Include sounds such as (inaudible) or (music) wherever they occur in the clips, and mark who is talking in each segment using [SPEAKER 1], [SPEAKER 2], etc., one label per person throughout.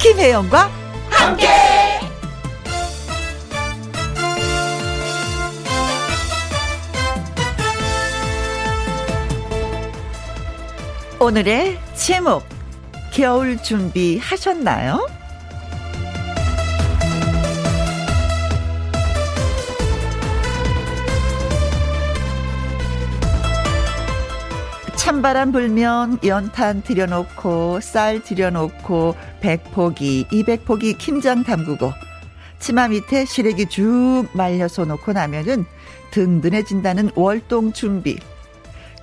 [SPEAKER 1] 김혜영과
[SPEAKER 2] 함께
[SPEAKER 1] 오늘의 제목 겨울 준비하셨나요? 찬바람 불면 연탄 들여놓고 쌀 들여놓고 백포기 이백포기 김장 담그고 치마 밑에 시래기 쭉 말려서 놓고 나면은 든든해진다는 월동 준비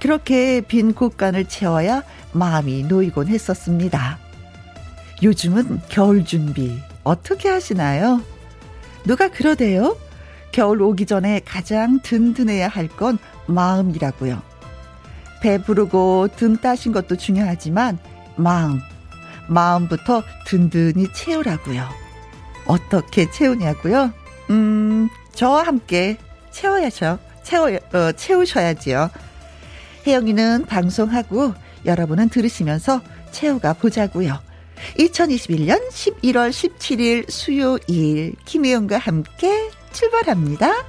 [SPEAKER 1] 그렇게 빈 곳간을 채워야 마음이 놓이곤 했었습니다. 요즘은 겨울 준비 어떻게 하시나요? 누가 그러대요? 겨울 오기 전에 가장 든든해야 할 건 마음이라고요. 배부르고 등 따신 것도 중요하지만 마음, 마음부터 든든히 채우라고요. 어떻게 채우냐고요? 음, 저와 함께 채워야죠. 채워, 어, 채우셔야지요. 혜영이는 방송하고 여러분은 들으시면서 채우가 보자고요. 2021년 11월 17일 수요일 김혜영과 함께 출발합니다.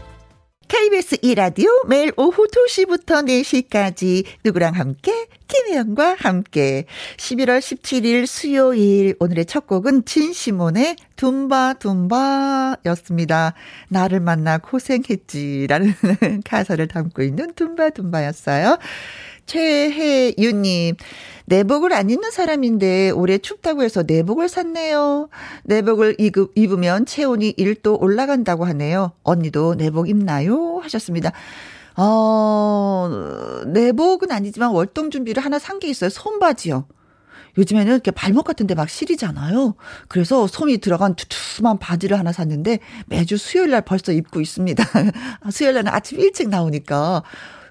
[SPEAKER 1] KBS 2라디오 매일 오후 2시부터 4시까지 누구랑 함께 김혜영과 함께 11월 17일 수요일 오늘의 첫 곡은 진시몬의 둠바둠바였습니다. 나를 만나 고생했지라는 (laughs) 가사를 담고 있는 둠바둠바였어요. 최혜윤님, 내복을 안 입는 사람인데 올해 춥다고 해서 내복을 샀네요. 내복을 이급- 입으면 체온이 1도 올라간다고 하네요. 언니도 내복 입나요? 하셨습니다. 어, 내복은 아니지만 월동 준비를 하나 산 게 있어요. 손바지요. 요즘에는 이렇게 발목 같은 데 막 시리잖아요. 그래서 솜이 들어간 두툼한 바지를 하나 샀는데 매주 수요일 날 벌써 입고 있습니다. (laughs) 수요일 날은 아침 일찍 나오니까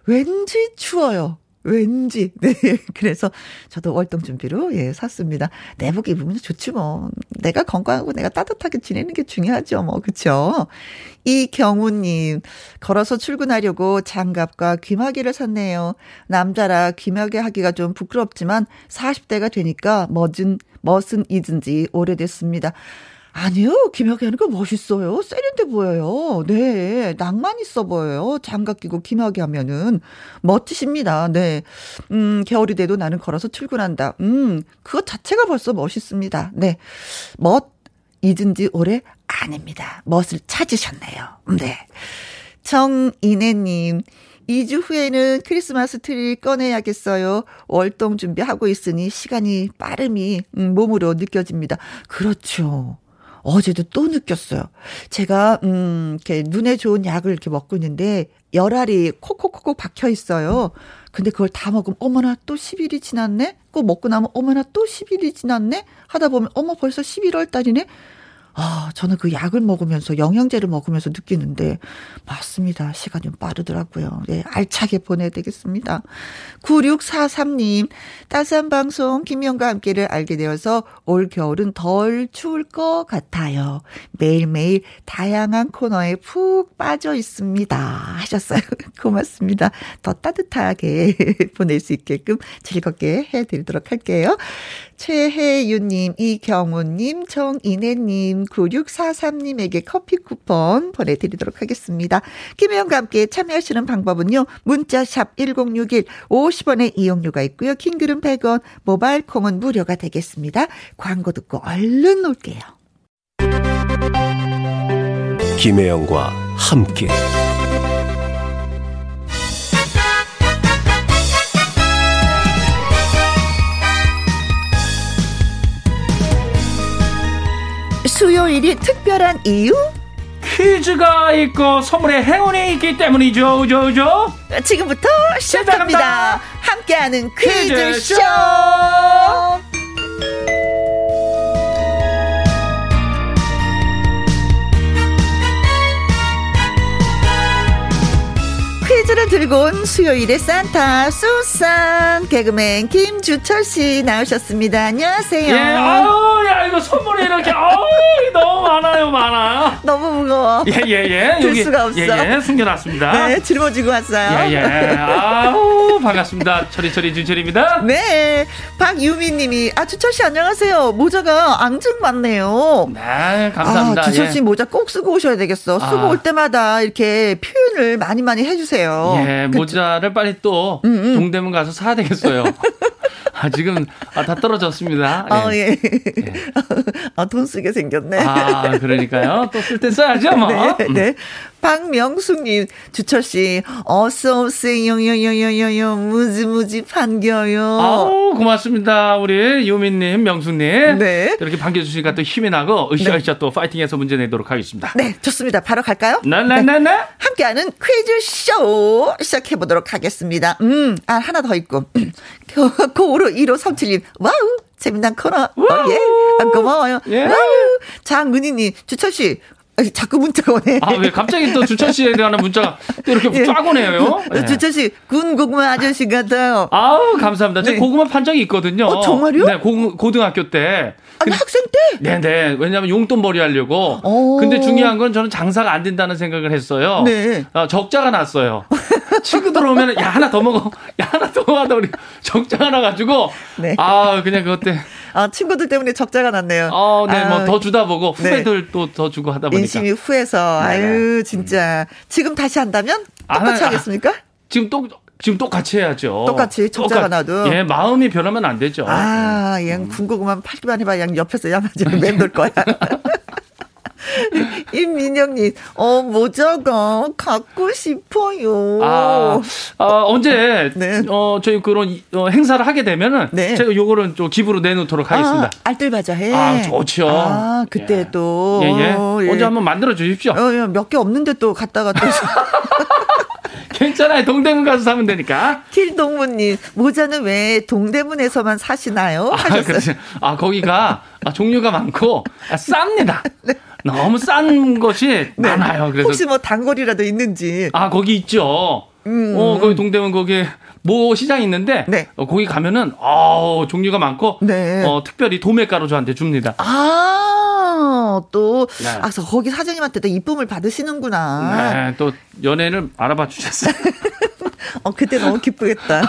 [SPEAKER 1] 왠지 추워요. 왠지. (laughs) 네. 그래서 저도 월동 준비로 예, 샀습니다. 내복 입으면 좋지 뭐. 내가 건강하고 내가 따뜻하게 지내는 게 중요하죠. 뭐. 그쵸? 이경우 님, 걸어서 출근하려고 장갑과 귀마개를 샀네요. 남자라 귀마개 하기가 좀 부끄럽지만 40대가 되니까 멋은 멋은 잊은지 오래됐습니다. 아니요, 김학의 하는 거 멋있어요. 세련돼 보여요. 네, 낭만 있어 보여요. 장갑 끼고 김학의 하면은 멋지십니다. 네, 음 겨울이 돼도 나는 걸어서 출근한다. 음, 그것 자체가 벌써 멋있습니다. 네, 멋 잊은 지 오래 아닙니다. 멋을 찾으셨네요. 네, 정인혜님. 2주 후에는 크리스마스 트리 꺼내야겠어요. 월동 준비하고 있으니 시간이 빠름이 음, 몸으로 느껴집니다. 그렇죠. 어제도 또 느꼈어요. 제가 음 이렇게 눈에 좋은 약을 이렇게 먹고 있는데 열알이 콕콕콕콕 박혀 있어요. 근데 그걸 다 먹으면 어머나 또 10일이 지났네. 그거 먹고 나면 어머나 또 10일이 지났네. 하다 보면 어머 벌써 11월 달이네. 아, 저는 그 약을 먹으면서 영양제를 먹으면서 느끼는데 맞습니다. 시간이 좀 빠르더라고요. 예, 알차게 보내야 되겠습니다. 9643님, 따스한 방송 김영과 함께를 알게 되어서 올 겨울은 덜 추울 것 같아요. 매일매일 다양한 코너에 푹 빠져 있습니다. 하셨어요. (laughs) 고맙습니다. 더 따뜻하게 (laughs) 보낼 수 있게끔 즐겁게 해드리도록 할게요. 최혜윤님, 이경우님, 정인혜님, 9643님에게 커피 쿠폰 보내드리도록 하겠습니다. 김혜영과 함께 참여하시는 방법은요. 문자샵 1061, 50원의 이용료가 있고요. 킹글은 100원, 모바일 콩은 무료가 되겠습니다. 광고 듣고 얼른 올게요.
[SPEAKER 3] 김혜영과 함께
[SPEAKER 1] 수요일이 특별한 이유?
[SPEAKER 4] 퀴즈가 있고 선물에 행운이 있기 때문이죠, 그죠, 그죠?
[SPEAKER 1] 지금부터 시작합니다.
[SPEAKER 4] 시작합니다.
[SPEAKER 1] 함께하는 퀴즈쇼!
[SPEAKER 4] 퀴즈쇼!
[SPEAKER 1] 퀴즈를 들고 온 수요일의 산타 수산 개그맨 김주철 씨 나오셨습니다. 안녕하세요.
[SPEAKER 4] 예, 아유, 야, 이거 선물이 이렇게, 아유, 너무 많아요, 많아요.
[SPEAKER 1] 너무 무거워.
[SPEAKER 4] 예, 예, 예.
[SPEAKER 1] 들 수가 없어.
[SPEAKER 4] 예, 예. 숨겨놨습니다.
[SPEAKER 1] 네, 짊어지고 왔어요.
[SPEAKER 4] 예, 예. 아우, 반갑습니다. 철이철이 준철입니다.
[SPEAKER 1] 네, 박유미 님이, 아, 주철 씨 안녕하세요. 모자가 앙증 맞네요.
[SPEAKER 4] 네, 감사합니다.
[SPEAKER 1] 아, 주철 씨 모자 꼭 쓰고 오셔야 되겠어. 쓰고
[SPEAKER 4] 아.
[SPEAKER 1] 올 때마다 이렇게 표현을 많이 많이 해주세요. 음,
[SPEAKER 4] 예. 예, 모자를 빨리 또 동대문 가서 사야 되겠어요.
[SPEAKER 1] (laughs)
[SPEAKER 4] 아, 지금 아, 다 떨어졌습니다.
[SPEAKER 1] 아, 예.
[SPEAKER 4] 예.
[SPEAKER 1] (laughs) 아, 돈 쓰게 생겼네.
[SPEAKER 4] 아, 그러니까요. 또 쓸 때 써야죠, 뭐.
[SPEAKER 1] (laughs) 네, 네. 박명숙님, 주철씨, 어서오세요, 요요요요요, 무지무지 반겨요.
[SPEAKER 4] 아우, 고맙습니다. 우리 유민님, 명수님.
[SPEAKER 1] 네.
[SPEAKER 4] 이렇게 반겨주시니까 또 힘이 나고, 으쌰으쌰 또 파이팅해서 문제 내도록 하겠습니다.
[SPEAKER 1] 네, 좋습니다. 바로 갈까요?
[SPEAKER 4] 나나나나.
[SPEAKER 1] 함께하는 퀴즈쇼 시작해보도록 하겠습니다. 음, 아, 하나 더 있고. (clears throat) 고로 1537님, 와우! 재미난 코너. 어,
[SPEAKER 4] 와우.
[SPEAKER 1] 예. 아, 고마워요.
[SPEAKER 4] 예.
[SPEAKER 1] 와우! 장은희님, 주철씨, 아니, 자꾸 문자가 오네.
[SPEAKER 4] 아,
[SPEAKER 1] (laughs)
[SPEAKER 4] 왜 갑자기 또 주철 씨에 대한 문자가 또 이렇게 쫙 오네요. 예.
[SPEAKER 1] 어, 주철씨, 군 고구마 아저씨 같아요.
[SPEAKER 4] 아우, 감사합니다. 제가
[SPEAKER 1] 네.
[SPEAKER 4] 고구마 판 적이 있거든요.
[SPEAKER 1] 어, 정말요?
[SPEAKER 4] 네, 고, 고등학교 때.
[SPEAKER 1] 아니, 네, 학생 때?
[SPEAKER 4] 네네. 왜냐하면 용돈벌이 하려고.
[SPEAKER 1] 오.
[SPEAKER 4] 근데 중요한 건 저는 장사가 안 된다는 생각을 했어요.
[SPEAKER 1] 어. 네.
[SPEAKER 4] 아,
[SPEAKER 1] (laughs)
[SPEAKER 4] 적자가 났어요. 친구들 오면 야 하나 더 먹어, 야 하나 더 먹어. 우리 적자가 나가지고
[SPEAKER 1] 네.
[SPEAKER 4] 아 그냥 그때
[SPEAKER 1] 아, 친구들 때문에 적자가 났네요.
[SPEAKER 4] 어네뭐
[SPEAKER 1] 아,
[SPEAKER 4] 더 주다 보고
[SPEAKER 1] 네.
[SPEAKER 4] 후배들 또 더 주고 하다 보니까
[SPEAKER 1] 인심이 후해서
[SPEAKER 4] 네, 아, 네.
[SPEAKER 1] 아유 진짜 지금 다시 한다면
[SPEAKER 4] 안
[SPEAKER 1] 똑같이
[SPEAKER 4] 하-
[SPEAKER 1] 하겠습니까?
[SPEAKER 4] 지금 똑 지금 똑같이 해야죠.
[SPEAKER 1] 똑같이 적자가 나도.
[SPEAKER 4] 예 마음이 변하면 안 되죠.
[SPEAKER 1] 아,
[SPEAKER 4] 음.
[SPEAKER 1] 양 군고구만 팔기만 해봐. 양 옆에서 양아지를 맴돌 거야. (laughs) 임민영님, 어 모자가 갖고 싶어요.
[SPEAKER 4] 아, 아, 언제
[SPEAKER 1] 네.
[SPEAKER 4] 어 저희 그런 이- 어, 행사를 하게 되면은
[SPEAKER 1] 네.
[SPEAKER 4] 제가 요거는 좀 기부로 내놓도록 하겠습니다.
[SPEAKER 1] 아, 알뜰바자 해.
[SPEAKER 4] 아, 좋죠.
[SPEAKER 1] 아, 그때
[SPEAKER 4] 예.
[SPEAKER 1] 또
[SPEAKER 4] 예, 예.
[SPEAKER 1] 어,
[SPEAKER 4] 언제 한번 만들어 주십시오.
[SPEAKER 1] 어, 몇개 없는데 또 갔다가 또 (laughs)
[SPEAKER 4] 괜찮아요. 동대문 가서 사면 되니까.
[SPEAKER 1] 킬동무님 모자는 왜 동대문에서만 사시나요?
[SPEAKER 4] 아,
[SPEAKER 1] 하셨어요.
[SPEAKER 4] 그렇지. 아, 거기가 아, 종류가 많고
[SPEAKER 1] (laughs)
[SPEAKER 4] 아, 쌉니다. 너무 싼 것이 많아요. 그래서
[SPEAKER 1] 네. 혹시 뭐 단골이라도 있는지.
[SPEAKER 4] 아, 거기 있죠. 어, 거기 동대문 거기 모 시장 있는데
[SPEAKER 1] 음. 네.
[SPEAKER 4] 어, 거기 가면은 어, 종류가 많고
[SPEAKER 1] 네.
[SPEAKER 4] 어, 특별히 도매가로 저한테 줍니다.
[SPEAKER 1] 아, 또,
[SPEAKER 4] 네.
[SPEAKER 1] 아, 그래서 거기 사장님한테 또 이쁨을 받으시는구나.
[SPEAKER 4] 네, 또 연예인을
[SPEAKER 1] (laughs)
[SPEAKER 4] 알아봐 주셨어요.
[SPEAKER 1] 어, 그때 너무
[SPEAKER 4] (laughs)
[SPEAKER 1] 기쁘겠다.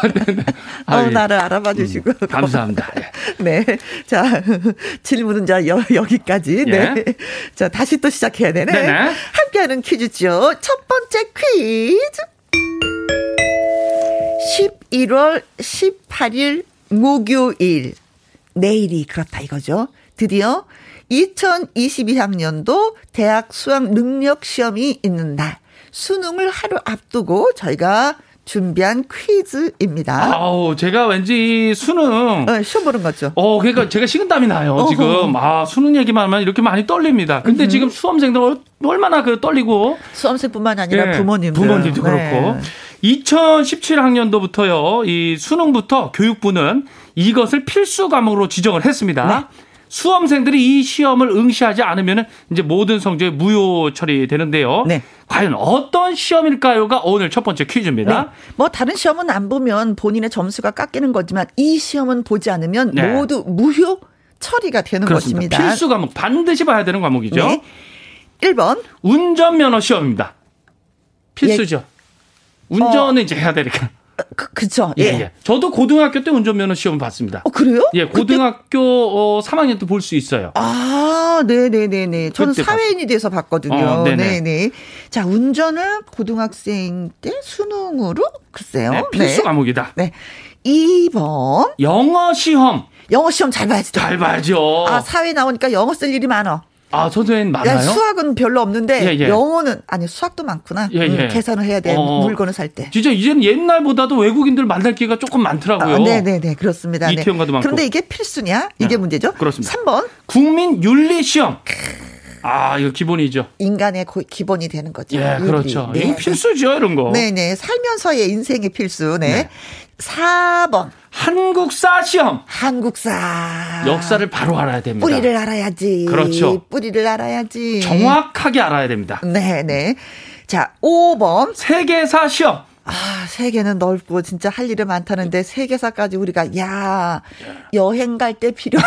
[SPEAKER 4] 아,
[SPEAKER 1] 어,
[SPEAKER 4] 예.
[SPEAKER 1] 나를 알아봐 주시고.
[SPEAKER 4] 감사합니다. 예.
[SPEAKER 1] (laughs) 네. 자, (laughs) 질문은 자, 여, 여기까지. 네.
[SPEAKER 4] 예.
[SPEAKER 1] 자, 다시 또 시작해야 되네.
[SPEAKER 4] 네네.
[SPEAKER 1] 함께하는 퀴즈죠. 첫 번째 퀴즈. 11월 18일 목요일. 내일이 그렇다 이거죠. 드디어 2022학년도 대학 수학 능력 시험이 있는 날. 수능을 하루 앞두고 저희가 준비한 퀴즈입니다.
[SPEAKER 4] 아우, 제가 왠지 이 수능
[SPEAKER 1] 어, 시험 보는 거죠.
[SPEAKER 4] 어, 그러니까 제가 식은땀이 나요,
[SPEAKER 1] 어허.
[SPEAKER 4] 지금. 아, 수능 얘기만 하면 이렇게 많이 떨립니다. 근데 지금 수험생들 얼- 얼마나 그 떨리고.
[SPEAKER 1] 수험생뿐만 아니라
[SPEAKER 4] 예,
[SPEAKER 1] 부모님들.
[SPEAKER 4] 부모님도
[SPEAKER 1] 네.
[SPEAKER 4] 그렇고. 2017학년도부터요, 이 수능부터 교육부는 이것을 필수 과목으로 지정을 했습니다.
[SPEAKER 1] 네.
[SPEAKER 4] 수험생들이 이 시험을 응시하지 않으면 이제 모든 성적이 무효 처리되는데요.
[SPEAKER 1] 네.
[SPEAKER 4] 과연 어떤 시험일까요가 오늘 첫 번째 퀴즈입니다.
[SPEAKER 1] 네. 뭐 다른 시험은 안 보면 본인의 점수가 깎이는 거지만 이 시험은 보지 않으면
[SPEAKER 4] 네.
[SPEAKER 1] 모두 무효 처리가 되는
[SPEAKER 4] 그렇습니다.
[SPEAKER 1] 것입니다.
[SPEAKER 4] 필수 과목 반드시 봐야 되는 과목이죠.
[SPEAKER 1] 네. 1번. 어,
[SPEAKER 4] 운전면허 시험입니다. 필수죠. 운전은 이제 해야 되니까.
[SPEAKER 1] 그, 그쵸.
[SPEAKER 4] 예,
[SPEAKER 1] 어. 예.
[SPEAKER 4] 예. 저도 고등학교 때 운전면허 시험 봤습니다.
[SPEAKER 1] 어, 그래요?
[SPEAKER 4] 예, 고등학교 어, 3학년 때 볼 수 있어요.
[SPEAKER 1] 아, 네네네네. 저는
[SPEAKER 4] 그때
[SPEAKER 1] 사회인이 돼서 봤거든요.
[SPEAKER 4] 어, 네네.
[SPEAKER 1] 네네. 자, 운전을 고등학생 때 수능으로? 글쎄요.
[SPEAKER 4] 네, 필수 과목이다.
[SPEAKER 1] 네. 2번.
[SPEAKER 4] 영어 시험
[SPEAKER 1] 영어 시험 잘 봐야지. 또.
[SPEAKER 4] 잘 봐야죠.
[SPEAKER 1] 아,
[SPEAKER 4] 아,
[SPEAKER 1] 사회 나오니까 영어 쓸 일이 많아.
[SPEAKER 4] 선생님
[SPEAKER 1] 야,
[SPEAKER 4] 많아요?
[SPEAKER 1] 수학은 별로 없는데
[SPEAKER 4] 예, 예.
[SPEAKER 1] 영어는 아니 수학도 많구나.
[SPEAKER 4] 예, 예.
[SPEAKER 1] 음, 계산을 해야 돼
[SPEAKER 4] 어.
[SPEAKER 1] 물건을 살 때.
[SPEAKER 4] 진짜 이제는 옛날보다도 외국인들 만날 기회가 조금 많더라고요.
[SPEAKER 1] 네, 네, 네, 그렇습니다. 네.
[SPEAKER 4] 이태원과도 많고.
[SPEAKER 1] 그런데 이게 필수냐? 이게
[SPEAKER 4] 네,
[SPEAKER 1] 문제죠.
[SPEAKER 4] 그렇습니다.
[SPEAKER 1] 3번
[SPEAKER 4] 국민 윤리 시험. 아, 이거 기본이죠.
[SPEAKER 1] 인간의 고- 기본이 되는 거죠.
[SPEAKER 4] 예,
[SPEAKER 1] 윤리.
[SPEAKER 4] 그렇죠.
[SPEAKER 1] 네.
[SPEAKER 4] 이거 필수죠, 이런 거.
[SPEAKER 1] 네, 네. 살면서의 인생의 필수. 네. 4번
[SPEAKER 4] 한국사 시험.
[SPEAKER 1] 한국사.
[SPEAKER 4] 역사를 바로 알아야
[SPEAKER 1] 아.
[SPEAKER 4] 됩니다.
[SPEAKER 1] 뿌리를 알아야지.
[SPEAKER 4] 그렇죠.
[SPEAKER 1] 뿌리를 알아야지.
[SPEAKER 4] 정확하게 알아야 됩니다.
[SPEAKER 1] 네, 네. 자, 5번
[SPEAKER 4] 세계사 시험.
[SPEAKER 1] 아, 세계는 넓고 진짜 할
[SPEAKER 4] 아,
[SPEAKER 1] 일이 많다는데 세계사까지 우리가 야 여행 갈 때 필요해.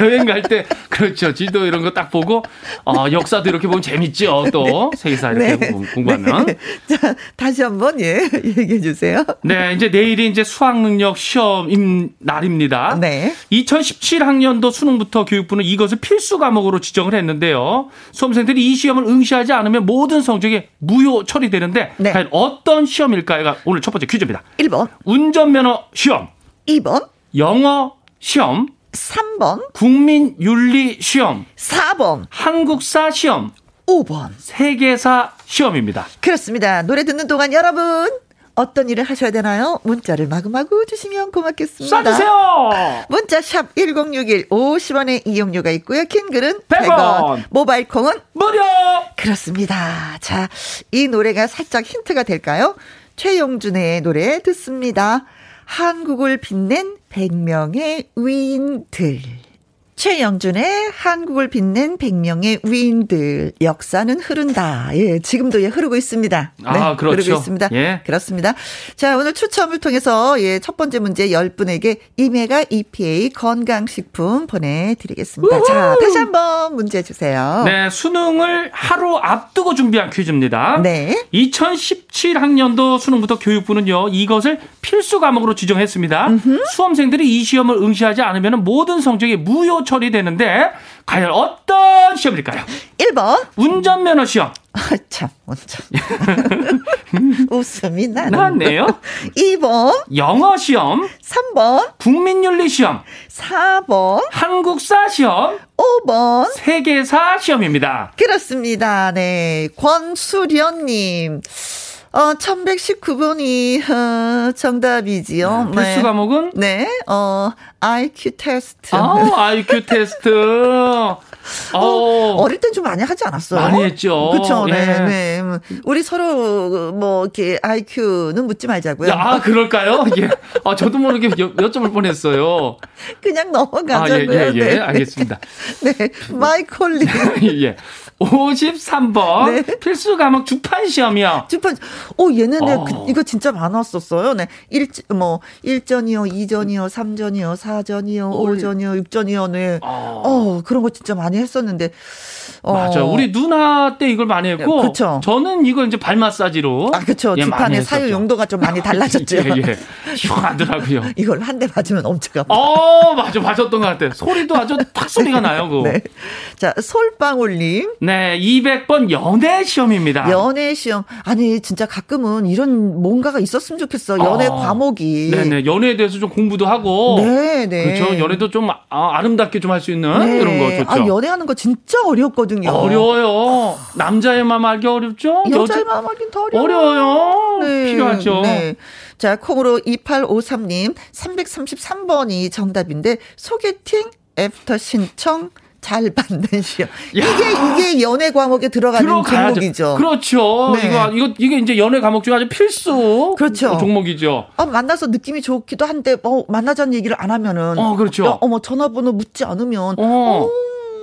[SPEAKER 4] 여행 갈 때 (laughs) 그렇죠. 지도 이런 거 딱 보고 어, 역사도 이렇게 보면 재밌죠. 또 세계사 이렇게 공- 공부하면.
[SPEAKER 1] 네. (laughs) 자, 다시 한번 예, 얘기해 주세요.
[SPEAKER 4] 네, 이제 내일이 이제 수학능력 시험 임 날입니다.
[SPEAKER 1] 네.
[SPEAKER 4] 2017학년도 수능부터 교육부는 이것을 필수 과목으로 지정을 했는데요. 수험생들이 이 시험을 응시하지 않으면 모든 성적이 무효 처리되는데
[SPEAKER 1] 네.
[SPEAKER 4] 과연 어떤 시험일까요?가 오늘 첫 번째 퀴즈입니다.
[SPEAKER 1] 1번,
[SPEAKER 4] 운전면허 시험,
[SPEAKER 1] 2번,
[SPEAKER 4] 영어 시험,
[SPEAKER 1] 3번,
[SPEAKER 4] 국민윤리 시험,
[SPEAKER 1] 4번,
[SPEAKER 4] 한국사 시험,
[SPEAKER 1] 5번.
[SPEAKER 4] 세계사 시험입니다.
[SPEAKER 1] 그렇습니다. 노래 듣는 동안 여러분 어떤 일을 하셔야 되나요? 문자를 마구마구 주시면 고맙겠습니다. 어.
[SPEAKER 4] 쏴주세요.
[SPEAKER 1] 문자 샵 1061 50원의 이용료가 있고요. 긴 글은
[SPEAKER 4] 100 원.
[SPEAKER 1] 100원, 모바일 콩은
[SPEAKER 4] 무료.
[SPEAKER 1] 그렇습니다. 자, 이 노래가 살짝 힌트가 될까요? 최용준의 노래 듣습니다. 한국을 빛낸 100명의 위인들. 최영준의 한국을 빛낸 100명의 위인들. 역사는 흐른다. 예, 지금도 예, 흐르고 있습니다. 네,
[SPEAKER 4] 아, 그렇죠.
[SPEAKER 1] 흐르고 있습니다.
[SPEAKER 4] 예.
[SPEAKER 1] 그렇습니다. 자, 오늘 추첨을 통해서 예, 첫 번째 문제 10분에게 이메가 EPA 건강식품 보내드리겠습니다. 자, 다시 한번 문제 주세요.
[SPEAKER 4] 네, 수능을 하루 앞두고 준비한 퀴즈입니다.
[SPEAKER 1] 네.
[SPEAKER 4] 2017학년도 수능부터 교육부는요 이것을 필수 과목으로 지정했습니다. 수험생들이 이 시험을 응시하지 않으면 모든 성적이 무효 처리되는데 과연 어떤 시험일까요?
[SPEAKER 1] 1번.
[SPEAKER 4] 운전면허 시험
[SPEAKER 1] 아, 참, 어,
[SPEAKER 4] (laughs)
[SPEAKER 1] 참. 웃음이 나는.
[SPEAKER 4] 나왔네요.
[SPEAKER 1] 2번,
[SPEAKER 4] 영어 시험,
[SPEAKER 1] 3번,
[SPEAKER 4] 국민윤리 시험,
[SPEAKER 1] 4번,
[SPEAKER 4] 한국사 시험,
[SPEAKER 1] 5번.
[SPEAKER 4] 세계사 시험입니다.
[SPEAKER 1] 그렇습니다. 네. 권수련님. 어, 1119번이, 어, 네. 정답이지요.
[SPEAKER 4] 필수 과목은
[SPEAKER 1] 네, 어, IQ 테스트.
[SPEAKER 4] 뭐? 아우 IQ 테스트.
[SPEAKER 1] (laughs) 어,
[SPEAKER 4] 어,
[SPEAKER 1] 어릴 땐 좀 많이 하지 않았어요?
[SPEAKER 4] 많이 했죠.
[SPEAKER 1] 그쵸, 네,
[SPEAKER 4] 예.
[SPEAKER 1] 네. 음, 우리 서로, 뭐, 이렇게, IQ는 묻지 말자고요.
[SPEAKER 4] 야, 아, 그럴까요? 예. 아, 저도 모르게 여, 여쭤볼 뻔했어요.
[SPEAKER 1] (laughs) 그냥
[SPEAKER 4] 아, 예,
[SPEAKER 1] 넘어가자고요.
[SPEAKER 4] 예, 예.
[SPEAKER 1] 네.
[SPEAKER 4] 알겠습니다. (laughs)
[SPEAKER 1] 네, 마이콜리.
[SPEAKER 4] 예. 53번.
[SPEAKER 1] 네.
[SPEAKER 4] 필수 과목 주판 시험이요.
[SPEAKER 1] 주판, 오, 얘네네,
[SPEAKER 4] 어.
[SPEAKER 1] 그, 이거 진짜 많았었어요. 네. 일, 뭐, 일전이요이전이요삼전이요사전이요오전이요육전이요 네.
[SPEAKER 4] 어.
[SPEAKER 1] 어, 그런 거 진짜 많이 했었는데. 어.
[SPEAKER 4] 맞아. 우리 누나 때 이걸 많이 했고.
[SPEAKER 1] 네, 그쵸.
[SPEAKER 4] 저는 이거 이제 발 마사지로.
[SPEAKER 1] 아, 그쵸.
[SPEAKER 4] 예, 많이
[SPEAKER 1] 주판의 사유
[SPEAKER 4] 했었죠.
[SPEAKER 1] 용도가 좀
[SPEAKER 4] (laughs)
[SPEAKER 1] 많이 달라졌죠.
[SPEAKER 4] 예,
[SPEAKER 1] (laughs)
[SPEAKER 4] 예. 시원하더라고요.
[SPEAKER 1] 이걸 한 대 맞으면 엄청 아파.
[SPEAKER 4] 어, 맞아. 맞았던 것 같아. 소리도 아주 탁 소리가 나요, 그거.
[SPEAKER 1] 네. 자, 솔방울님.
[SPEAKER 4] 네, 200번 연애 시험입니다.
[SPEAKER 1] 연애 시험. 아니, 진짜 가끔은 이런 뭔가가 있었으면 좋겠어. 연애
[SPEAKER 4] 어.
[SPEAKER 1] 과목이.
[SPEAKER 4] 네네. 연애에 대해서 좀 공부도 하고.
[SPEAKER 1] 네, 네.
[SPEAKER 4] 그렇죠. 연애도 좀 아, 름답게 좀 할 수 있는
[SPEAKER 1] 네.
[SPEAKER 4] 그런 어? 거 좋죠. 아,
[SPEAKER 1] 아, 연애하는 거 진짜 어렵거든요.
[SPEAKER 4] 어려워요. 남자의 마음 알기 어렵죠?
[SPEAKER 1] 여자의
[SPEAKER 4] 여자-
[SPEAKER 1] 마음 하긴 더 어려워요.
[SPEAKER 4] 어려워요.
[SPEAKER 1] 네,
[SPEAKER 4] 필요하죠.
[SPEAKER 1] 네. 자, 콩으로 2853님 333번이 정답인데 소개팅 애프터 신청 잘 받는 시험. 이게 이게 연애 과목에 들어가는
[SPEAKER 4] 들어가야죠.
[SPEAKER 1] 종목이죠.
[SPEAKER 4] 그렇죠.
[SPEAKER 1] 네.
[SPEAKER 4] 이거 이거 이게 이제 연애 과목 중에 아주 필수
[SPEAKER 1] 그렇죠.
[SPEAKER 4] 종목이죠.
[SPEAKER 1] 아, 만나서 느낌이 좋기도 한데 어, 만나자는 얘기를 안 하면은
[SPEAKER 4] 어, 그렇죠.
[SPEAKER 1] 야, 어머 전화번호 묻지 않으면
[SPEAKER 4] 어.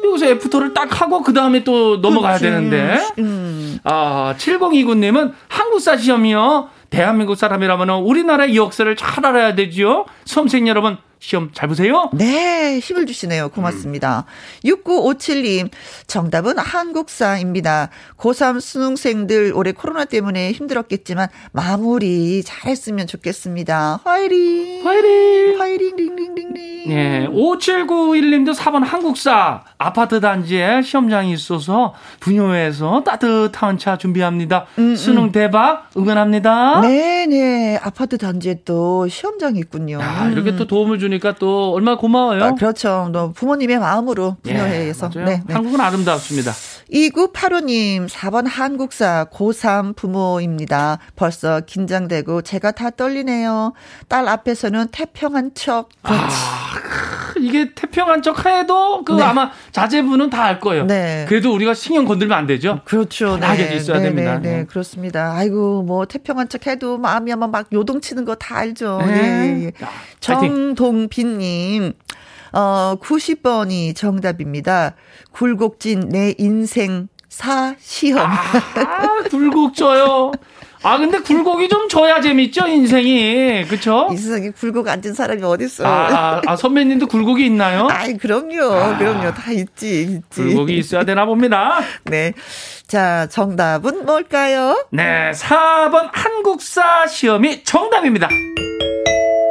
[SPEAKER 4] 여기서 애프터를 딱 하고 그 다음에 또 넘어가야
[SPEAKER 1] 그치.
[SPEAKER 4] 되는데.
[SPEAKER 1] 음.
[SPEAKER 4] 아, 7029님은 한국사 시험이요. 대한민국 사람이라면 우리나라의 역사를 잘 알아야 되지요. 수험생 여러분 시험 잘 보세요.
[SPEAKER 1] 네, 힘을 주시네요. 고맙습니다.
[SPEAKER 4] 음.
[SPEAKER 1] 6957님, 정답은 한국사입니다. 고3 수능생들 올해 코로나 때문에 힘들었겠지만 마무리 잘했으면 좋겠습니다. 화이팅!
[SPEAKER 4] 화이팅!
[SPEAKER 1] 화이팅! 링링링링!
[SPEAKER 4] 예, 5791님도 4번 한국사 아파트 단지에 시험장이 있어서 분유회에서 따뜻한 차 준비합니다. 수능 대박 응원합니다.
[SPEAKER 1] 음, 네네. 아파트 단지에 또 시험장이 있군요.
[SPEAKER 4] 아, 이렇게 또 도움을 주니까 또 얼마나 고마워요.
[SPEAKER 1] 아, 그렇죠. 너 부모님의 마음으로
[SPEAKER 4] 예,
[SPEAKER 1] 부녀회에서. 네,
[SPEAKER 4] 맞아요. 한국은 아름답습니다.
[SPEAKER 1] 2985님, 4번 한국사 고3 부모입니다. 벌써 긴장되고 제가 다 떨리네요. 딸 앞에서는 태평한 척.
[SPEAKER 4] 아,
[SPEAKER 1] 그렇지.
[SPEAKER 4] 크, 이게 태평한 척 해도 그
[SPEAKER 1] 네.
[SPEAKER 4] 아마 자제분은 다 알 거예요.
[SPEAKER 1] 네.
[SPEAKER 4] 그래도 우리가 신경 건들면 안 되죠.
[SPEAKER 1] 그렇죠.
[SPEAKER 4] 편하게 있어야
[SPEAKER 1] 네, 네,
[SPEAKER 4] 됩니다.
[SPEAKER 1] 네,
[SPEAKER 4] 네.
[SPEAKER 1] 그렇습니다. 아이고, 뭐, 태평한 척 해도 마음이 아마 막 요동치는 거 다 알죠.
[SPEAKER 4] 네.
[SPEAKER 1] 예, 예, 예.
[SPEAKER 4] 아, 파이팅.
[SPEAKER 1] 정동빈님, 어, 90번이 정답입니다. 굴곡진 내 인생 사 시험.
[SPEAKER 4] 아, 불곡 아, 져요. 아 근데 굴곡이 좀 줘야 재밌죠 인생이 그쵸?
[SPEAKER 1] 이 세상에 굴곡 앉은 사람이 어딨어.
[SPEAKER 4] 아, 아, 아 선배님도 굴곡이 있나요?
[SPEAKER 1] 아이, 그럼요. 그럼요. 다 있지, 있지.
[SPEAKER 4] 굴곡이 있어야 되나 봅니다.
[SPEAKER 1] (laughs) 네. 자, 정답은 뭘까요?
[SPEAKER 4] 네, 4번 한국사 시험이 정답입니다.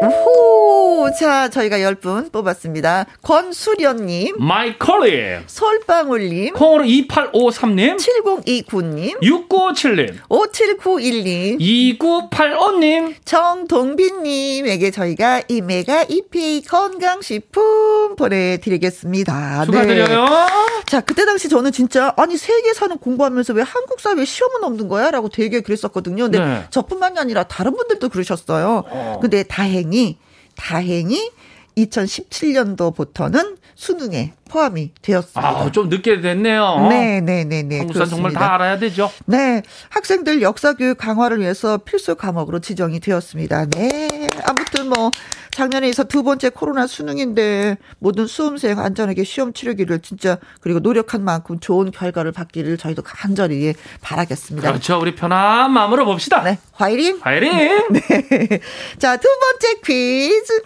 [SPEAKER 1] 오, 자, 저희가 10분 뽑았습니다. 권수련님,
[SPEAKER 4] 마이컬리
[SPEAKER 1] 솔방울님,
[SPEAKER 4] 콩으로 2853님
[SPEAKER 1] 7029님,
[SPEAKER 4] 6957님
[SPEAKER 1] 5791님,
[SPEAKER 4] 2985님
[SPEAKER 1] 정동빈님에게 저희가 이메가 이피 건강식품 보내드리겠습니다.
[SPEAKER 4] 축하드려요.
[SPEAKER 1] 네. 자, 그때 당시 저는 진짜, 아니, 세계사는 공부하면서 왜 한국사 왜 시험은 없는 거야? 라고 되게 그랬었거든요. 근데
[SPEAKER 4] 네.
[SPEAKER 1] 저뿐만이 아니라 다른 분들도 그러셨어요. 근데 다행히, 다행히 2017년도부터는 수능에 포함이 되었습니다.
[SPEAKER 4] 아, 좀 늦게 됐네요.
[SPEAKER 1] 네, 네, 네, 네.
[SPEAKER 4] 한국사 정말
[SPEAKER 1] 그렇습니다.
[SPEAKER 4] 다 알아야 되죠.
[SPEAKER 1] 네, 학생들 역사 교육 강화를 위해서 필수 과목으로 지정이 되었습니다. 네, 아무튼 뭐 작년에 이어두 번째 코로나 수능인데 모든 수험생 안전하게 시험 치르기를 진짜 그리고 노력한 만큼 좋은 결과를 받기를 저희도 간절히 예, 바라겠습니다.
[SPEAKER 4] 그렇죠. 우리 편한 마음으로 봅시다.
[SPEAKER 1] 네, 화이팅!
[SPEAKER 4] 파이팅!
[SPEAKER 1] (laughs) 자, 두 번째 퀴즈.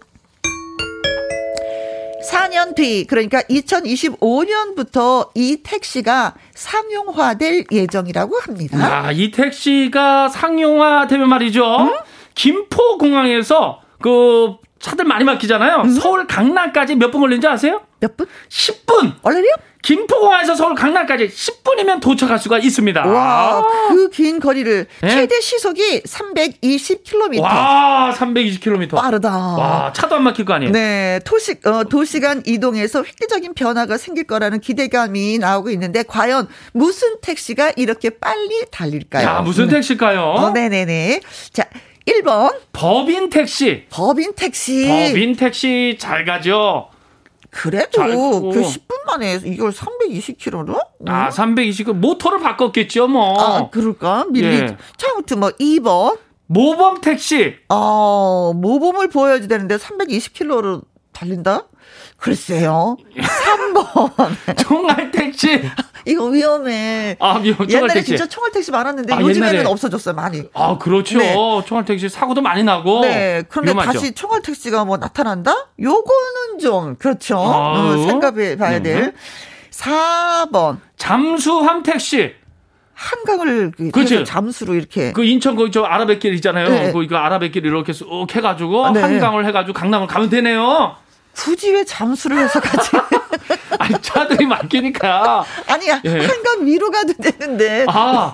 [SPEAKER 1] 4년 뒤, 그러니까 2025년부터 이 택시가 상용화될 예정이라고 합니다.
[SPEAKER 4] 아, 이 택시가 상용화 되면 말이죠.
[SPEAKER 1] 음?
[SPEAKER 4] 김포공항에서 그 차들 많이
[SPEAKER 1] 음?
[SPEAKER 4] 막히잖아요. 서울 강남까지 몇 분 걸리는지 아세요?
[SPEAKER 1] 몇 분?
[SPEAKER 4] 10분!
[SPEAKER 1] 얼른요?
[SPEAKER 4] 김포공항에서 서울 강남까지 10분이면 도착할 수가 있습니다.
[SPEAKER 1] 와, 그 긴 거리를
[SPEAKER 4] 예?
[SPEAKER 1] 최대 시속이 320km.
[SPEAKER 4] 와, 320km.
[SPEAKER 1] 빠르다.
[SPEAKER 4] 와, 차도 안 막힐 거 아니에요?
[SPEAKER 1] 네, 토시, 어, 도시간 이동에서 획기적인 변화가 생길 거라는 기대감이 나오고 있는데, 과연 무슨 택시가 이렇게 빨리 달릴까요?
[SPEAKER 4] 야, 무슨 택시일까요?
[SPEAKER 1] 네. 어, 네네네. 자, 1번,
[SPEAKER 4] 법인 택시.
[SPEAKER 1] 법인 택시.
[SPEAKER 4] 법인 택시 잘 가죠. 잘
[SPEAKER 1] 그래도
[SPEAKER 4] 듣고.
[SPEAKER 1] 그 10분 만에 이걸 320km로?
[SPEAKER 4] 아, 320. 모터를 바꿨겠죠, 뭐.
[SPEAKER 1] 아, 그럴까? 밀리.
[SPEAKER 4] 예.
[SPEAKER 1] 자, 아무튼 뭐 2번.
[SPEAKER 4] 모범 택시.
[SPEAKER 1] 어, 모범을 보여야지 되는데 320km로 달린다? 글쎄요. 3번.
[SPEAKER 4] 총알 택시.
[SPEAKER 1] (laughs) 이거 위험해.
[SPEAKER 4] 아, 미안. 총알
[SPEAKER 1] 옛날에
[SPEAKER 4] 택시.
[SPEAKER 1] 진짜 총알 택시 많았는데
[SPEAKER 4] 아,
[SPEAKER 1] 요즘에는
[SPEAKER 4] 옛날에.
[SPEAKER 1] 없어졌어요, 많이.
[SPEAKER 4] 아, 그렇죠.
[SPEAKER 1] 네.
[SPEAKER 4] 총알 택시 사고도 많이 나고.
[SPEAKER 1] 네. 그런데
[SPEAKER 4] 어, 위험하죠.
[SPEAKER 1] 다시 총알 택시가 뭐 나타난다? 요거는 좀, 그렇죠.
[SPEAKER 4] 아유. 음.
[SPEAKER 1] 어, 생각해 봐야 될. 4번.
[SPEAKER 4] 잠수함 택시.
[SPEAKER 1] 한강을 그
[SPEAKER 4] 그치.
[SPEAKER 1] 그래서 잠수로 이렇게.
[SPEAKER 4] 그렇죠. 그 인천 거기 저 아라뱃길 있잖아요.
[SPEAKER 1] 네.
[SPEAKER 4] 거기 그 아라뱃길 이렇게 쑥 해가지고
[SPEAKER 1] 네.
[SPEAKER 4] 한강을 해가지고 강남을 가면 되네요.
[SPEAKER 1] 굳이 왜 잠수를 해서 가지?
[SPEAKER 4] (laughs) 예. 아니 차들이 막히니까.
[SPEAKER 1] 아니야.
[SPEAKER 4] 예.
[SPEAKER 1] 한강 위로 가도 되는데.
[SPEAKER 4] 아,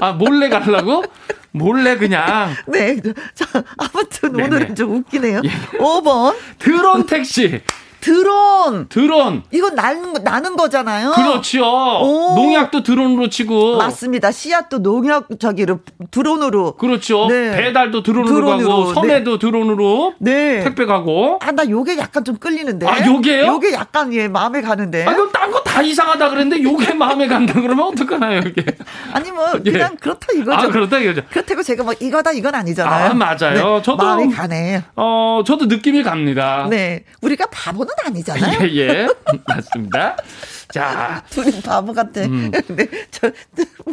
[SPEAKER 4] 아 몰래 가려고? 몰래 그냥
[SPEAKER 1] 네. 자, 아무튼
[SPEAKER 4] 네네. 예.
[SPEAKER 1] 오늘은 좀 웃기네요. 5번.
[SPEAKER 4] 드론 택시.
[SPEAKER 1] 드론.
[SPEAKER 4] 드론.
[SPEAKER 1] 이건 나는, 거- 나는 거잖아요.
[SPEAKER 4] 그렇지요.
[SPEAKER 1] 오.
[SPEAKER 4] 농약도 드론으로 치고.
[SPEAKER 1] 맞습니다. 씨앗도 농약, 저기로, 드론으로.
[SPEAKER 4] 그렇죠.
[SPEAKER 1] 네.
[SPEAKER 4] 배달도 드론으로,
[SPEAKER 1] 드론으로,
[SPEAKER 4] 가고 섬에도 드론으로
[SPEAKER 1] 네.
[SPEAKER 4] 택배 가고.
[SPEAKER 1] 아, 나 요게 약간 좀 끌리는데.
[SPEAKER 4] 아, 요게요?
[SPEAKER 1] 요게 약간, 예, 마음에 가는데.
[SPEAKER 4] 아 그럼 딴 거 다 이상하다 그랬는데
[SPEAKER 1] (laughs)
[SPEAKER 4] 요게 마음에 간다 그러면 어떡하나요 이게?
[SPEAKER 1] 아니, 뭐,
[SPEAKER 4] 예.
[SPEAKER 1] 그냥 그렇다 이거죠.
[SPEAKER 4] 아 그렇다 이거죠.
[SPEAKER 1] 그렇다고 제가 뭐 이거다 이건 아니잖아요. 네,
[SPEAKER 4] 아, 맞아요. 저도-
[SPEAKER 1] 마음이 가네.
[SPEAKER 4] 어 저도 느낌이 갑니다.
[SPEAKER 1] 네. 우리가 바보는 아니잖아요. (laughs)
[SPEAKER 4] 예, 예. 맞습니다. 자,
[SPEAKER 1] 둘이 바보 같아. (laughs)
[SPEAKER 4] 음.
[SPEAKER 1] 네. 저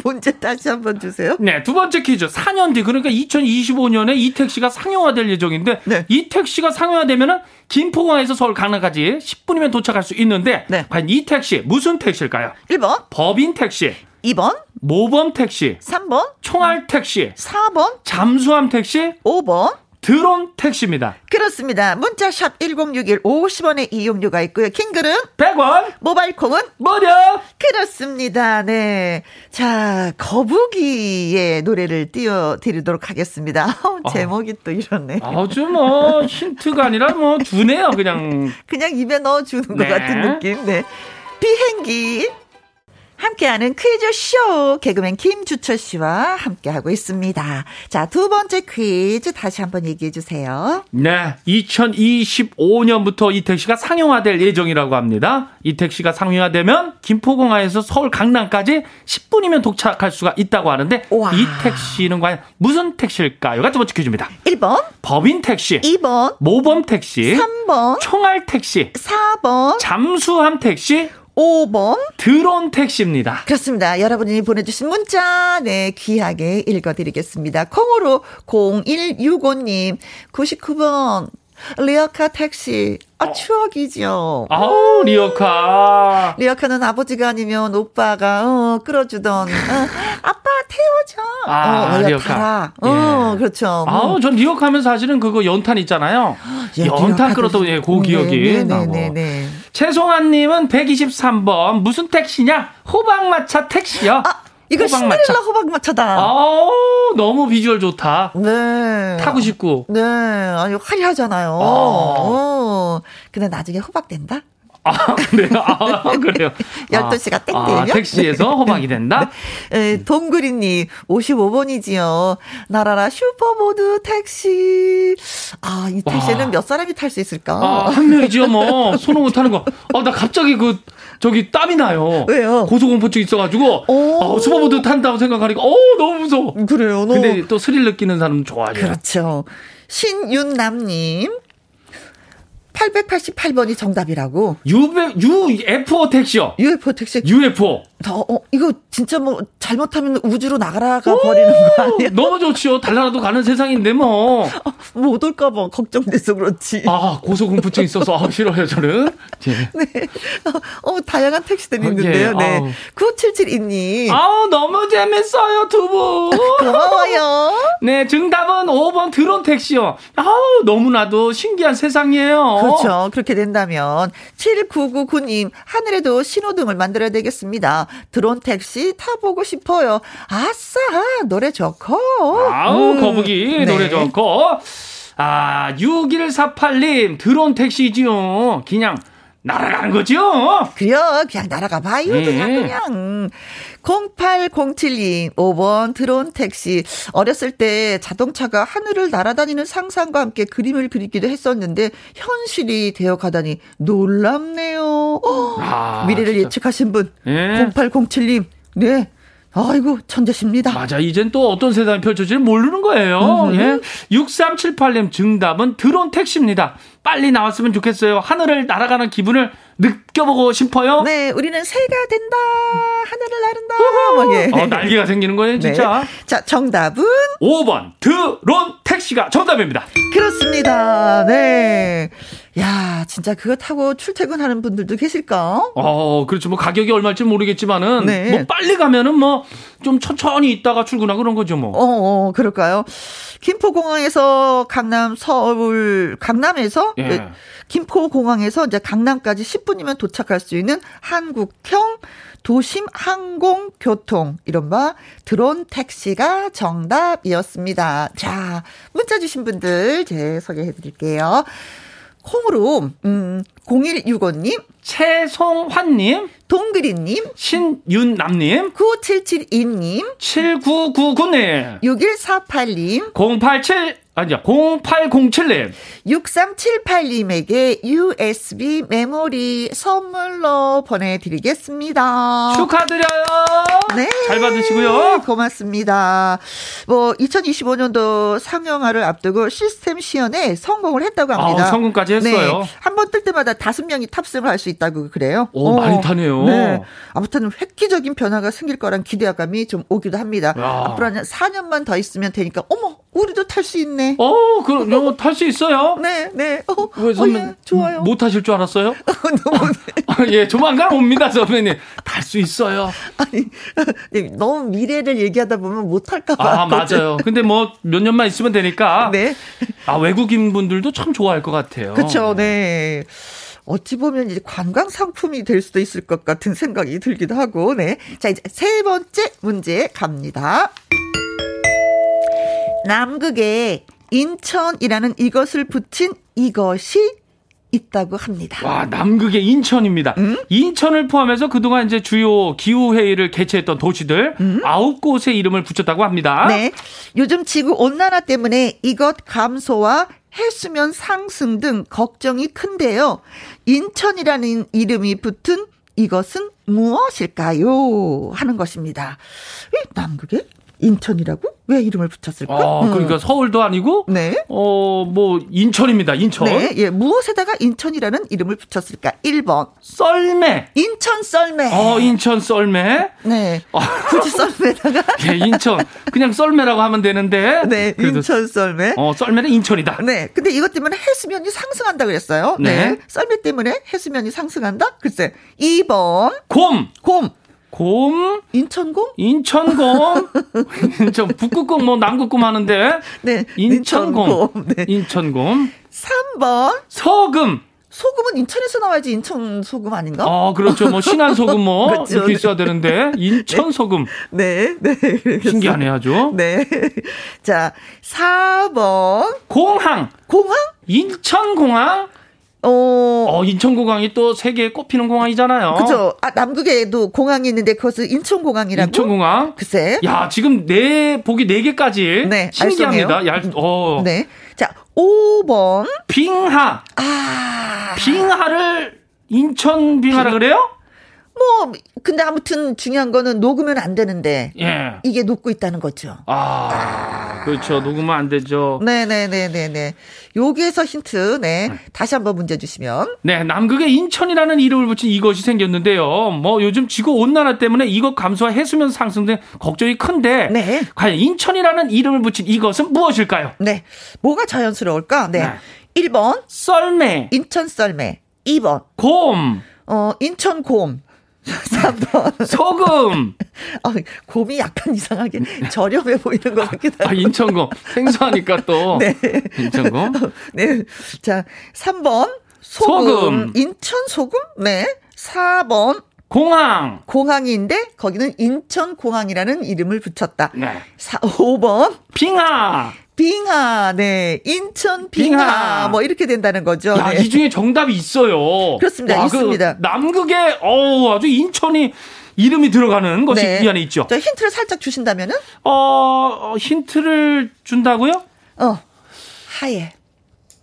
[SPEAKER 1] 문제 다시 한번 주세요.
[SPEAKER 4] 네, 두 번째 퀴즈. 4년 뒤, 그러니까 2025년에 이 택시가 상용화될 예정인데,
[SPEAKER 1] 네.
[SPEAKER 4] 이 택시가 상용화되면은 김포공항에서 서울 강남까지 10분이면 도착할 수 있는데,
[SPEAKER 1] 네.
[SPEAKER 4] 과연 이 택시, 무슨 택시일까요?
[SPEAKER 1] 1번,
[SPEAKER 4] 법인 택시,
[SPEAKER 1] 2번,
[SPEAKER 4] 모범 택시,
[SPEAKER 1] 3번,
[SPEAKER 4] 총알 택시,
[SPEAKER 1] 4번,
[SPEAKER 4] 잠수함 택시,
[SPEAKER 1] 5번.
[SPEAKER 4] 드론 택시입니다.
[SPEAKER 1] 그렇습니다. 문자샵 1061 50원의 이용료가 있고요. 킹글은
[SPEAKER 4] 100원,
[SPEAKER 1] 모바일 콩은
[SPEAKER 4] 무료!
[SPEAKER 1] 그렇습니다. 네. 자, 거북이의 노래를 띄워드리도록 하겠습니다. (laughs) 아우, 제목이 또 이렇네.
[SPEAKER 4] 어. 아주 뭐, 힌트가 아니라 뭐, 주네요, 그냥.
[SPEAKER 1] 그냥 입에 넣어주는 것
[SPEAKER 4] 네.
[SPEAKER 1] 같은 느낌. 네. 비행기. 함께하는 퀴즈쇼 개그맨 김주철 씨와 함께하고 있습니다. 자, 두 번째 퀴즈 다시 한번 얘기해 주세요.
[SPEAKER 4] 네, 2025년부터 이 택시가 상용화될 예정이라고 합니다. 이 택시가 상용화되면 김포공항에서 서울 강남까지 10분이면 도착할 수가 있다고 하는데
[SPEAKER 1] 우와.
[SPEAKER 4] 이 택시는 과연 무슨 택시일까요? 같은 번째 퀴즈입니다.
[SPEAKER 1] 1번,
[SPEAKER 4] 법인 택시,
[SPEAKER 1] 2번,
[SPEAKER 4] 모범 택시,
[SPEAKER 1] 3번,
[SPEAKER 4] 총알 택시,
[SPEAKER 1] 4번,
[SPEAKER 4] 잠수함 택시,
[SPEAKER 1] 5번.
[SPEAKER 4] 드론 택시입니다.
[SPEAKER 1] 그렇습니다. 여러분이 보내주신 문자, 네, 귀하게 읽어드리겠습니다. 콩으로 0165님, 99번, 리어카 택시. 아, 추억이죠.
[SPEAKER 4] 아우, 리어카.
[SPEAKER 1] 리어카는 아버지가 아니면 오빠가, 어, 끌어주던, 어, 아빠 태워줘.
[SPEAKER 4] 아,
[SPEAKER 1] 어, 야,
[SPEAKER 4] 리어카.
[SPEAKER 1] 타라.
[SPEAKER 4] 예.
[SPEAKER 1] 어, 그렇죠.
[SPEAKER 4] 아우, 전 리어카 하면 사실은 그거
[SPEAKER 1] (gasps)
[SPEAKER 4] 연탄 있잖아요. 연탄 끌었던, 예, 그 기억이 나고.
[SPEAKER 1] 네, 네네네.
[SPEAKER 4] 최송아님은 123번. 무슨 택시냐? 호박마차 택시요.
[SPEAKER 1] 아, 이거 신데렐라 호박마차다.
[SPEAKER 4] 아우, 너무 비주얼 좋다.
[SPEAKER 1] 네.
[SPEAKER 4] 타고
[SPEAKER 1] (laughs)
[SPEAKER 4] 싶고.
[SPEAKER 1] 네, 아니 화려하잖아요. 어. 근데 나중에 호박된다.
[SPEAKER 4] 아, 그래요? 아,
[SPEAKER 1] (laughs)
[SPEAKER 4] 그래요?
[SPEAKER 1] 네. 12시가 네. 땡
[SPEAKER 4] 아,
[SPEAKER 1] 되면?
[SPEAKER 4] 택시에서 호박이 된다?
[SPEAKER 1] 에, 동그리님 55번이지요. 예, 나라라 슈퍼보드 택시. 아, 이 택시는
[SPEAKER 4] 와.
[SPEAKER 1] 몇 사람이 탈 수 있을까?
[SPEAKER 4] 아, 한 명이지요, 뭐. 손오고 타는 거. 아, 나 갑자기 그, 저기 땀이 나요.
[SPEAKER 1] 왜요?
[SPEAKER 4] 고소공포증 있어가지고,
[SPEAKER 1] 오.
[SPEAKER 4] 어, 슈퍼보드 탄다고 생각하니까, 어, 너무 무서워.
[SPEAKER 1] 그래요. 너무
[SPEAKER 4] 근데 또 스릴 느끼는 사람 좋아하죠.
[SPEAKER 1] 뭐 그렇죠. 신윤남님 888번이 정답이라고.
[SPEAKER 4] 유, UFO
[SPEAKER 1] (laughs)
[SPEAKER 4] 택시요.
[SPEAKER 1] UFO 택시.
[SPEAKER 4] UFO.
[SPEAKER 1] 더, 어, 이거 진짜 뭐 잘못하면 우주로 나가라가 버리는 거 아니야?
[SPEAKER 4] 너무 좋지요. 달나라도 가는 세상인데,
[SPEAKER 1] (laughs)
[SPEAKER 4] 뭐.
[SPEAKER 1] 못 올까봐 걱정돼서 그렇지.
[SPEAKER 4] 아, 고소공포증 있어서, 아, 싫어요, 저는. 예.
[SPEAKER 1] 네. (laughs) 어, 다양한 택시들이
[SPEAKER 4] 어, 예,
[SPEAKER 1] 있는데요. 네.
[SPEAKER 4] 아우.
[SPEAKER 1] 9772님.
[SPEAKER 4] 아우, 너무 재밌어요, 두
[SPEAKER 1] 아,
[SPEAKER 4] 분.
[SPEAKER 1] 고마워요.
[SPEAKER 4] 네, 정답은 5번 드론 택시요. 아우, 너무나도 신기한 세상이에요.
[SPEAKER 1] 그렇죠. 그렇게 된다면 7999님 하늘에도 신호등을 만들어야 되겠습니다. 드론 택시 타보고 싶어요. 아싸 노래 좋고.
[SPEAKER 4] 아우,
[SPEAKER 1] 음,
[SPEAKER 4] 거북이
[SPEAKER 1] 네.
[SPEAKER 4] 노래 좋고. 아, 6148님, 드론 택시지요. 그냥 날아가는 거죠?
[SPEAKER 1] 그래요. 그냥 날아가 봐요. 그냥,
[SPEAKER 4] 예.
[SPEAKER 1] 그냥. 0807님, 5번 드론 택시. 어렸을 때 자동차가 하늘을 날아다니는 상상과 함께 그림을 그리기도 했었는데, 현실이 되어 가다니 놀랍네요. 헉,
[SPEAKER 4] 아,
[SPEAKER 1] 미래를
[SPEAKER 4] 진짜.
[SPEAKER 1] 예측하신 분,
[SPEAKER 4] 예.
[SPEAKER 1] 0807님, 네. 아이고, 천재십니다.
[SPEAKER 4] 맞아. 이젠 또 어떤 세상이 펼쳐질지 모르는 거예요. 예. 6378님 정답은 드론 택시입니다. 빨리 나왔으면 좋겠어요. 하늘을 날아가는 기분을 느껴보고 싶어요.
[SPEAKER 1] 네, 우리는 새가 된다. 하늘을 나른다. 막 예.
[SPEAKER 4] 어, 날개가 생기는 거예요, 진짜.
[SPEAKER 1] 네. 자, 정답은
[SPEAKER 4] 5번 드론 택시가 정답입니다.
[SPEAKER 1] 그렇습니다. 네. 야, 진짜 그거 타고 출퇴근하는 분들도 계실까?
[SPEAKER 4] 어, 그렇죠. 뭐 가격이 얼마일지 모르겠지만은
[SPEAKER 1] 네.
[SPEAKER 4] 뭐 빨리 가면은 뭐 좀 천천히 있다가 출근하고 그런 거죠, 뭐.
[SPEAKER 1] 어, 어, 그럴까요? 김포공항에서 강남, 서울, 강남에서,
[SPEAKER 4] 예.
[SPEAKER 1] 네, 김포공항에서 이제 강남까지 10분이면 도착할 수 있는 한국형 도심 항공교통, 이른바 드론 택시가 정답이었습니다. 자, 문자 주신 분들 제 소개해 드릴게요. 콩으로, 음, 0165님,
[SPEAKER 4] 최송환 님,
[SPEAKER 1] 동그리님,
[SPEAKER 4] 신윤남 님,
[SPEAKER 1] 9772님,
[SPEAKER 4] 7999 님,
[SPEAKER 1] 6148님,
[SPEAKER 4] 087 아니야. 0807 님.
[SPEAKER 1] 6378님에게 USB 메모리 선물로 보내드리겠습니다.
[SPEAKER 4] 축하드려요.
[SPEAKER 1] 아. 네.
[SPEAKER 4] 잘 받으시고요. 아,
[SPEAKER 1] 고맙습니다. 뭐, 2025년도 상영화를 앞두고 시스템 시연에 성공을 했다고 합니다. 네,
[SPEAKER 4] 아우, 성공까지 했어요.
[SPEAKER 1] 한 번 뜰 때마다 다섯 명이 탑승을 할 수 있다고 그래요.
[SPEAKER 4] 오, 많이 타네요.
[SPEAKER 1] 네. 아무튼 획기적인 변화가 생길 거란 기대감이 좀 오기도 합니다.
[SPEAKER 4] 야.
[SPEAKER 1] 앞으로 한 4년만 더 있으면 되니까, 어머, 우리도 탈 수 있네.
[SPEAKER 4] 어, 그럼 이거 탈수 있어요?
[SPEAKER 1] 네, 네. 어,
[SPEAKER 4] 왜 뭐-
[SPEAKER 1] 어,
[SPEAKER 4] 선배
[SPEAKER 1] 예, 좋아요.
[SPEAKER 4] 못 하실 줄 알았어요?
[SPEAKER 1] (laughs)
[SPEAKER 4] (laughs)
[SPEAKER 1] 너무,
[SPEAKER 4] 예, 조만간 옵니다, 선배님. 탈 수 있어요.
[SPEAKER 1] 아니, (laughs) 너무 미래를 얘기하다 보면 못할까봐.
[SPEAKER 4] 아, 맞아요. 근데 뭐 몇 년만 있으면 되니까.
[SPEAKER 1] 네.
[SPEAKER 4] 아, 외국인 분들도 참 좋아할 것 같아요.
[SPEAKER 1] 그쵸, 네. 어찌 보면 이제 관광 상품이 될 수도 있을 것 같은 생각이 들기도 하고, 네. 자, 이제 세 번째 문제 갑니다. 남극에 인천이라는 이것을 붙인 이것이 있다고 합니다.
[SPEAKER 4] 와, 남극의 인천입니다.
[SPEAKER 1] 음?
[SPEAKER 4] 인천을 포함해서 그동안 이제 주요 기후회의를 개최했던 도시들 아홉 곳의 이름을 붙였다고 합니다.
[SPEAKER 1] 음? 네. 요즘 지구 온난화 때문에 이것 감소와 해수면 상승 등 걱정이 큰데요. 인천이라는 이름이 붙은 이것은 무엇일까요? 하는 것입니다. 이 남극에 인천이라고? 왜 이름을 붙였을까?
[SPEAKER 4] 아,
[SPEAKER 1] 음.
[SPEAKER 4] 그러니까 서울도 아니고
[SPEAKER 1] 네.
[SPEAKER 4] 어, 뭐 인천입니다. 인천.
[SPEAKER 1] 네, 예, 무엇에다가 인천이라는 이름을 붙였을까? 1번.
[SPEAKER 4] 썰매.
[SPEAKER 1] 인천 썰매.
[SPEAKER 4] 어, 인천 썰매.
[SPEAKER 1] 네.
[SPEAKER 4] 아.
[SPEAKER 1] 굳이 썰매다가.
[SPEAKER 4] 예, 인천. 그냥 썰매라고 하면 되는데.
[SPEAKER 1] 네,
[SPEAKER 4] 그래도
[SPEAKER 1] 인천 썰매.
[SPEAKER 4] 어, 썰매는 인천이다.
[SPEAKER 1] 네. 근데 이것 때문에 해수면이 상승한다 그랬어요.
[SPEAKER 4] 네.
[SPEAKER 1] 네. 썰매 때문에 해수면이 상승한다? 글쎄. 2번.
[SPEAKER 4] 곰.
[SPEAKER 1] 곰.
[SPEAKER 4] 곰.
[SPEAKER 1] 인천곰?
[SPEAKER 4] 인천곰. (laughs) 인천 북극곰 뭐 남극곰 하는데.
[SPEAKER 1] 네.
[SPEAKER 4] 인천곰.
[SPEAKER 1] 인천곰. 네.
[SPEAKER 4] 인천곰.
[SPEAKER 1] 3번.
[SPEAKER 4] 서금.
[SPEAKER 1] 소금은 인천에서 나와야지 인천 소금 아닌가?
[SPEAKER 4] 어, 그렇죠. 뭐 신안 소금 뭐
[SPEAKER 1] (laughs) 그렇죠.
[SPEAKER 4] 이렇게 있어야 되는데 인천 소금.
[SPEAKER 1] 네. 네. 그래서-
[SPEAKER 4] 신기하네
[SPEAKER 1] (laughs)
[SPEAKER 4] 아주.
[SPEAKER 1] 네. 자, 4번.
[SPEAKER 4] 공항.
[SPEAKER 1] 공항?
[SPEAKER 4] 인천 공항.
[SPEAKER 1] 어.
[SPEAKER 4] 어, 인천 공항이 또 세계에 꼽히는 공항이잖아요.
[SPEAKER 1] 그죠. 아, 남극에도 공항이 있는데 그것을 인천공항이라고?
[SPEAKER 4] 인천 공항.
[SPEAKER 1] 글쎄.
[SPEAKER 4] 야, 지금 네 보기 네 개까지
[SPEAKER 1] 네,
[SPEAKER 4] 신기합니다.
[SPEAKER 1] 알쏭해요.
[SPEAKER 4] 야, 어.
[SPEAKER 1] 네. 자, 5번.
[SPEAKER 4] 빙하.
[SPEAKER 1] 아.
[SPEAKER 4] 빙하를 인천 빙하라 그래요?
[SPEAKER 1] 뭐 근데 아무튼 중요한 거는 녹으면 안 되는데
[SPEAKER 4] 예.
[SPEAKER 1] 이게 녹고 있다는 거죠.
[SPEAKER 4] 아. 그렇죠. 녹으면 안 되죠.
[SPEAKER 1] 네네네네네. 여기에서 힌트, 네. 다시 한번 문제 주시면.
[SPEAKER 4] 네, 남극에 인천이라는 이름을 붙인 이것이 생겼는데요. 뭐 요즘 지구 온난화 때문에 이것 감소와 해수면 상승 등 걱정이 큰데
[SPEAKER 1] 네.
[SPEAKER 4] 과연 인천이라는 이름을 붙인 이것은 무엇일까요?
[SPEAKER 1] 네. 뭐가 자연스러울까? 네.
[SPEAKER 4] 네.
[SPEAKER 1] 1번,
[SPEAKER 4] 썰매,
[SPEAKER 1] 인천 썰매. 2번,
[SPEAKER 4] 곰,
[SPEAKER 1] 어, 인천 곰. (laughs) 3번,
[SPEAKER 4] 소금.
[SPEAKER 1] 어, 곰이 약간
[SPEAKER 4] (laughs)
[SPEAKER 1] 이상하게 저렴해 보이는 것 같기도
[SPEAKER 4] 아,
[SPEAKER 1] 하고.
[SPEAKER 4] 인천곰. (laughs) 생소하니까 또.
[SPEAKER 1] 네.
[SPEAKER 4] 인천곰.
[SPEAKER 1] (laughs) 네. 자, 3번,
[SPEAKER 4] 소금.
[SPEAKER 1] 소금. 인천 소금? 네. 4번,
[SPEAKER 4] 공항.
[SPEAKER 1] 공항인데 거기는 인천공항이라는 이름을 붙였다.
[SPEAKER 4] 네.
[SPEAKER 1] 사, 5번
[SPEAKER 4] 빙하.
[SPEAKER 1] 빙하, 네, 인천 빙하,
[SPEAKER 4] 빙하.
[SPEAKER 1] 뭐 이렇게 된다는 거죠.
[SPEAKER 4] 야,
[SPEAKER 1] 네.
[SPEAKER 4] 이 중에 정답이 있어요.
[SPEAKER 1] 그렇습니다.
[SPEAKER 4] 그
[SPEAKER 1] 있습니다.
[SPEAKER 4] 남극에, 어우, 아주 인천이 이름이 들어가는 것이
[SPEAKER 1] 네.
[SPEAKER 4] 이 안에 있죠.
[SPEAKER 1] 저 힌트를 살짝 주신다면은
[SPEAKER 4] 어, 어, 힌트를 준다고요?
[SPEAKER 1] 어 하얘,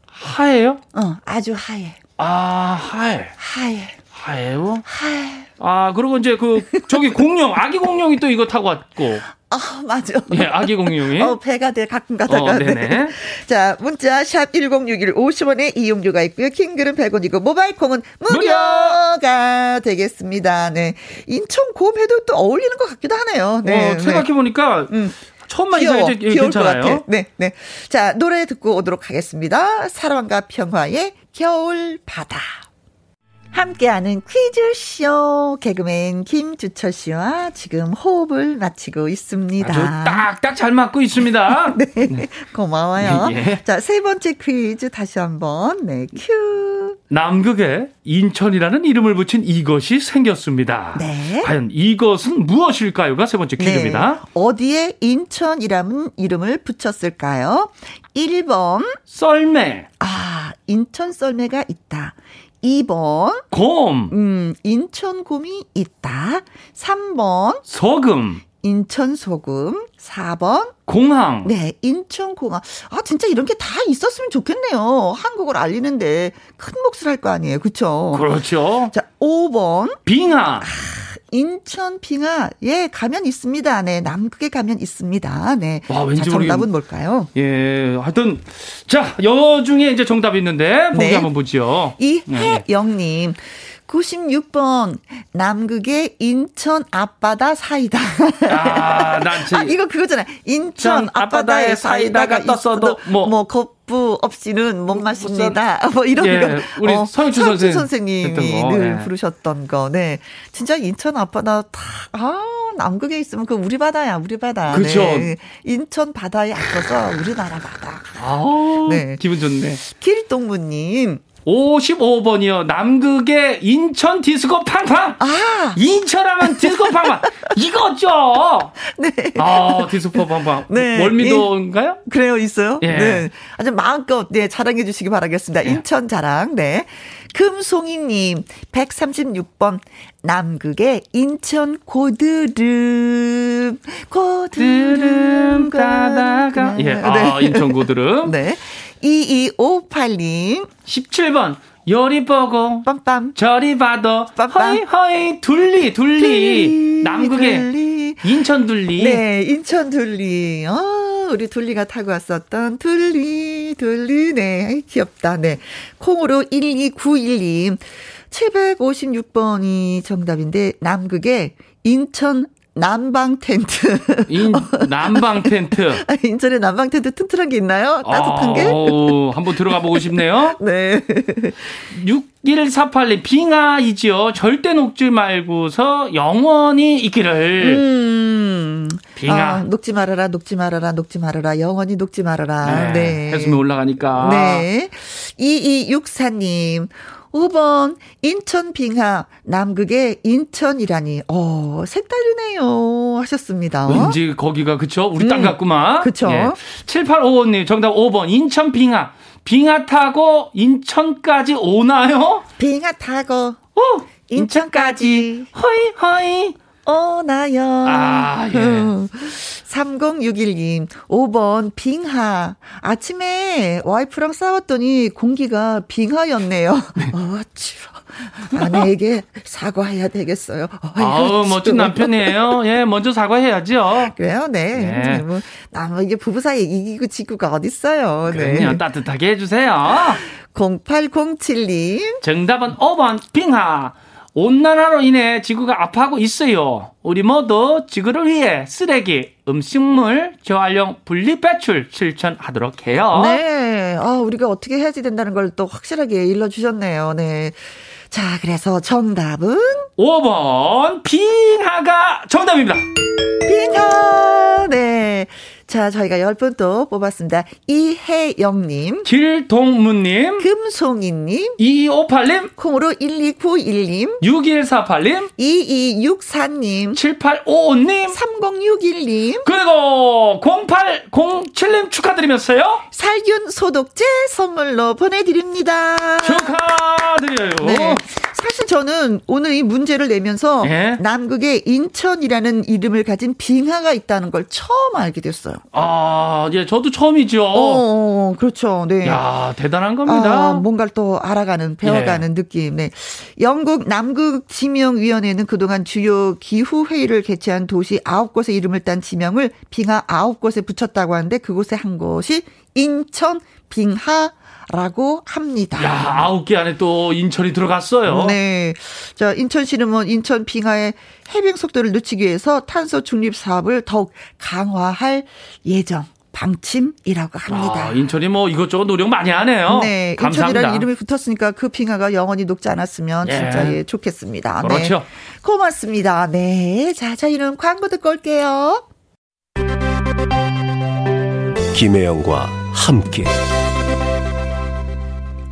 [SPEAKER 4] 하예요?
[SPEAKER 1] 어 아주 하얘,
[SPEAKER 4] 아, 하예.
[SPEAKER 1] 하얘,
[SPEAKER 4] 하예요?
[SPEAKER 1] 하얘.
[SPEAKER 4] 아, 그리고 이제 그, 저기 공룡, 아기 공룡이 또 이거 타고 왔고.
[SPEAKER 1] 아 맞아.
[SPEAKER 4] 예, 아기 공룡이.
[SPEAKER 1] 어, 배가 돼, 가끔 가다가.
[SPEAKER 4] 어, 네네.
[SPEAKER 1] 네. (laughs) 자, 문자, 샵 1061, 50원의 이용료가 있고요. 킹글은 100원이고, 모바일 콩은 무료가 되겠습니다. 네. 인천 곰해도 또 어울리는 것 같기도 하네요. 네.
[SPEAKER 4] 어, 생각해보니까
[SPEAKER 1] 음.
[SPEAKER 4] 처음만
[SPEAKER 1] 귀여워.
[SPEAKER 4] 이상해도
[SPEAKER 1] 귀여울 것 같아.
[SPEAKER 4] 괜찮아요.
[SPEAKER 1] 네, 네. 자, 노래 듣고 오도록 하겠습니다. 사랑과 평화의 겨울 바다. 함께하는 퀴즈쇼 개그맨 김주철 씨와 지금 호흡을 마치고 있습니다.
[SPEAKER 4] 아주 딱딱 잘 맞고
[SPEAKER 1] (laughs)
[SPEAKER 4] 있습니다.
[SPEAKER 1] 네, 고마워요.
[SPEAKER 4] 예.
[SPEAKER 1] 자, 세 번째 퀴즈 다시 한번. 네, 큐.
[SPEAKER 4] 남극에 인천이라는 이름을 붙인 이것이 생겼습니다.
[SPEAKER 1] 네.
[SPEAKER 4] 과연 이것은 무엇일까요가 세 번째 아, 퀴즈입니다.
[SPEAKER 1] 네. 어디에 인천이라는 이름을 붙였을까요? 1번.
[SPEAKER 4] 썰매,
[SPEAKER 1] 아, 인천 썰매가 있다. 2번.
[SPEAKER 4] 곰,
[SPEAKER 1] 음, 인천 곰이 있다. 3번.
[SPEAKER 4] 소금,
[SPEAKER 1] 인천 소금. 4번.
[SPEAKER 4] 공항.
[SPEAKER 1] 네, 인천 공항. 아, 진짜 이런 게 다 있었으면 좋겠네요. 한국을 알리는데 큰 몫을 할 거 아니에요. 그쵸?
[SPEAKER 4] 그렇죠.
[SPEAKER 1] 자, 5번.
[SPEAKER 4] 빙하,
[SPEAKER 1] 인천 빙하. 예, 가면 있습니다. 네, 남극에 가면 있습니다. 네.
[SPEAKER 4] 와, 왠지
[SPEAKER 1] 자, 정답은
[SPEAKER 4] 모르겠-
[SPEAKER 1] 뭘까요?
[SPEAKER 4] 예, 하여튼, 자, 여 중에 이제 정답이 있는데, 보기
[SPEAKER 1] 네.
[SPEAKER 4] 한번 보죠. 네.
[SPEAKER 1] 이혜영님. 96번 남극의 인천 앞바다 사이다.
[SPEAKER 4] 아, 난 제,
[SPEAKER 1] 아 이거 그거잖아. 인천 앞바다의 사이다가 떴어도
[SPEAKER 4] 뭐.
[SPEAKER 1] 뭐, 거부 없이는 못 마십니다. 뭐 이런
[SPEAKER 4] 예,
[SPEAKER 1] 거.
[SPEAKER 4] 우리 서영춘 선생
[SPEAKER 1] 님이
[SPEAKER 4] 했던 거,
[SPEAKER 1] 늘
[SPEAKER 4] 예.
[SPEAKER 1] 부르셨던 거. 네. 진짜 인천 앞바다 다, 아, 남극에 있으면 그 우리 바다야, 우리 바다.
[SPEAKER 4] 그쵸.
[SPEAKER 1] 네. 인천 바다에 앞서서 우리나라 바다.
[SPEAKER 4] 아우,
[SPEAKER 1] 네.
[SPEAKER 4] 기분 좋네.
[SPEAKER 1] 길동무님.
[SPEAKER 4] 55번이요. 남극의 인천 디스코 팡팡!
[SPEAKER 1] 아!
[SPEAKER 4] 인천하면 디스코
[SPEAKER 1] (laughs)
[SPEAKER 4] 팡팡! 이거죠!
[SPEAKER 1] 네.
[SPEAKER 4] 아, 디스코 팡팡.
[SPEAKER 1] 네.
[SPEAKER 4] 월미도인가요?
[SPEAKER 1] 그래요, 있어요?
[SPEAKER 4] 예.
[SPEAKER 1] 네. 아주 마음껏, 네, 자랑해 주시기 바라겠습니다. 인천 자랑, 네. 금송이님, 136번, 남극의 인천 고드름, 고드름, 가다가.
[SPEAKER 4] 예, 아, 인천 고드름.
[SPEAKER 1] 네. 2258님,
[SPEAKER 4] 17번, 열이 뻐고,
[SPEAKER 1] 빰빰.
[SPEAKER 4] 저리 봐도,
[SPEAKER 1] 빰빰.
[SPEAKER 4] 허이, 허이, 둘리, 둘리.
[SPEAKER 1] 둘리,
[SPEAKER 4] 남극의
[SPEAKER 1] 둘리,
[SPEAKER 4] 인천 둘리.
[SPEAKER 1] 네, 인천 둘리. 어, 우리 둘리가 타고 왔었던 둘리, 둘리. 네, 아이, 귀엽다. 네. 콩으로 12912. 756번이 정답인데, 남극의 인천 남방 텐트. (laughs)
[SPEAKER 4] 인, 난방 텐트.
[SPEAKER 1] 아, 인천에 남방 텐트 튼튼한 게 있나요? (laughs) 따뜻한
[SPEAKER 4] 아,
[SPEAKER 1] 게?
[SPEAKER 4] 어우, 한번 들어가 보고 싶네요.
[SPEAKER 1] 네.
[SPEAKER 4] 6148님, 빙하이지요. 절대 녹지 말고서 영원히 있기를.
[SPEAKER 1] 음.
[SPEAKER 4] 네. 빙하.
[SPEAKER 1] 아, 녹지 말아라, 녹지 말아라, 녹지 말아라. 영원히 녹지 말아라. 네.
[SPEAKER 4] 해수면 올라가니까.
[SPEAKER 1] 네. 2264님. 5번 인천 빙하 남극의 인천이라니 어 색다르네요 하셨습니다.
[SPEAKER 4] 왠지 거기가 그쵸? 우리 땅 같구만.
[SPEAKER 1] 음, 그쵸.
[SPEAKER 4] 7855님 정답 5번 인천 빙하. 빙하 타고 인천까지 오나요?
[SPEAKER 1] 빙하 타고
[SPEAKER 4] 오!
[SPEAKER 1] 인천까지
[SPEAKER 4] 허이 허이.
[SPEAKER 1] 오나요.
[SPEAKER 4] 아, 예.
[SPEAKER 1] (laughs) 3061님 5번 빙하 아침에 와이프랑 싸웠더니 공기가 빙하였네요. 어찌 아내에게 사과해야 되겠어요. 어이구,
[SPEAKER 4] 아우 멋진
[SPEAKER 1] 지루.
[SPEAKER 4] 남편이에요. 예 먼저 사과해야죠.
[SPEAKER 1] 그래요, 네.
[SPEAKER 4] 네.
[SPEAKER 1] 네, 뭐, 아, 뭐, 이게 부부 사이에 이기고 지구가 어딨어요. 네.
[SPEAKER 4] 그럼요 따뜻하게 해주세요.
[SPEAKER 1] 0807님.
[SPEAKER 4] 정답은 5번 빙하. 온난화로 인해 지구가 아파하고 있어요. 우리 모두 지구를 위해 쓰레기, 음식물, 저활용, 분리배출 실천하도록 해요.
[SPEAKER 1] 네. 아, 우리가 어떻게 해야지 된다는 걸 또 확실하게 일러주셨네요. 네. 자, 그래서 정답은
[SPEAKER 4] 5번 빙하가 정답입니다.
[SPEAKER 1] 빙하! 네. 자, 저희가 10분 또 뽑았습니다. 이혜영님,
[SPEAKER 4] 길동무님,
[SPEAKER 1] 금송이님,
[SPEAKER 4] 2258님,
[SPEAKER 1] 콩으로 1291님,
[SPEAKER 4] 6148님,
[SPEAKER 1] 2264님,
[SPEAKER 4] 7855님,
[SPEAKER 1] 3061님,
[SPEAKER 4] 그리고 0807님 축하드리면서요.
[SPEAKER 1] 살균 소독제 선물로 보내드립니다.
[SPEAKER 4] 축하드려요.
[SPEAKER 1] 네. 사실 저는 오늘 이 문제를 내면서
[SPEAKER 4] 예.
[SPEAKER 1] 남극에 인천이라는 이름을 가진 빙하가 있다는 걸 처음 알게 됐어요.
[SPEAKER 4] 아, 예, 저도 처음이죠.
[SPEAKER 1] 어, 어, 어, 그렇죠. 네.
[SPEAKER 4] 야, 대단한 겁니다. 예.
[SPEAKER 1] 아, 뭔가를 또 알아가는, 배워가는 느낌. 네. 영국 남극 지명위원회는 그동안 주요 기후회의를 개최한 도시 9곳의 이름을 딴 지명을 빙하 9곳에 붙였다고 하는데 그곳에 한 곳이 인천 빙하라고 합니다.
[SPEAKER 4] 야, 아홉 개 안에 또 인천이 들어갔어요. 아,
[SPEAKER 1] 네. 자, 인천시는 뭐 인천 빙하의 해빙 속도를 늦추기 위해서 탄소 중립 사업을 더욱 강화할 예정 방침이라고 합니다.
[SPEAKER 4] 아, 인천이 뭐 이것저것 노력 많이 하네요.
[SPEAKER 1] 네,
[SPEAKER 4] 감사합니다.
[SPEAKER 1] 인천이라는 이름이 붙었으니까 그 빙하가 영원히 녹지 않았으면
[SPEAKER 4] 예.
[SPEAKER 1] 진짜 예, 좋겠습니다.
[SPEAKER 4] 그렇죠.
[SPEAKER 1] 네. 고맙습니다. 네. 자, 저희는 광고 듣고 올게요.
[SPEAKER 3] 김혜영과 함께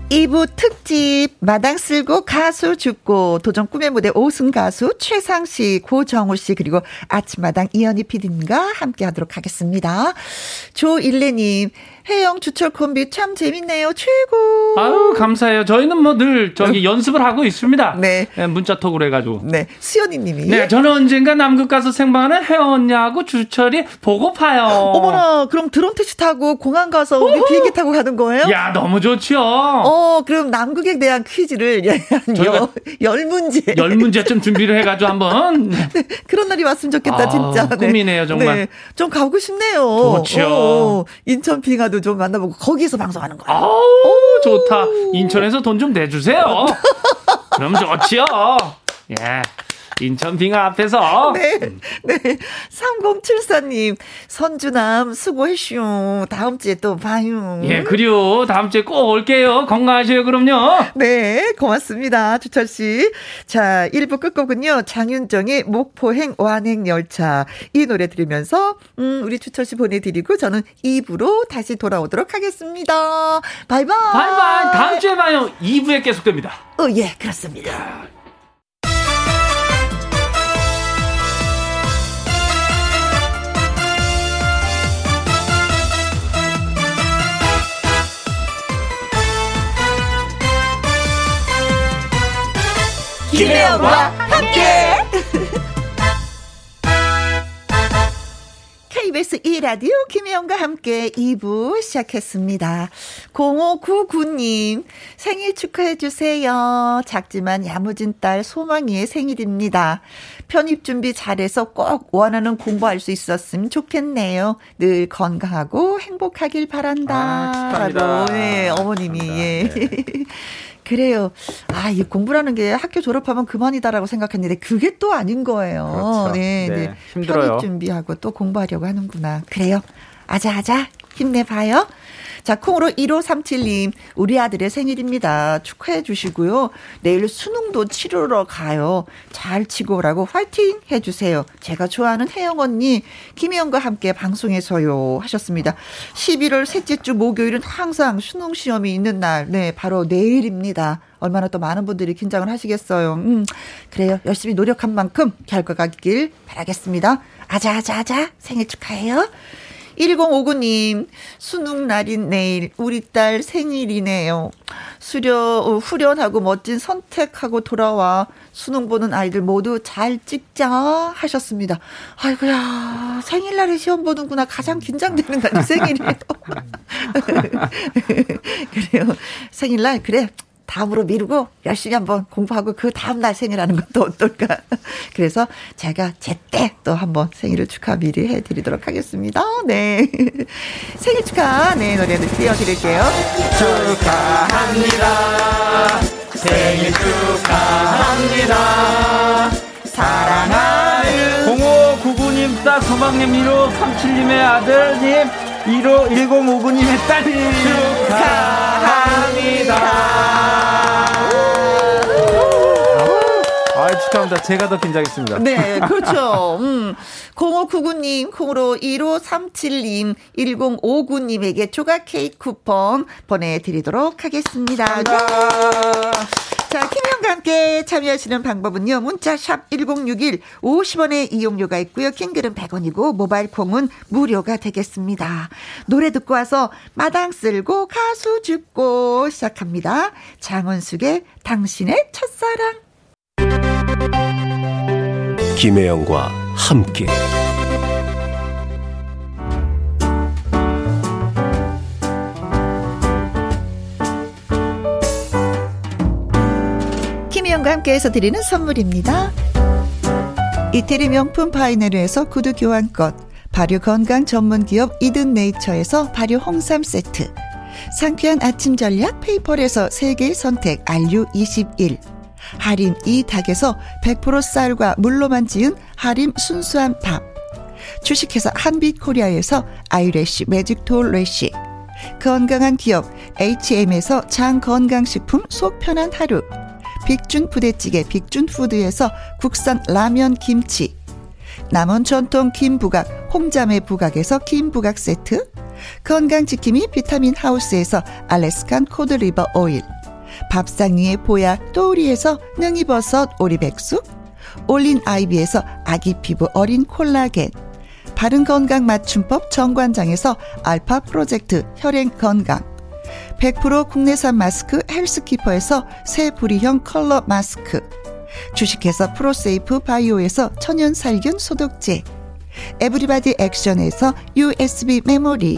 [SPEAKER 1] 2부 특집 마당 쓸고 가수 죽고 도전 꿈의 무대 오승 가수 최상 씨, 고정우 씨 그리고 아침마당 이현희 PD님과 함께 하도록 하겠습니다. 조일레 님, 혜영 주철 콤비 참 재밌네요. 최고.
[SPEAKER 4] 아유, 감사해요. 저희는 뭐 늘 저기 연습을 하고 있습니다.
[SPEAKER 1] 어. 네.
[SPEAKER 4] 예, 문자 톡으로 해가지고.
[SPEAKER 1] 네. 수연이 님이
[SPEAKER 4] 네, 저는 언젠가 남극 가서 생방하는 혜언니하고 주철이 보고파요.
[SPEAKER 1] (gasps) 어머나, 그럼 드론 택시 타고 공항 가서 우리 비행기 타고 가는 거예요?
[SPEAKER 4] 야, 너무 좋지요.
[SPEAKER 1] 어, 그럼 남극에 대한 퀴즈를 예, 한
[SPEAKER 4] 저희가
[SPEAKER 1] 열, 열 문제.
[SPEAKER 4] 열 문제쯤 준비를
[SPEAKER 1] (laughs)
[SPEAKER 4] 해가지고 한번.
[SPEAKER 1] 그런 날이 왔으면 좋겠다,
[SPEAKER 4] 아,
[SPEAKER 1] 진짜.
[SPEAKER 4] 꿈이네요, 정말.
[SPEAKER 1] 좀 가고 싶네요.
[SPEAKER 4] 좋죠.
[SPEAKER 1] 어, 인천 빙하도 좀 만나보고 거기서 방송하는 거야.
[SPEAKER 4] 아우, 좋다. 인천에서 돈
[SPEAKER 1] (laughs)
[SPEAKER 4] 좀 내주세요. 그럼 좋지요. 예. 인천 빙하 앞에서.
[SPEAKER 1] 네, 네. 3074님, 선주남 수고했슈. 다음 주에 또 봐요.
[SPEAKER 4] 예, 그리고 다음 주에 꼭 올게요. 건강하세요, 그럼요.
[SPEAKER 1] 네, 고맙습니다. 주철 씨. 자, 1부 끝곡은요. 장윤정의 목포행 완행 열차. 이 노래 들으면서 음, 우리 주철 씨 보내 드리고 저는 2부로 다시 돌아오도록 하겠습니다. 바이바이.
[SPEAKER 2] 아.
[SPEAKER 4] 바이바이. 다음 주에 봐요. 2부에 계속됩니다.
[SPEAKER 1] 어, 예, 그렇습니다. 함께. KBS 2라디오 김혜영과 함께 2부 시작했습니다. 0599님, 생일 축하해주세요. 작지만 야무진 딸 소망이의 생일입니다. 편입 준비 잘해서 꼭 원하는 공부할 수 있었으면 좋겠네요. 늘 건강하고 행복하길 바란다.
[SPEAKER 4] 아, 축하합니다.
[SPEAKER 1] 라고, 네, 어머님이,
[SPEAKER 4] 감사합니다. 네.
[SPEAKER 1] 예. (laughs) 그래요. 아, 이 공부라는 게 학교 졸업하면 그만이다라고 생각했는데 그게 또 아닌 거예요.
[SPEAKER 4] 그렇죠. 네, 힘들어요.
[SPEAKER 1] 편입 준비하고 또 공부하려고 하는구나. 그래요. 아자아자 힘내봐요. 자, 콩으로 1537님, 우리 아들의 생일입니다. 축하해 주시고요. 내일 수능도 치르러 가요. 잘 치고 오라고 화이팅 해 주세요. 제가 좋아하는 혜영 언니, 김혜영과 함께 방송에서요. 하셨습니다. 11월 셋째 주 목요일은 항상 수능 시험이 있는 날, 네, 바로 내일입니다. 얼마나 또 많은 분들이 긴장을 하시겠어요. 음, 그래요. 열심히 노력한 만큼 결과가 있길 바라겠습니다. 아자아자아자, 생일 축하해요. 1059님, 수능 날인 내일, 우리 딸 생일이네요. 수려, 어, 후련하고 멋진 선택하고 돌아와. 수능 보는 아이들 모두 잘 찍자. 하셨습니다. 아이고야, 생일날에 시험 보는구나. 가장 긴장되는 날이 생일이에요. (laughs) 그래요. 생일날, 그래. 다음으로 미루고 열심히 한번 공부하고 그 다음날 생일하는 것도 어떨까. (laughs) 그래서 제가 제때 또 한번 생일을 축하 미리 해드리도록 하겠습니다. 네. (laughs) 생일 축하. 네, 노래 띄워드릴게요.
[SPEAKER 2] 공호 99님 딸 소망님 1호 37님의 아들님 1호 1059님의 딸님
[SPEAKER 4] 아, 축하합니다. 제가 더 긴장했습니다.
[SPEAKER 1] 네, 그렇죠. 음. 0599님, 콩으로 1537님, 1059님에게 조각 케이크 쿠폰 보내드리도록 하겠습니다. 자, 김현과 함께 참여하시는 방법은요. 문자 샵 1061, 50원의 이용료가 있고요. 킹글은 100원이고 모바일 콩은 무료가 되겠습니다. 노래 듣고 와서 마당 쓸고 가수 줍고 시작합니다. 장원숙의 당신의 첫사랑.
[SPEAKER 3] 김혜영과 함께
[SPEAKER 1] 김희영과 함께해서 드리는 선물입니다. 이태리 명품 파이네르에서 구두 교환권, 발효 건강 전문 기업 이든 네이처에서 발효 홍삼 세트, 상쾌한 아침 전략 페이퍼에서 세계 선택 RU21, 하림 이 닭에서 100% 쌀과 물로만 지은 하림 순수한 밥, 주식회사 한빛 코리아에서 아이래쉬 매직 톨 래쉬, 건강한 기업 HM에서 장 건강식품 속 편한 하루, 빅준 부대찌개 빅준푸드에서 국산 라면 김치 남원 전통 김부각 홍자매 부각에서 김부각 세트 건강지킴이 비타민 하우스에서 알래스칸 코드리버 오일 밥상 위의 보약 또우리에서 능이버섯 오리백숙 올린 아이비에서 아기 피부 어린 콜라겐 바른 건강 맞춤법 정관장에서 알파 프로젝트 혈행 건강 100% 국내산 마스크 헬스키퍼에서 새 부리형 컬러 마스크 주식회사 프로세이프 바이오에서 천연 살균 소독제 에브리바디 액션에서 USB 메모리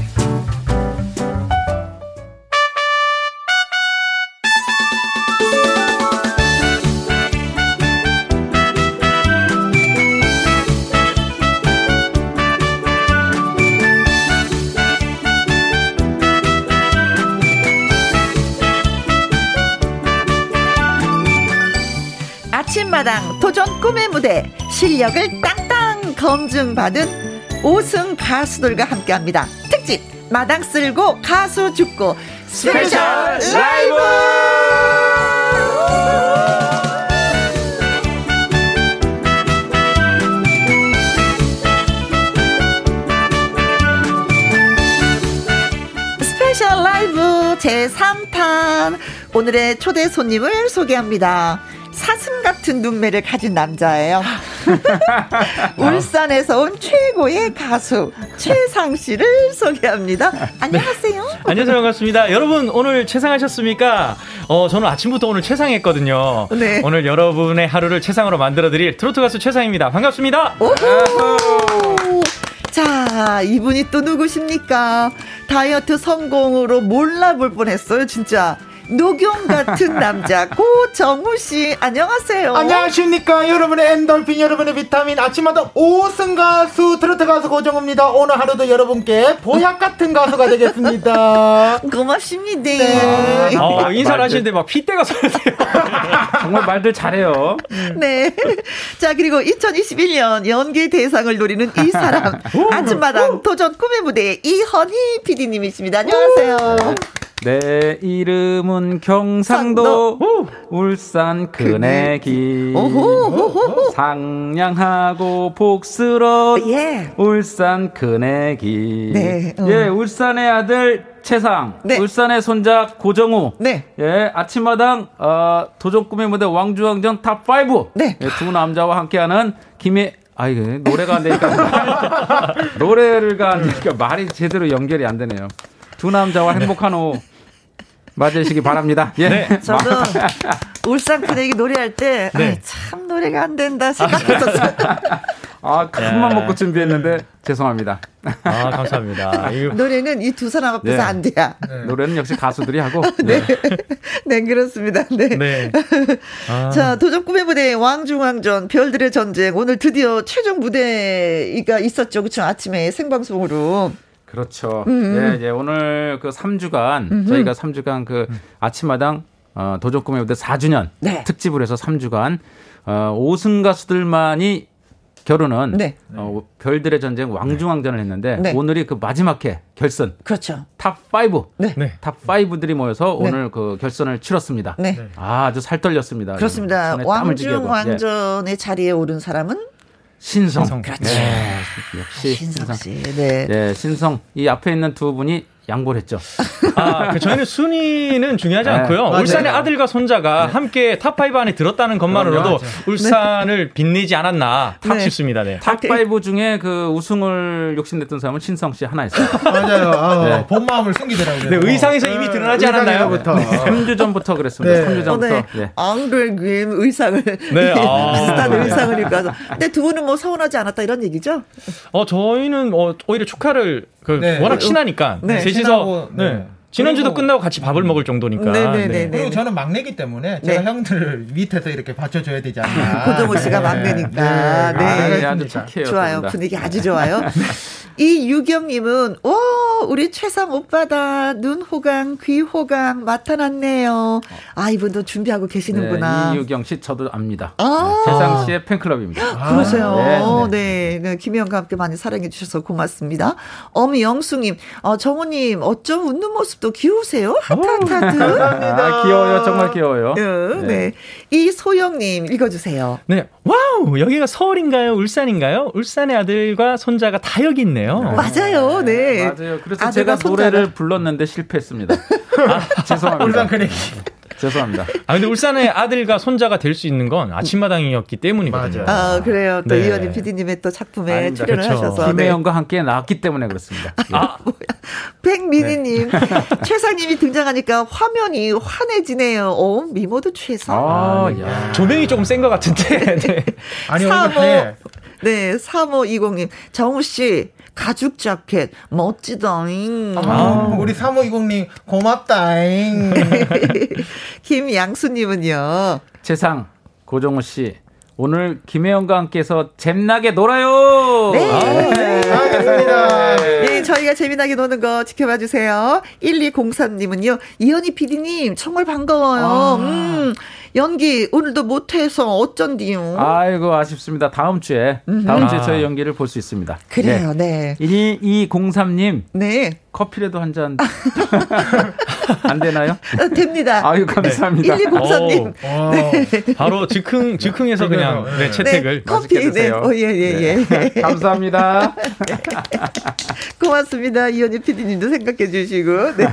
[SPEAKER 1] 아침마당 도전 꿈의 무대 실력을 땅땅 검증받은 오승 가수들과 함께합니다. 특집 마당 쓸고 가수 죽고 스페셜 라이브. 스페셜 라이브 제3탄 (laughs) 오늘의 초대 손님을 소개합니다. 사슴 같은 눈매를 가진 남자예요. 울산에서 온 최고의 가수 최상 씨를 소개합니다. 안녕하세요.
[SPEAKER 5] 안녕하세요 반갑습니다. 여러분 오늘 채상하셨습니까? 어 저는 아침부터 오늘 채상했거든요.
[SPEAKER 1] 네.
[SPEAKER 5] 오늘 여러분의 하루를 채상으로 만들어드릴 트로트 가수 채상입니다. 반갑습니다.
[SPEAKER 1] 오호. 자, 이분이 또 누구십니까? 다이어트 성공으로 몰라볼 뻔했어요, 진짜. 녹용 (laughs) 같은 남자 고정우 씨 안녕하세요.
[SPEAKER 6] 안녕하십니까 여러분의 엔돌핀 여러분의 비타민 아침마다 5승 가수 트로트 가수 고정우입니다 오늘 하루도 여러분께 보약 같은 가수가
[SPEAKER 5] (laughs)
[SPEAKER 6] 되겠습니다
[SPEAKER 1] 고맙습니다.
[SPEAKER 6] 네.
[SPEAKER 5] 어
[SPEAKER 4] 말-
[SPEAKER 5] 인사를
[SPEAKER 4] 말들.
[SPEAKER 5] 하시는데 아, 막 핏대가 쏠리세요.
[SPEAKER 4] 정말 말들 잘해요.
[SPEAKER 1] 네. 자, 그리고 2021년 연기 대상을 노리는 이 사람. (laughs) 아침마당 도전 꿈의 무대 이현희 PD님이십니다. 안녕하세요.
[SPEAKER 2] 내 이름은 경상도 울산 큰애기
[SPEAKER 1] 오호호호호.
[SPEAKER 2] 상냥하고 복스러운
[SPEAKER 1] 예.
[SPEAKER 2] 울산 큰애기
[SPEAKER 1] 네, 음.
[SPEAKER 2] 예 울산의 아들 최상
[SPEAKER 1] 네.
[SPEAKER 2] 울산의 손자 고정우
[SPEAKER 1] 네.
[SPEAKER 2] 예 아침마당 어, 도전 꿈의 무대 왕주왕전 탑 5.
[SPEAKER 1] 네.
[SPEAKER 2] 예, 두 남자와 함께하는 김의 아 이거 노래가 안 되니까 (laughs) 노래를가 안 되니까 말이 제대로 연결이 안 되네요. 두 남자와 행복한 오후 맞으시기 바랍니다. 예.
[SPEAKER 1] (laughs) 저는 울산 큰애기 노래할 때, 아이, 참 노래가 안 된다 생각했었어요.
[SPEAKER 2] 아 큰맘 먹고 준비했는데 죄송합니다.
[SPEAKER 5] 아 감사합니다. 이거
[SPEAKER 1] 노래는 이 두 사람 앞에서
[SPEAKER 2] 네.
[SPEAKER 1] 안 돼요.
[SPEAKER 2] 노래는 역시 가수들이 하고
[SPEAKER 1] (laughs) 네. 네, 그렇습니다. 네.
[SPEAKER 5] 네.
[SPEAKER 1] 자, 도전 꿈의 무대 왕중왕전 별들의 전쟁 오늘 드디어 최종 무대가 있었죠. 그쵸 아침에 생방송으로.
[SPEAKER 2] 그렇죠.
[SPEAKER 1] 음,
[SPEAKER 2] 예, 예. 오늘 그 3주간 저희가 3주간 그 아침마당 어, 도전 꿈의 무대 4주년
[SPEAKER 1] 음. 네.
[SPEAKER 2] 특집을 해서 3주간 어, 5승 가수들만이 겨루는
[SPEAKER 1] 네.
[SPEAKER 2] 어, 별들의 전쟁 왕중왕전을 했는데
[SPEAKER 1] 네.
[SPEAKER 2] 오늘이 그 마지막 회 결선
[SPEAKER 1] 그렇죠.
[SPEAKER 2] 탑 5.
[SPEAKER 1] 네.
[SPEAKER 5] 네.
[SPEAKER 2] 탑 5들이 모여서
[SPEAKER 1] 네.
[SPEAKER 2] 오늘 그 결선을 치렀습니다.
[SPEAKER 1] 네.
[SPEAKER 2] 아, 아주 살떨렸습니다.
[SPEAKER 1] 그렇습니다.
[SPEAKER 2] 아, 손에 땀을
[SPEAKER 1] 왕중
[SPEAKER 2] 쥐게 하고. 예.
[SPEAKER 1] 왕전의 자리에 오른 사람은
[SPEAKER 2] 신성.
[SPEAKER 1] 그렇죠.
[SPEAKER 2] 예, 역시
[SPEAKER 1] 신성
[SPEAKER 2] 신성.
[SPEAKER 1] 씨. 네.
[SPEAKER 2] 예, 신성. 이 앞에 있는 두 분이 양보를 했죠.
[SPEAKER 5] 아, 그 저희는 순위는 중요하지
[SPEAKER 2] 네.
[SPEAKER 5] 않고요.
[SPEAKER 1] 맞아요.
[SPEAKER 5] 울산의 아들과 손자가 함께 탑5 안에 들었다는 것만으로도 울산을 빛내지 않았나 탁
[SPEAKER 1] 네.
[SPEAKER 5] 싶습니다. 네.
[SPEAKER 2] 탑5 중에 그 우승을 욕심냈던 사람은 신성 씨 하나
[SPEAKER 5] (laughs)
[SPEAKER 2] 있어요.
[SPEAKER 6] 맞아요 아,
[SPEAKER 2] 네.
[SPEAKER 6] 본 마음을 숨기더라고요
[SPEAKER 5] 네, 의상에서 이미 드러나지 않았나요? 네.
[SPEAKER 6] 부터
[SPEAKER 2] 3주 전부터 그랬습니다.
[SPEAKER 6] 네.
[SPEAKER 2] 3주 전부터.
[SPEAKER 1] 오늘
[SPEAKER 2] 예.
[SPEAKER 1] 앙드레그린 의상을 (laughs)
[SPEAKER 5] 네, 아.
[SPEAKER 1] 비슷한 의상을 입고 와서 근데 두 분은 뭐 서운하지 않았다 이런 얘기죠?
[SPEAKER 5] 어, 저희는 어, 오히려 축하를 그
[SPEAKER 6] 네.
[SPEAKER 5] 워낙 친하니까
[SPEAKER 1] 네,
[SPEAKER 5] 셋이서
[SPEAKER 6] 친하고,
[SPEAKER 5] 네.
[SPEAKER 6] 네.
[SPEAKER 5] 지난주도
[SPEAKER 6] 그리고-
[SPEAKER 5] 끝나고 같이 밥을 먹을 정도니까.
[SPEAKER 1] 네네네.
[SPEAKER 6] 그리고
[SPEAKER 1] 네.
[SPEAKER 6] 저는 막내기 때문에
[SPEAKER 1] 네.
[SPEAKER 6] 제가 형들을 밑에서 이렇게 받쳐줘야 되지 않나 네.
[SPEAKER 1] 고정호 씨가 막내니까.
[SPEAKER 2] 아,
[SPEAKER 1] 네.
[SPEAKER 2] 예, 아주 착해요.
[SPEAKER 1] 좋아요.
[SPEAKER 2] 두 분 다. 네.
[SPEAKER 1] 분위기 아주
[SPEAKER 2] (laughs)
[SPEAKER 1] 좋아요. 이유경님은, 오, 우리 최상 오빠다. 눈 호강, 귀 호강 나타났네요. 아, 이분도 준비하고 계시는구나.
[SPEAKER 2] 네, 이유경 씨 저도 압니다.
[SPEAKER 1] 아.
[SPEAKER 2] 네, 세상 씨의 팬클럽입니다.
[SPEAKER 1] 그러세요. 네, 네. 김희영과 함께 많이 사랑해주셔서 고맙습니다. 엄영수님, 어, 정호님, 어쩜 웃는 모습도 귀여우세요? 하트하트하트.
[SPEAKER 2] 아, 귀여워요. 정말 귀여워요.
[SPEAKER 1] 네. 네. 이소영님, 읽어주세요.
[SPEAKER 5] 네. 와우! 여기가 서울인가요? 울산인가요? 울산의 아들과 손자가 다 여기 있네요.
[SPEAKER 1] 맞아요, 네.
[SPEAKER 2] 맞아요. 그래서
[SPEAKER 1] 아들과
[SPEAKER 2] 제가
[SPEAKER 1] 손자가-
[SPEAKER 2] 노래를
[SPEAKER 1] (laughs)
[SPEAKER 2] 불렀는데 실패했습니다. 아, 죄송합니다. 네.
[SPEAKER 6] 울산 큰애기
[SPEAKER 2] 죄송합니다.
[SPEAKER 5] 아, 근데 울산의 아들과 손자가 될 수 있는 건 아침마당이었기 때문이거든요.
[SPEAKER 6] 맞아요.
[SPEAKER 1] 아, 그래요. 또
[SPEAKER 5] 네.
[SPEAKER 1] 이현희 PD님의 또 작품에
[SPEAKER 2] 아닙니다.
[SPEAKER 1] 출연을
[SPEAKER 5] 그렇죠.
[SPEAKER 1] 하셔서. 네. 아,
[SPEAKER 2] 김혜영과 함께 나왔기 때문에 그렇습니다. 예.
[SPEAKER 1] (laughs)
[SPEAKER 2] 네.
[SPEAKER 1] 백미니님 최상님이 등장하니까 화면이 환해지네요. 어, 미모도 최상.
[SPEAKER 2] 아,
[SPEAKER 1] 네.
[SPEAKER 2] 야.
[SPEAKER 5] 조명이 조금 센 것 같은데. 네.
[SPEAKER 6] 아니 오늘
[SPEAKER 1] 35,
[SPEAKER 6] 네.
[SPEAKER 1] 네, 3520님. 정우씨, 가죽 자켓, 멋지다잉.
[SPEAKER 6] 아, 우리 3520님 고맙다잉
[SPEAKER 1] 김양수님은요.
[SPEAKER 2] 재상 고정호 씨 오늘 김혜영과 함께해서 잼나게 놀아요.
[SPEAKER 1] 네.
[SPEAKER 6] 알겠습니다
[SPEAKER 1] 네, 저희가 재미나게 노는 거 지켜봐 주세요. 1203님은요, 이현희 PD님, 정말 반가워요. 음, 연기, 오늘도 못해서 어쩐디요.
[SPEAKER 2] 아. 이고 아쉽습니다. 다음 주에 다음 주에 저희 연기를 볼 수 있습니다. 예.
[SPEAKER 1] 그래요, 네.
[SPEAKER 2] 1203님
[SPEAKER 1] 네.
[SPEAKER 2] 커피라도
[SPEAKER 1] (laughs)
[SPEAKER 2] 한잔 안 되나요?
[SPEAKER 1] 어, 됩니다.
[SPEAKER 2] 아유 감사합니다.
[SPEAKER 5] 어,
[SPEAKER 1] 1203님. 네.
[SPEAKER 5] 바로 즉흥, 즉흥에서 그냥 네, 채택을.
[SPEAKER 1] 커피, 네.
[SPEAKER 2] 드세요.
[SPEAKER 1] 어, 예, 예, 예.
[SPEAKER 2] 감사합니다.
[SPEAKER 1] 고맙습니다. 이현희 PD님도 생각해 (laughs) 주시고. 네.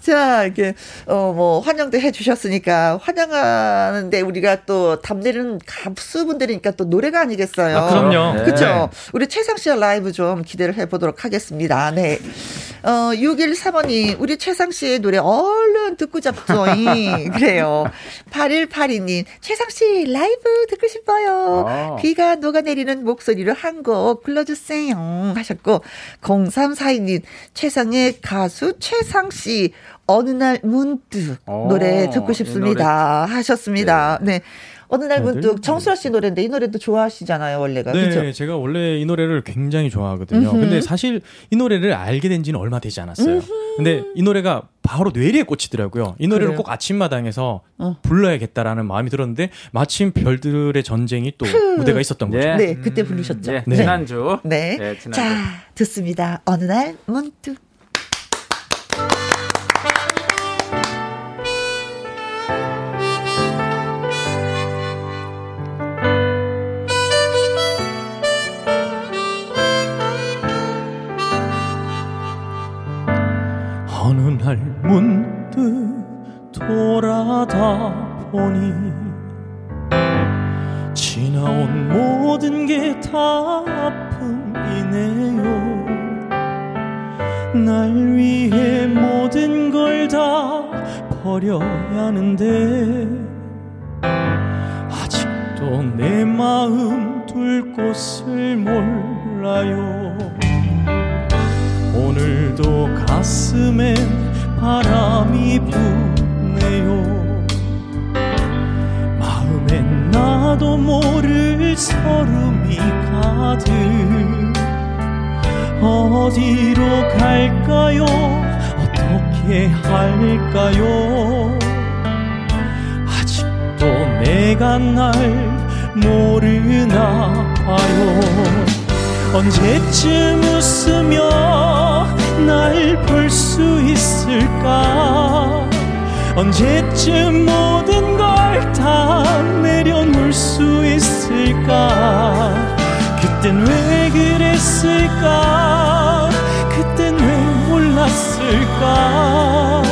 [SPEAKER 1] 자, 이렇게, 어, 뭐, 환영도 해 주셨으니까, 환영하, 사랑하는데 우리가 또 답내리는 가수분들이니까 또 노래가 아니겠어요.
[SPEAKER 2] 아, 그럼요.
[SPEAKER 1] 그쵸.
[SPEAKER 2] 네.
[SPEAKER 1] 우리 최상 씨의 라이브 좀 기대를 해보도록 하겠습니다. 네. 어, 6135님, 우리 최상 씨의 노래 얼른 듣고 잡죠잉. 그래요. 8182님, 최상 씨 라이브 듣고 싶어요.
[SPEAKER 4] 아.
[SPEAKER 1] 귀가 녹아내리는 목소리로 한 곡 불러주세요. 하셨고, 0342님, 최상의 가수 최상 씨, 어느 날 문득
[SPEAKER 4] 오,
[SPEAKER 1] 노래 듣고
[SPEAKER 4] 이
[SPEAKER 1] 싶습니다. 하셨습니다. 네. 어느 날 문득
[SPEAKER 5] 다들?
[SPEAKER 1] 정수라 씨 노래인데 이 노래도 좋아하시잖아요, 원래가.
[SPEAKER 5] 네,
[SPEAKER 1] 그죠?
[SPEAKER 5] 제가 원래 이 노래를 굉장히 좋아하거든요. 근데 사실 이 노래를 알게 된 지는 얼마 되지 않았어요. 근데 이 노래가 바로 뇌리에 꽂히더라고요. 이 노래를
[SPEAKER 1] 그래요?
[SPEAKER 5] 꼭 아침마당에서
[SPEAKER 1] 어.
[SPEAKER 5] 불러야겠다라는 마음이 들었는데 마침 별들의 전쟁이 또 무대가 있었던 거죠.
[SPEAKER 4] 예.
[SPEAKER 1] 네, 그때 부르셨죠.
[SPEAKER 4] 예,
[SPEAKER 1] 네.
[SPEAKER 4] 지난주.
[SPEAKER 1] 네.
[SPEAKER 4] 예, 지난주.
[SPEAKER 1] 자, 듣습니다. 어느 날 문득.
[SPEAKER 5] 어느 날 문득 돌아다 보니 지나온 모든 게 다 아픔이네요 날 위해 모든 걸 다 버려야 하는데 아직도 내 마음 둘 곳을 몰라요 오늘도 가슴엔 바람이 부네요 마음엔 나도 모를 서름이 가득 어디로 갈까요 어떻게 할까요 아직도 내가 날 모르나 봐요 언제쯤 웃으며 날 볼 수 있을까 언제쯤 모든 걸 다 내려놓을 수 있을까 그땐 왜 그랬을까 그땐 왜 몰랐을까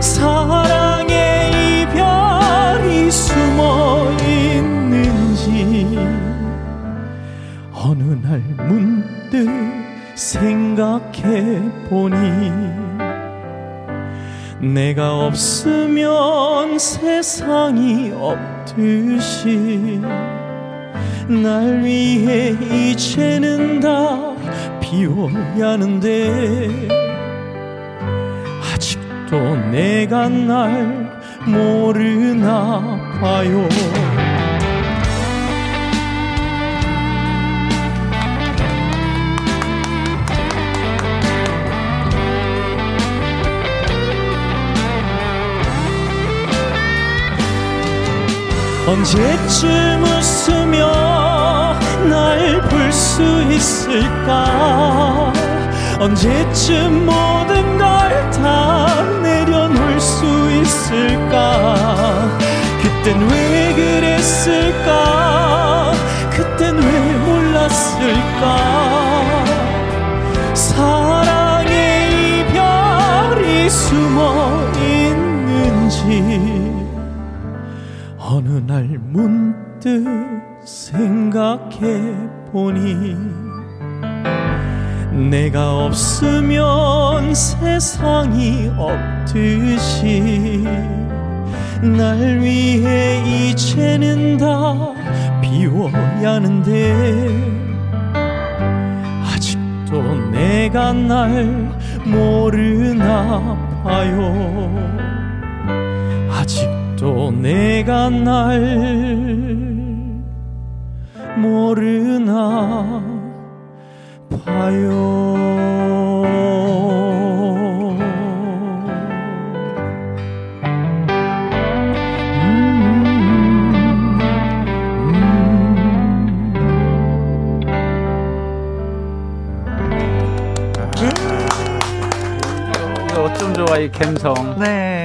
[SPEAKER 5] 사랑의 이별이 숨어 있는지 어느 날 문득 생각해 보니 내가 없으면 세상이 없듯이 날 위해 이제는 다 비워야 하는데 아직도 내가 날 모르나 봐요. 언제쯤 웃으며 날 볼 수 있을까 언제쯤 모든 걸 다 내려놓을 수 있을까 그땐 왜 그랬을까 그땐 왜 몰랐을까 사랑의 이별이 숨어 있는지 어느 날 문득 생각해 보니 내가 없으면 세상이 없듯이 날 위해 이제는 다 비워야 하는데 아직도 내가 날 모르나 봐요 아직도 내가 날 모르나 봐요 음, 음.
[SPEAKER 4] 이거 어쩜 좋아 이 감성. 아.
[SPEAKER 1] 네.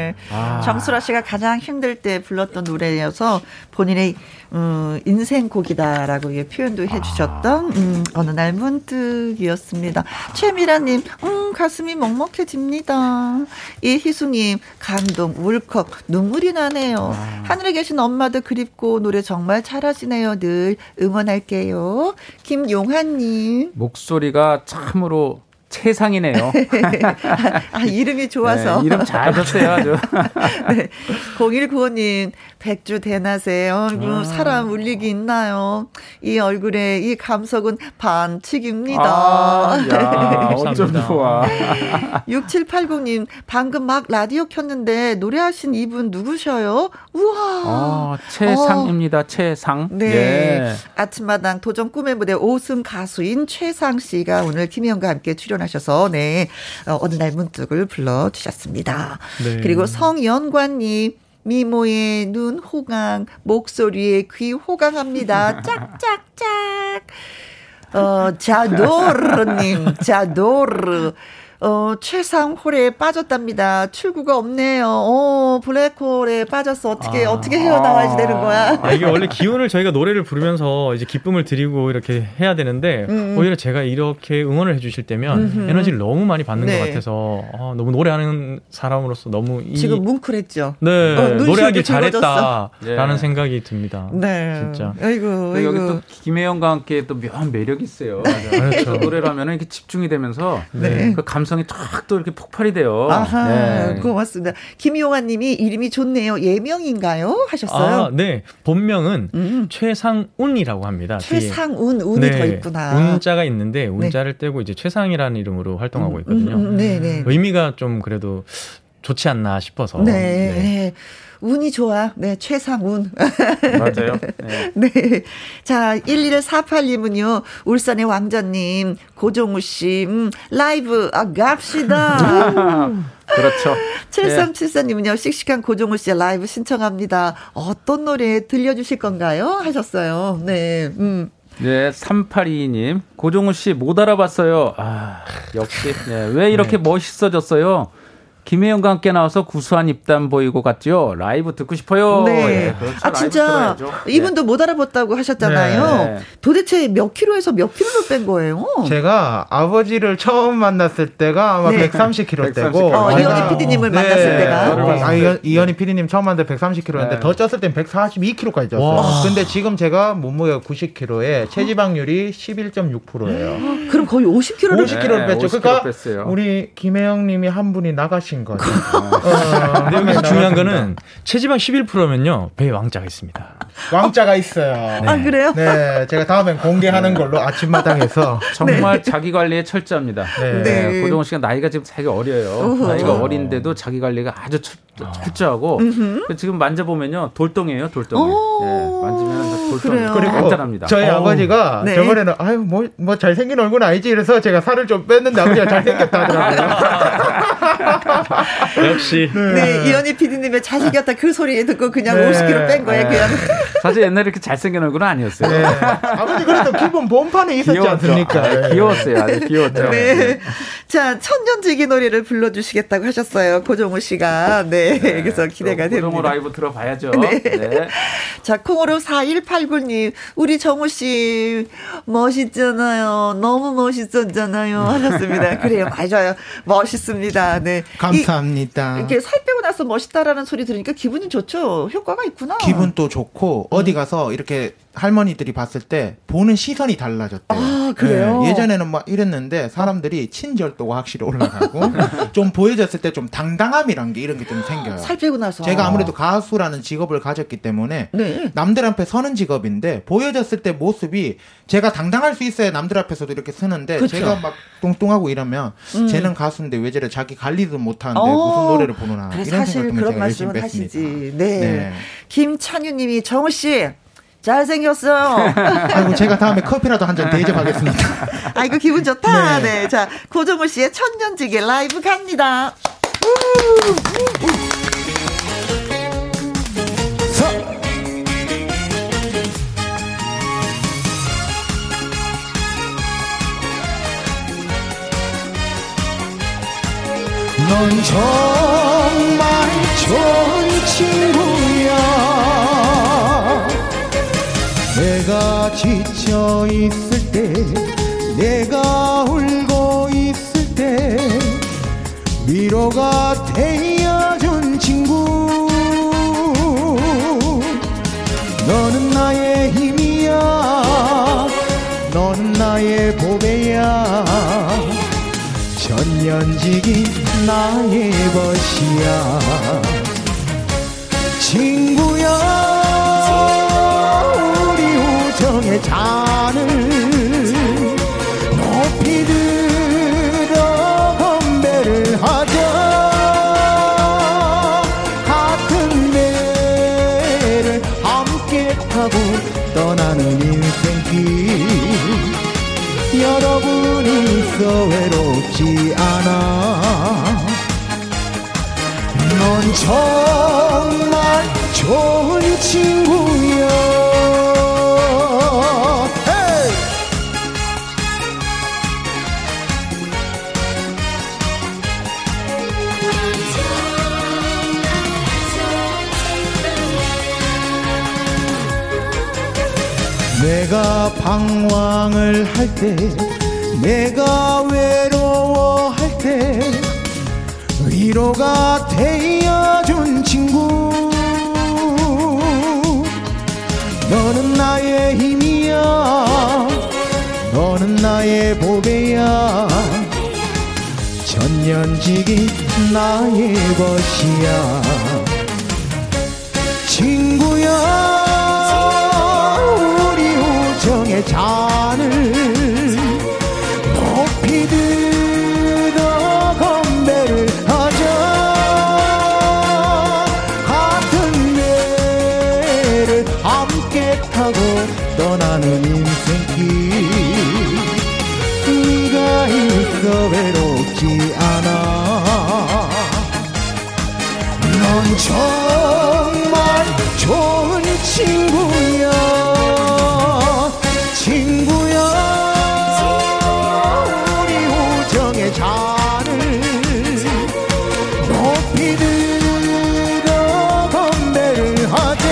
[SPEAKER 1] 정수라 씨가 가장 힘들 때 불렀던 노래여서 본인의 음, 인생 곡이다라고 예,
[SPEAKER 4] 아.
[SPEAKER 1] 표현도 해주셨던 음, 어느 날 문득이었습니다. 최미라님, 음, 가슴이 먹먹해집니다. 이희수님, 감동, 울컥, 눈물이 나네요.
[SPEAKER 4] 아.
[SPEAKER 1] 하늘에 계신 엄마도 그립고 노래 정말 잘하시네요. 늘 응원할게요. 김용환님,
[SPEAKER 2] 목소리가 참으로 최상이네요.
[SPEAKER 1] 아, 이름이 (laughs) 좋아서.
[SPEAKER 2] 네, 이름 잘
[SPEAKER 1] (laughs)
[SPEAKER 2] 줬어요, 아주.
[SPEAKER 1] 네. 0195님, 백주 대낮에,
[SPEAKER 2] 아.
[SPEAKER 1] 어이구, 사람 울리기 있나요? 이 얼굴에 이 감석은 반칙입니다.
[SPEAKER 2] 아, 야, 어쩜
[SPEAKER 5] 감사합니다.
[SPEAKER 2] 좋아.
[SPEAKER 1] 네. 6780님, 방금 막 라디오 켰는데 노래하신 이분 누구셔요? 우와!
[SPEAKER 2] 아, 최상입니다, 최상.
[SPEAKER 1] 네.
[SPEAKER 2] 예.
[SPEAKER 1] 아침마당 도전 꿈의 무대 5승 가수인 최상 씨가 오늘 김희영과 함께 출연하셔서, 네, 어, 어느 날 문득을 불러주셨습니다. 그리고 성연관님, 미모의 눈 호강, 목소리에 귀 호강합니다. 짝짝짝. 어, 자도르님, 자도르. 어, 최상홀에 빠졌답니다. 출구가 없네요. 어, 블랙홀에 빠졌어. 어떻게, 어떻게 헤어나와야 되는 거야?
[SPEAKER 5] 아, 이게 원래 기운을 저희가 노래를 부르면서 이제 기쁨을 드리고 이렇게 해야 되는데
[SPEAKER 1] 음,
[SPEAKER 5] 오히려 제가 이렇게 응원을 해주실 때면 에너지를 너무 많이 받는
[SPEAKER 1] 네.
[SPEAKER 5] 것 같아서 아, 너무 노래하는 사람으로서 너무 이,
[SPEAKER 1] 지금 뭉클했죠.
[SPEAKER 5] 네
[SPEAKER 1] 어, 눈시울도
[SPEAKER 5] 노래하기
[SPEAKER 1] 즐거워졌어.
[SPEAKER 5] 잘했다라는
[SPEAKER 2] 예.
[SPEAKER 5] 생각이 듭니다.
[SPEAKER 1] 네.
[SPEAKER 5] 아, 진짜.
[SPEAKER 1] 아이고,
[SPEAKER 2] 근데 여기 또
[SPEAKER 1] 아이고.
[SPEAKER 2] 김혜영과 함께 또 묘한 매력이 있어요.
[SPEAKER 5] 그렇죠.
[SPEAKER 2] 노래를 하면 이렇게 집중이 되면서
[SPEAKER 5] 네.
[SPEAKER 2] 그 감성이 쫙 또 이렇게 폭발이 돼요.
[SPEAKER 1] 네.
[SPEAKER 5] 어,
[SPEAKER 1] 아하,
[SPEAKER 2] 네.
[SPEAKER 1] 고맙습니다. 김용환 님이 이름이 좋네요. 예명인가요? 하셨어요.
[SPEAKER 5] 아, 네. 본명은
[SPEAKER 1] 음.
[SPEAKER 5] 최상운이라고 합니다. 뒤에.
[SPEAKER 1] 최상운, 운이
[SPEAKER 5] 아, 네.
[SPEAKER 1] 더 있구나. 네.
[SPEAKER 5] 운자가 있는데 운자를 떼고 이제 최상이라는 이름으로 활동하고 있거든요.
[SPEAKER 1] 음, 음, 네, 네.
[SPEAKER 5] 의미가 좀 그래도 좋지 않나 싶어서.
[SPEAKER 1] 네, 네. 운이 좋아. 네, 최상운. (laughs)
[SPEAKER 2] 맞아요. 네.
[SPEAKER 1] 네. 자, 1148님은요, 울산의 왕자님, 고종우 씨, 음, 라이브, 아,
[SPEAKER 5] (laughs)
[SPEAKER 1] 갑시다.
[SPEAKER 2] 그렇죠.
[SPEAKER 1] 7374님은요, 씩씩한 고종우 씨의 라이브 신청합니다. 어떤 노래 들려주실 건가요? 하셨어요. 네, 음.
[SPEAKER 2] 네, 3822님. 고종우 씨 못 알아봤어요. 아, 역시. 네, 왜 이렇게 멋있어졌어요? 김혜영과 함께 나와서 구수한 입담 보이고 갔죠? 라이브 듣고 싶어요.
[SPEAKER 1] 네.
[SPEAKER 2] 예, 그렇죠.
[SPEAKER 1] 아,
[SPEAKER 2] 라이브
[SPEAKER 1] 진짜.
[SPEAKER 2] 들어야죠.
[SPEAKER 1] 이분도 못 알아봤다고 하셨잖아요.
[SPEAKER 2] 네.
[SPEAKER 1] 도대체 몇 킬로에서 몇 킬로로 뺀 거예요?
[SPEAKER 6] 제가 아버지를 처음 만났을 때가 아마
[SPEAKER 1] 네.
[SPEAKER 6] 130kg 때고
[SPEAKER 1] 어,
[SPEAKER 6] 제가-
[SPEAKER 1] 이현희 PD님을 만났을 때가.
[SPEAKER 2] 저를
[SPEAKER 6] 아,
[SPEAKER 2] 봤을
[SPEAKER 6] 이현, 이현희 PD님 처음 만났을 때 130kg였는데
[SPEAKER 2] 네.
[SPEAKER 6] 더 쪘을 땐 142kg까지 쪘어요. 근데 지금 제가 몸무게가 90kg에 체지방률이 11.6%예요.
[SPEAKER 1] 그럼 거의 50킬로를
[SPEAKER 6] 50kg를
[SPEAKER 2] 네,
[SPEAKER 6] 뺐죠.
[SPEAKER 2] 50kg
[SPEAKER 6] 그러니까
[SPEAKER 2] 뺐어요.
[SPEAKER 6] 우리 김혜영님이 한 분이 나가신 어, 거죠.
[SPEAKER 5] 근데 여기서 중요한 거는 체지방 11%면요 배에 왕자가 있습니다.
[SPEAKER 6] 왕자가 있어요.
[SPEAKER 1] 아, 그래요?
[SPEAKER 6] 네, 제가 다음엔 공개하는 걸로 아침마당에서
[SPEAKER 2] 정말 자기 관리에 철저합니다.
[SPEAKER 6] 네.
[SPEAKER 2] 네.
[SPEAKER 1] 네.
[SPEAKER 2] 고종원 씨가 나이가 지금 되게 어려요.
[SPEAKER 1] 우후.
[SPEAKER 2] 나이가 어린데도 자기 관리가 아주 철, 철저하고 지금 만져보면요 돌덩이에요 돌덩이.
[SPEAKER 1] 오.
[SPEAKER 2] 예, 만지면
[SPEAKER 1] 그래요?
[SPEAKER 2] 돌덩이
[SPEAKER 6] 그리고
[SPEAKER 2] 간단합니다.
[SPEAKER 6] 어, 저희 아버지가
[SPEAKER 1] 네.
[SPEAKER 6] 저번에는 아유 뭐, 뭐 잘생긴 얼굴 아니지 이래서 제가 살을 좀 뺐는데 아버지가 잘생겼다 하더라고요.
[SPEAKER 5] 역시
[SPEAKER 1] 네, 이현희 PD님의 자식이었다 그 소리 듣고 그냥
[SPEAKER 6] 네.
[SPEAKER 1] 50킬로 뺀 거예요, 그냥.
[SPEAKER 2] 사실 옛날에 이렇게 잘생긴 얼굴은
[SPEAKER 6] (laughs)
[SPEAKER 2] 아니었어요.
[SPEAKER 6] 네. 아버지 그래도 기본 본판에 있었지
[SPEAKER 2] 귀여웠죠.
[SPEAKER 6] 않습니까?
[SPEAKER 2] 아,
[SPEAKER 6] 네.
[SPEAKER 2] 귀여웠어요. 아주 귀여웠죠.
[SPEAKER 1] 네. 자, 천년지기 노래를 불러주시겠다고 하셨어요, 고종우 씨가. 네, (laughs) 그래서 기대가
[SPEAKER 2] 고종호
[SPEAKER 1] 됩니다.
[SPEAKER 2] 라이브 들어봐야죠. 네.
[SPEAKER 1] (laughs) 자, 콩으로 4189님, 우리 정우씨, 멋있잖아요. 너무 멋있었잖아요.
[SPEAKER 6] (laughs)
[SPEAKER 1] 하셨습니다. 그래요, 맞아요. 멋있습니다. 네.
[SPEAKER 6] 감사합니다.
[SPEAKER 1] 이, 이렇게 살 빼고 나서 멋있다라는 소리 들으니까 기분이 좋죠. 효과가 있구나.
[SPEAKER 6] 기분도 좋고 어디 가서 이렇게 할머니들이 봤을 때 보는 시선이 달라졌대요.
[SPEAKER 1] 아, 그래요?
[SPEAKER 6] 예, 전에는막 이랬는데 사람들이 친절도가 확실히 (laughs) 올라가고 좀 보여졌을 때 좀 당당함이란 게 이런 게 좀 생겨요.
[SPEAKER 1] 살 빼고 나서.
[SPEAKER 6] 제가 아무래도 가수라는 직업을 가졌기 때문에
[SPEAKER 1] 네.
[SPEAKER 6] 남들 앞에 서는 직업인데 보여졌을 때 모습이 제가 당당할 수 있어야 남들 앞에서도 이렇게 서는데
[SPEAKER 1] 그쵸. 음.
[SPEAKER 6] 제가 막 뚱뚱하고 이러면 쟤는 가수인데 왜 저래 자기 관리도 못하는데
[SPEAKER 1] 어,
[SPEAKER 6] 무슨 노래를 부르나
[SPEAKER 1] 그래,
[SPEAKER 6] 이런
[SPEAKER 1] 사실
[SPEAKER 6] 생각 때문에
[SPEAKER 1] 그런
[SPEAKER 6] 제가 열심히
[SPEAKER 1] 말씀을
[SPEAKER 6] 뺐습니다.
[SPEAKER 1] 하시지. 네.
[SPEAKER 6] 네.
[SPEAKER 1] 김찬유님이 정우 씨 잘생겼어요.
[SPEAKER 6] 아이고 제가 다음에 커피라도 한 잔 대접하겠습니다.
[SPEAKER 1] 아 이거 기분 좋다. 네. 자 고정우 씨의 천년지기 라이브 갑니다.
[SPEAKER 6] 넌 정말 좋은 친구야 내가 지쳐 있을 때 내가 울고 있을 때 위로가 되어준 친구 너는 나의 힘이야 너는 나의 보배야 전년지기 나의 것이야 친구야 우리 우정의 잔을 높이 들어 건배를 하자 같은 배를 함께 타고 떠나는 인생길 여러분이 있어 외롭지 않아 넌 정말 좋은 친구야 헤이! 내가 방황을 할 때, 내가 외로워할 때, 위로가 되어준 친구. 너는 나의 힘이야. 너는 나의 보배야. 전년지기 나의 것이야. 친구야 우리 우정의 잔을 높이 들어 건배를 하자 같은 배를 함께 타고 떠나는 인생길 네가 있어 외롭지 않아 넌 정말 좋은 친구야 친구야 우리 우정의 잔을 높이 들어 건배를 하자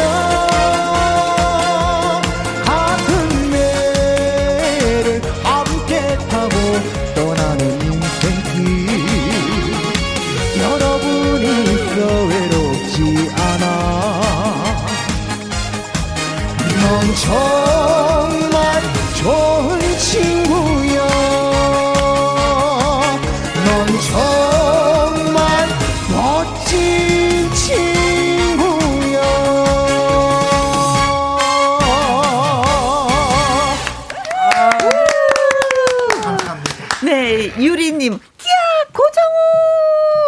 [SPEAKER 6] 같은 배를 함께 타고 떠나는 인생길 여러분이 있어 외롭지 않아 넌 정말 좋은 친구야 넌 정말 멋진 친구야
[SPEAKER 1] 네, 유리님. 끼야,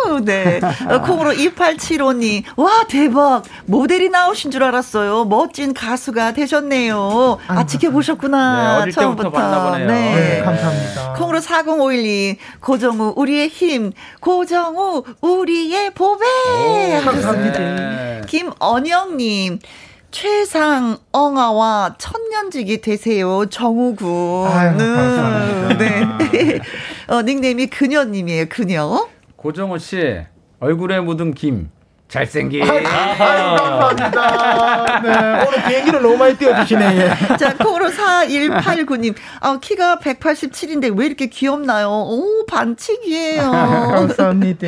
[SPEAKER 1] 고정우! 네. 어, 콩으로 2875님. 와, 대박. 모델이 나오신 줄 알았어요. 멋진 가수가 되셨네요. 아, 지켜보셨구나.
[SPEAKER 4] 네, 어릴 때부터 봤나 보네요.
[SPEAKER 1] 네.
[SPEAKER 2] 네, 감사합니다.
[SPEAKER 1] 콩으로 4051님. 고정우, 우리의 힘. 고정우, 우리의 보배! 하셨습니다.
[SPEAKER 4] 네.
[SPEAKER 1] 김언영님. 최상 엉아와 천년지기 되세요 정우군.
[SPEAKER 2] 아유,
[SPEAKER 1] 음,
[SPEAKER 2] 네, 감사합니다.
[SPEAKER 1] 네. 어, 닉네임이 그녀님이에요 그녀.
[SPEAKER 4] 고정호 씨 얼굴에 묻은 김 잘생긴.
[SPEAKER 2] 감사합니다. 아, 네, 오늘 비행기를 너무 많이 띄워주시네. 예.
[SPEAKER 1] 자 코로 4189님. 아 키가 187인데 왜 이렇게 귀엽나요? 오 반칙이에요.
[SPEAKER 2] (laughs) 감사합니다.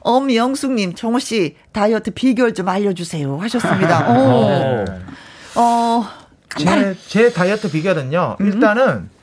[SPEAKER 1] 엄영숙님 정우 씨 다이어트 비결 좀 알려주세요 하셨습니다. 오.
[SPEAKER 2] 네.
[SPEAKER 1] 어.
[SPEAKER 6] 네.
[SPEAKER 2] 제, 제 다이어트 비결은요.
[SPEAKER 6] 음.
[SPEAKER 2] 일단은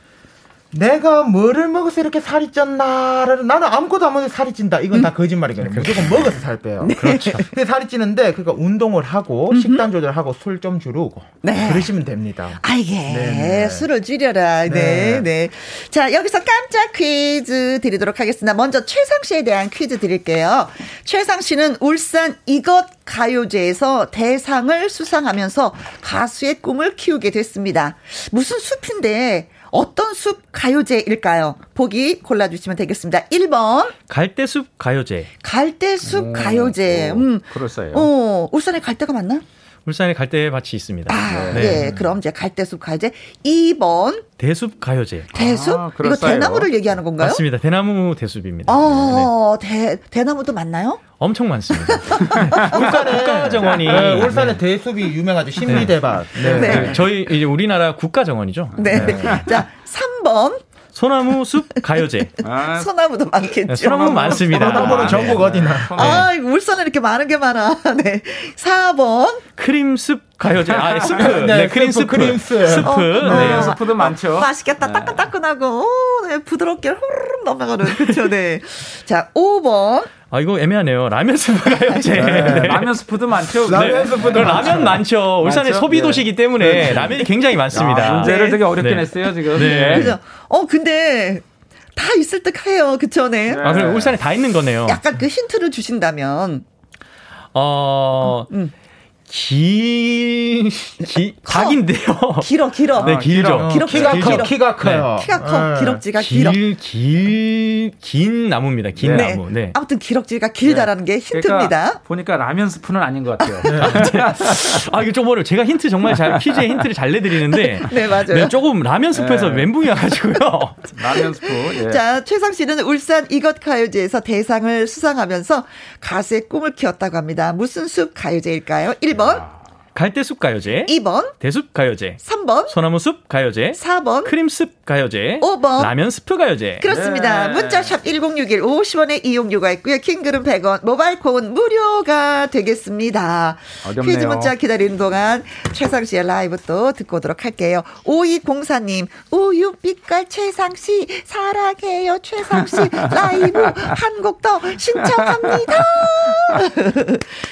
[SPEAKER 2] 내가 뭐를 먹어서 이렇게 살이 쪘나라는 나는 아무것도 안 먹어서 살이 찐다. 이건
[SPEAKER 6] 음.
[SPEAKER 2] 다 거짓말이거든요.
[SPEAKER 6] 그렇죠.
[SPEAKER 2] 무조건 먹어서 살 빼요.
[SPEAKER 6] 네.
[SPEAKER 2] 그렇죠. 근데 살이 찌는데 그러니까 운동을 하고 식단 조절하고 술 좀 줄이고
[SPEAKER 1] 네.
[SPEAKER 2] 그러시면 됩니다.
[SPEAKER 1] 아이게
[SPEAKER 2] 네.
[SPEAKER 1] 술을 줄여라. 네, 네,
[SPEAKER 2] 네.
[SPEAKER 1] 자, 여기서 깜짝 퀴즈 드리도록 하겠습니다. 먼저 최상 씨에 대한 퀴즈 드릴게요. 최상 씨는 울산 이것 가요제에서 대상을 수상하면서 가수의 꿈을 키우게 됐습니다. 무슨 숲인데 어떤 숲 가요제일까요? 보기 골라주시면 되겠습니다. 1번
[SPEAKER 5] 갈대숲 가요제.
[SPEAKER 1] 갈대숲 가요제.
[SPEAKER 4] 오,
[SPEAKER 1] 음.
[SPEAKER 4] 그럴싸해요.
[SPEAKER 1] 어, 울산에 갈대가 맞나?
[SPEAKER 2] 울산에 갈대밭이 있습니다.
[SPEAKER 1] 아,
[SPEAKER 2] 네.
[SPEAKER 1] 예. 그럼 이제 갈대숲 가야제 2번
[SPEAKER 2] 대숲 가요제
[SPEAKER 1] 대숲?
[SPEAKER 4] 아,
[SPEAKER 1] 이거
[SPEAKER 4] 그럴싸해요.
[SPEAKER 1] 대나무를 얘기하는 건가요?
[SPEAKER 2] 맞습니다. 대나무 대숲입니다.
[SPEAKER 6] 아.
[SPEAKER 2] 네.
[SPEAKER 1] 어, 대, 대나무도 맞나요?
[SPEAKER 2] 엄청 많습니다. 국가정원이
[SPEAKER 6] 네, 울산의 대숲이 유명하죠. 신미대밭. 네.
[SPEAKER 1] 네.
[SPEAKER 2] 그 저희 이제 우리나라 국가정원이죠.
[SPEAKER 1] 네. (laughs) 자, 3번.
[SPEAKER 2] 소나무 숲 가요제.
[SPEAKER 4] 아,
[SPEAKER 1] 소나무도
[SPEAKER 2] 네,
[SPEAKER 1] 많겠죠.
[SPEAKER 2] 소나무 많습니다.
[SPEAKER 6] 소나무는
[SPEAKER 2] 네.
[SPEAKER 6] 전국 어디나.
[SPEAKER 1] 아, 울산에 이렇게 많은 게 많아. (laughs) 네. 4번.
[SPEAKER 2] 네. 크림 숲 가요제. 아, 스프.
[SPEAKER 6] 네,
[SPEAKER 2] 네, 크림
[SPEAKER 6] 스프,
[SPEAKER 2] 스프.
[SPEAKER 6] 크림 스프.
[SPEAKER 2] 스프.
[SPEAKER 4] 네,
[SPEAKER 1] 어.
[SPEAKER 2] 네.
[SPEAKER 4] 소프도 많죠.
[SPEAKER 1] 맛있겠다. 따끈따끈하고. 오, 네. 부드럽게 후루룩 넘어가는. 그쵸, 네. 자, 5번.
[SPEAKER 2] 아, 이거 애매하네요. 라면 스프 가요제. 네.
[SPEAKER 4] 라면 스프도 많죠.
[SPEAKER 6] 라면
[SPEAKER 4] 네.
[SPEAKER 6] 스프도
[SPEAKER 2] 그 라면 많죠. 울산의
[SPEAKER 4] 많죠?
[SPEAKER 2] 소비도시기 때문에 라면이 굉장히 많습니다.
[SPEAKER 4] 아, 문제를
[SPEAKER 1] 네.
[SPEAKER 4] 되게 어렵게
[SPEAKER 2] 네.
[SPEAKER 4] 냈어요 지금.
[SPEAKER 2] 네.
[SPEAKER 1] 그죠? 어, 근데 다 있을 듯 해요. 그쵸, 네.
[SPEAKER 2] 아, 그럼 울산에 다 있는 거네요.
[SPEAKER 1] 약간 그 힌트를 주신다면.
[SPEAKER 2] 어,
[SPEAKER 1] 음.
[SPEAKER 2] 기, 기, 각인데요.
[SPEAKER 1] 길어, 길어.
[SPEAKER 2] 네, 길죠.
[SPEAKER 1] 길어. 길어,
[SPEAKER 6] 키가
[SPEAKER 1] 길어,
[SPEAKER 6] 커,
[SPEAKER 1] 길어.
[SPEAKER 6] 키가 커요.
[SPEAKER 1] 키가 커.
[SPEAKER 6] 네.
[SPEAKER 1] 기럭지가 길어.
[SPEAKER 2] 길, 길, 긴 나무입니다. 긴
[SPEAKER 1] 네.
[SPEAKER 2] 나무. 네.
[SPEAKER 1] 아무튼 기럭지가 길다라는 게 힌트입니다.
[SPEAKER 4] 그러니까 보니까 라면 스프는 아닌 것 같아요.
[SPEAKER 2] 아, 이거 좀 어려워. 제가 힌트 정말 잘, 퀴즈에 힌트를
[SPEAKER 1] (laughs)
[SPEAKER 2] 잘 내드리는데.
[SPEAKER 5] 그러니까
[SPEAKER 1] 네, 맞아요.
[SPEAKER 2] 네, 조금 라면 스프에서
[SPEAKER 4] 네.
[SPEAKER 2] 멘붕이 와가지고요.
[SPEAKER 4] 라면 스프. 예.
[SPEAKER 1] 자, 최상 씨는 울산 이것 가요제에서 대상을 수상하면서 가수의 꿈을 키웠다고 합니다. 무슨 숲 가요제일까요? 1번,
[SPEAKER 2] 갈대숲 가요제,
[SPEAKER 1] 2번,
[SPEAKER 2] 대숲 가요제,
[SPEAKER 1] 3번,
[SPEAKER 2] 소나무 숲 가요제,
[SPEAKER 1] 4번.
[SPEAKER 2] 크림숲 가요제,
[SPEAKER 1] 오 번.
[SPEAKER 2] 라면 스프 가요제.
[SPEAKER 1] 그렇습니다.
[SPEAKER 4] 네.
[SPEAKER 1] 문자샵 1061 50원의 이용료가 있고요. 킹그룹 100원, 모바일 콩은 무료가 되겠습니다.
[SPEAKER 4] 어렵네요.
[SPEAKER 1] 퀴즈 문자 기다리는 동안 최상 씨의 라이브 또 듣고 오도록 할게요. 5204님, 우유 빛깔 최상 씨, 사랑해요 최상
[SPEAKER 4] (laughs)
[SPEAKER 1] 씨, 라이브 한 곡 더 신청합니다.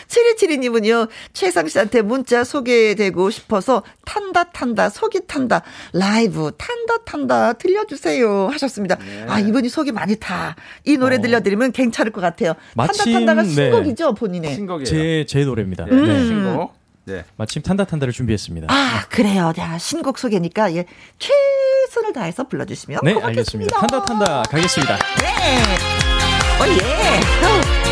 [SPEAKER 1] 7172님은요, 최상 씨한테 문자 소개되고 싶어서 탄다, 탄다, 속이 탄다, 라이브, 탄다, 탄다, 들려주세요. 하셨습니다. 아, 이분이 속이 많이 타. 이 노래 들려드리면 괜찮을 것 같아요. 탄다,
[SPEAKER 7] 마침,
[SPEAKER 1] 탄다가
[SPEAKER 7] 네.
[SPEAKER 1] 신곡이죠, 본인의.
[SPEAKER 4] 신곡이에요.
[SPEAKER 7] 제, 제 노래입니다.
[SPEAKER 4] 예,
[SPEAKER 7] 네.
[SPEAKER 4] 신곡. 네.
[SPEAKER 7] 마침 탄다 탄다를 준비했습니다.
[SPEAKER 1] 아, 그래요. 자, 신곡 소개니까, 예, 최선을 다해서 불러주시면.
[SPEAKER 7] 네,
[SPEAKER 1] 고맙겠습니다.
[SPEAKER 7] 알겠습니다. 탄다 탄다 가겠습니다.
[SPEAKER 1] 네. 어, 예. 어.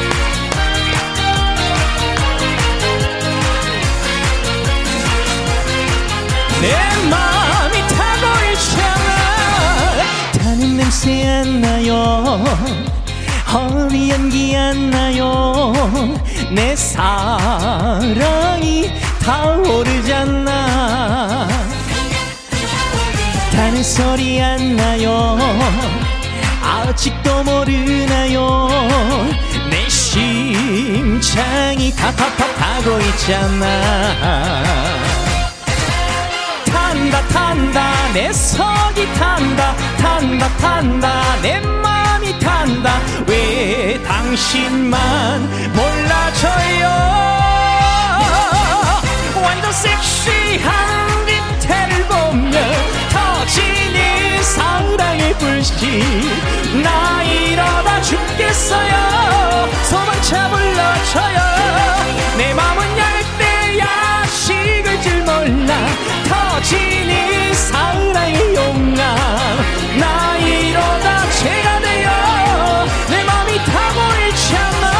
[SPEAKER 5] 내 마음이 타고 있잖아 타는 냄새 안 나요 허리 연기 안 나요 내 사랑이 타오르잖아 타는 소리 안 나요 아직도 모르나요 내 심장이 팍팍팍 타고 있잖아 탄다 탄다 내 속이 탄다 탄다 탄다 내 맘이 탄다 왜 당신만 몰라줘요 완전 섹시한 뒷태를 보면 터지는 사랑의 불씨 나 이러다 죽겠어요 소방차 불러줘요 내 맘은 열대 야식을 줄 몰라 터지는 사랑의 용암 나 이러다 죄가 돼요 내 맘이 타고 있잖아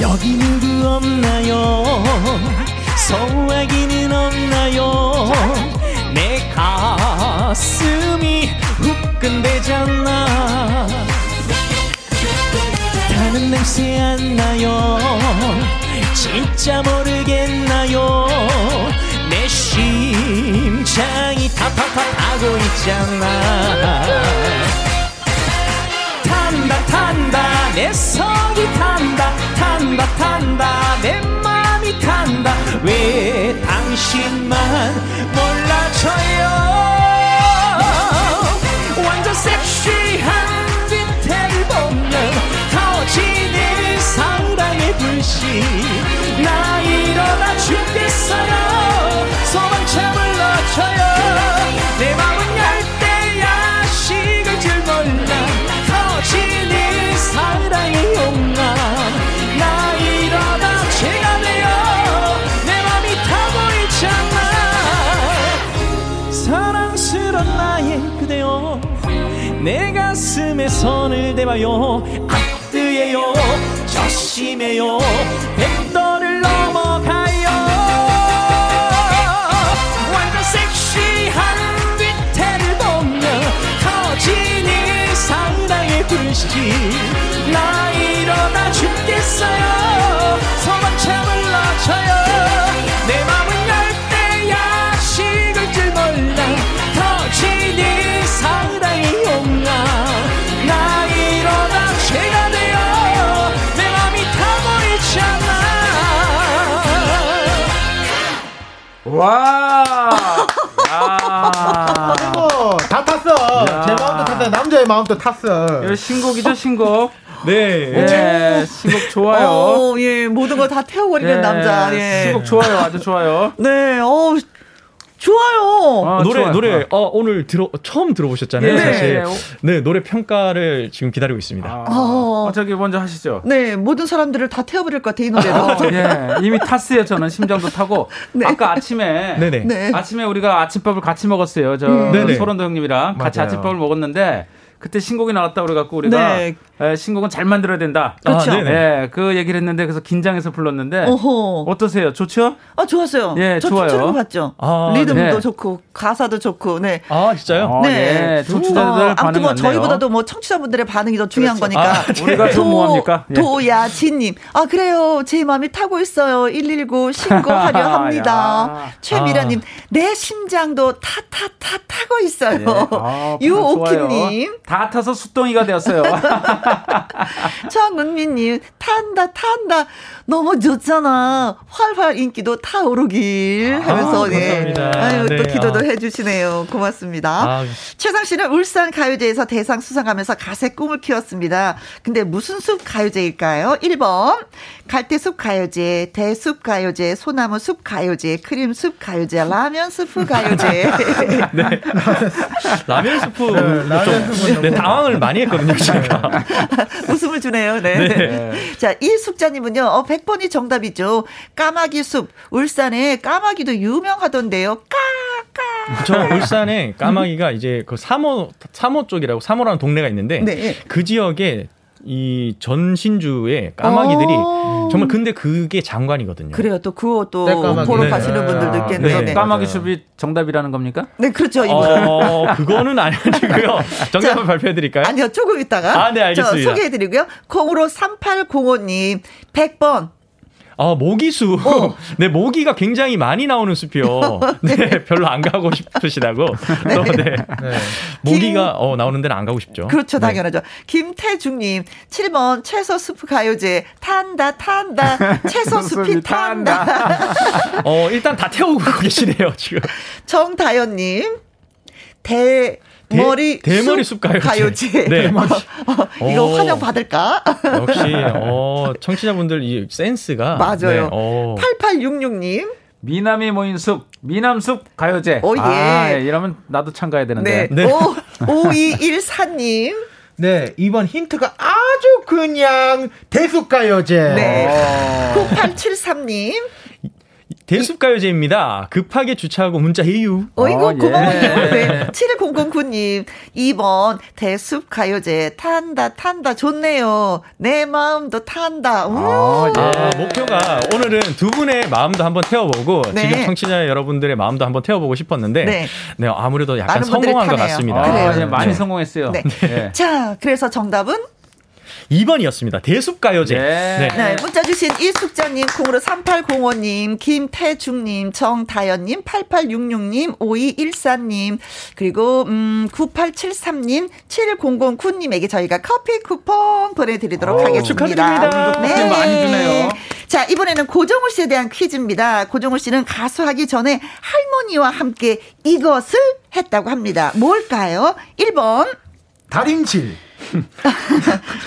[SPEAKER 5] 여기 누구 없나요? 소화기는 없나요? 내 가슴이 후끈대잖아. 다른 냄새 안 나요? 진짜 모르겠나요? 내 심장이 타파파 타고 있잖아. 탄다 탄다 내 속이 탄다 탄다 탄다 내 맘이 탄다 왜 당신만 몰라줘요 완전 섹시한 빈태를 보면 터지는 사랑의 불씨 나 이러다 죽겠어요 소방차 불러줘요 내 맘은 열대 야식을 줄 몰라 터지는 사랑의 용암 나 이러다 죄가 돼요 내 맘이 타고 있잖아
[SPEAKER 8] 대 마요 앞뜨예요 조심해요 백도를 넘어가요 완전 섹시한 뒤태를 보며 터진 일 상당의 불씨 나 일어나 죽겠어요 소방차 불러줘요 내 맘은 열대야 식을 줄 몰라 터진 일 상당히 용나 나 일어나 죄가 돼요 내 맘이 타고 있잖아
[SPEAKER 1] 아.
[SPEAKER 2] 와! 야.
[SPEAKER 6] 어, 다 탔어.
[SPEAKER 2] 야.
[SPEAKER 6] 제 마음도 탔어. 남자의 마음도 탔어.
[SPEAKER 2] 이거 신곡이죠, 신곡.
[SPEAKER 5] 네.
[SPEAKER 2] 예, 신곡 좋아요.
[SPEAKER 1] 어, 예, 모든 걸 다 태워버리는
[SPEAKER 4] 네.
[SPEAKER 2] 예,
[SPEAKER 1] 남자. 예.
[SPEAKER 2] 신곡 좋아요, 아주 좋아요.
[SPEAKER 1] 네, 어 좋아요.
[SPEAKER 2] 아,
[SPEAKER 5] 노래
[SPEAKER 2] 좋아요.
[SPEAKER 5] 노래 어, 오늘 들어 처음 들어보셨잖아요
[SPEAKER 2] 예,
[SPEAKER 5] 사실
[SPEAKER 2] 예.
[SPEAKER 5] 네 노래 평가를 지금 기다리고 있습니다.
[SPEAKER 2] 아,
[SPEAKER 1] 어.
[SPEAKER 2] 어, 저기 먼저 하시죠.
[SPEAKER 1] 네, 모든 사람들을 다 태워버릴 것 같아, 이 노래로.
[SPEAKER 2] 예, 이미 탔어요, 저는 심장도 타고.
[SPEAKER 1] 네.
[SPEAKER 2] 아까 아침에
[SPEAKER 5] 네네.
[SPEAKER 1] 네.
[SPEAKER 2] 아침에 우리가 아침밥을 같이 먹었어요. 저
[SPEAKER 5] 음. 네네.
[SPEAKER 2] 소런도 형님이랑 같이
[SPEAKER 5] 맞아요.
[SPEAKER 2] 아침밥을 먹었는데 그때 신곡이 나왔다 그래갖고 우리가
[SPEAKER 1] 네.
[SPEAKER 2] 에, 신곡은 잘 만들어야 된다.
[SPEAKER 5] 그렇죠. 아, 네네.
[SPEAKER 2] 예, 그 얘기를 했는데 그래서 긴장해서
[SPEAKER 4] 아.
[SPEAKER 2] 불렀는데
[SPEAKER 1] 어허.
[SPEAKER 2] 어떠세요? 좋죠?
[SPEAKER 1] 아, 좋았어요.
[SPEAKER 2] 예,
[SPEAKER 1] 저
[SPEAKER 2] 좋아요.
[SPEAKER 1] 춤추는 거 봤죠?
[SPEAKER 5] 아,
[SPEAKER 1] 리듬도
[SPEAKER 2] 네.
[SPEAKER 1] 좋고, 가사도 좋고, 네.
[SPEAKER 5] 아 진짜요?
[SPEAKER 2] 어, 네.
[SPEAKER 1] 네.
[SPEAKER 2] 청취자들
[SPEAKER 1] 어, 아무튼
[SPEAKER 2] 반응
[SPEAKER 1] 뭐
[SPEAKER 2] 맞네요.
[SPEAKER 1] 저희보다도 뭐 청취자분들의 반응이 더 중요한 거니까. 네.
[SPEAKER 2] 아, 우리가 좀 뭐합니까? 예.
[SPEAKER 1] 도야진님. 아, 그래요. 제 마음이 타고 있어요. 119
[SPEAKER 2] (laughs)
[SPEAKER 1] 신고하려 합니다.
[SPEAKER 2] 야.
[SPEAKER 1] 최미라님. 내 심장도 타, 타, 타, 타고 있어요.
[SPEAKER 2] 아, 좋아요.
[SPEAKER 1] 유오키님.
[SPEAKER 2] 다 타서 숫덩이가 되었어요. (laughs)
[SPEAKER 1] 정은미님. 탄다, 탄다. 너무 좋잖아. 활활 인기도 타오르길. 하면서, 네.
[SPEAKER 5] 아, 감사합니다.
[SPEAKER 1] 아유, 또
[SPEAKER 5] 네,
[SPEAKER 1] 기도도
[SPEAKER 5] 아.
[SPEAKER 1] 해주시네요. 고맙습니다.
[SPEAKER 5] 아,
[SPEAKER 1] 최상 씨는 울산 가요제에서 대상 수상하면서 가수의 꿈을 키웠습니다. 근데 무슨 숲 가요제일까요? 1번 갈대숲 가요제, 대숲 가요제, 소나무 숲 가요제, 크림 숲 가요제, 라면 스프 가요제.
[SPEAKER 5] (laughs) 라면 스프
[SPEAKER 6] 네. 라면 스프
[SPEAKER 5] 네, 당황을 많이 했거든요 제가.
[SPEAKER 1] 웃음을 주네요. 네. (laughs) 자, 이 숙자님은요. 어, 100번이 정답이죠. 까마귀 숲. 울산에 까마귀도 유명하던데요. 까! 까!
[SPEAKER 5] 저 울산에 까마귀가 이제 그 삼호 삼호 쪽이라고 삼호라는 동네가 있는데
[SPEAKER 1] 네.
[SPEAKER 5] 그 지역에 이 전신주에 까마귀들이
[SPEAKER 1] 어.
[SPEAKER 5] 정말 근데 그게 장관이거든요.
[SPEAKER 1] 그래요. 또 그거 또
[SPEAKER 6] 떼까마귀.
[SPEAKER 1] 보러
[SPEAKER 5] 네.
[SPEAKER 1] 가시는 분들도
[SPEAKER 6] 아,
[SPEAKER 1] 있겠네요.
[SPEAKER 5] 네.
[SPEAKER 1] 네.
[SPEAKER 2] 까마귀 숲이 정답이라는 겁니까?
[SPEAKER 1] 네, 그렇죠. 이분.
[SPEAKER 5] 어 그거는 아니고요. 정답을 발표해 드릴까요?
[SPEAKER 1] 아니요, 조금 있다가.
[SPEAKER 5] 아, 네, 알겠습니다.
[SPEAKER 1] 저 소개해드리고요. 콩으로 3805님, 100번.
[SPEAKER 5] 아, 모기수.
[SPEAKER 1] 어.
[SPEAKER 5] (laughs) 네, 모기가 굉장히 많이 나오는
[SPEAKER 1] (laughs)
[SPEAKER 5] 숲이요. 네, 별로 안 가고 싶으시다고. 또, 네. 모기가 어, 나오는 데는 안 가고 싶죠.
[SPEAKER 1] 그렇죠,
[SPEAKER 5] 네.
[SPEAKER 1] 당연하죠. 김태중님, 7번, 채소 수프 가요제, 탄다,
[SPEAKER 5] (laughs)
[SPEAKER 1] 탄다, 채소 숲이
[SPEAKER 2] 숲이 탄다.
[SPEAKER 1] 탄다.
[SPEAKER 5] 어, 일단 다 태우고 (laughs) 계시네요, 지금.
[SPEAKER 1] 정다연님, 대,
[SPEAKER 5] 대-
[SPEAKER 1] 머리
[SPEAKER 5] 대머리 숲 가요제. (laughs) 네.
[SPEAKER 1] 어, 이거
[SPEAKER 5] 오.
[SPEAKER 1] 환영 받을까?
[SPEAKER 5] 역시, 어, 청취자분들 이 센스가.
[SPEAKER 1] 맞아요.
[SPEAKER 5] 네, 어.
[SPEAKER 1] 8866님,
[SPEAKER 2] 미남이 모인 숲, 미남숲 가요제.
[SPEAKER 1] 오, 예.
[SPEAKER 2] 아, 이러면 나도 참가해야 되는데.
[SPEAKER 1] 네,
[SPEAKER 5] 네.
[SPEAKER 1] 오 5214님,
[SPEAKER 6] 네, 이번 힌트가 아주 그냥 대숙가요제.
[SPEAKER 1] 네,
[SPEAKER 2] 어,
[SPEAKER 1] 9873님,
[SPEAKER 5] 대숲가요제입니다. 급하게 주차하고 문자 해유.
[SPEAKER 1] 어이구
[SPEAKER 2] 어, 예.
[SPEAKER 1] 고마워요. 아, 네. 7009님 2번 대숲 가요제 탄다 탄다 좋네요. 내 마음도 탄다. 우.
[SPEAKER 2] 어, 예.
[SPEAKER 5] 아, 목표가 오늘은 두 분의 마음도 한번 태워보고
[SPEAKER 1] 네.
[SPEAKER 5] 지금 청취자 여러분들의 마음도 한번 태워보고 싶었는데
[SPEAKER 1] 네.
[SPEAKER 5] 네, 아무래도 약간
[SPEAKER 1] 많은 분들이
[SPEAKER 5] 성공한 것
[SPEAKER 1] 타네요.
[SPEAKER 5] 같습니다.
[SPEAKER 2] 아,
[SPEAKER 1] 그래요.
[SPEAKER 2] 예, 많이
[SPEAKER 5] 네.
[SPEAKER 2] 성공했어요.
[SPEAKER 1] 네.
[SPEAKER 2] 예.
[SPEAKER 1] 자, 그래서 정답은
[SPEAKER 5] 2번이었습니다. 대숲가요제.
[SPEAKER 2] 예.
[SPEAKER 5] 네.
[SPEAKER 1] 네, 문자 주신 이숙자님, 콩으로 3805님, 김태중님, 정다연님, 8866님, 5214님, 그리고 음, 9873님, 7009님에게 저희가 커피 쿠폰 보내드리도록
[SPEAKER 2] 오,
[SPEAKER 1] 하겠습니다.
[SPEAKER 5] 축하드립니다.
[SPEAKER 2] 쿠폰 많이 주네요.
[SPEAKER 1] 자, 이번에는 고정우 씨에 대한 퀴즈입니다. 고정우 씨는 가수하기 전에 할머니와 함께 이것을 했다고 합니다. 뭘까요? 1번,
[SPEAKER 6] 다림질.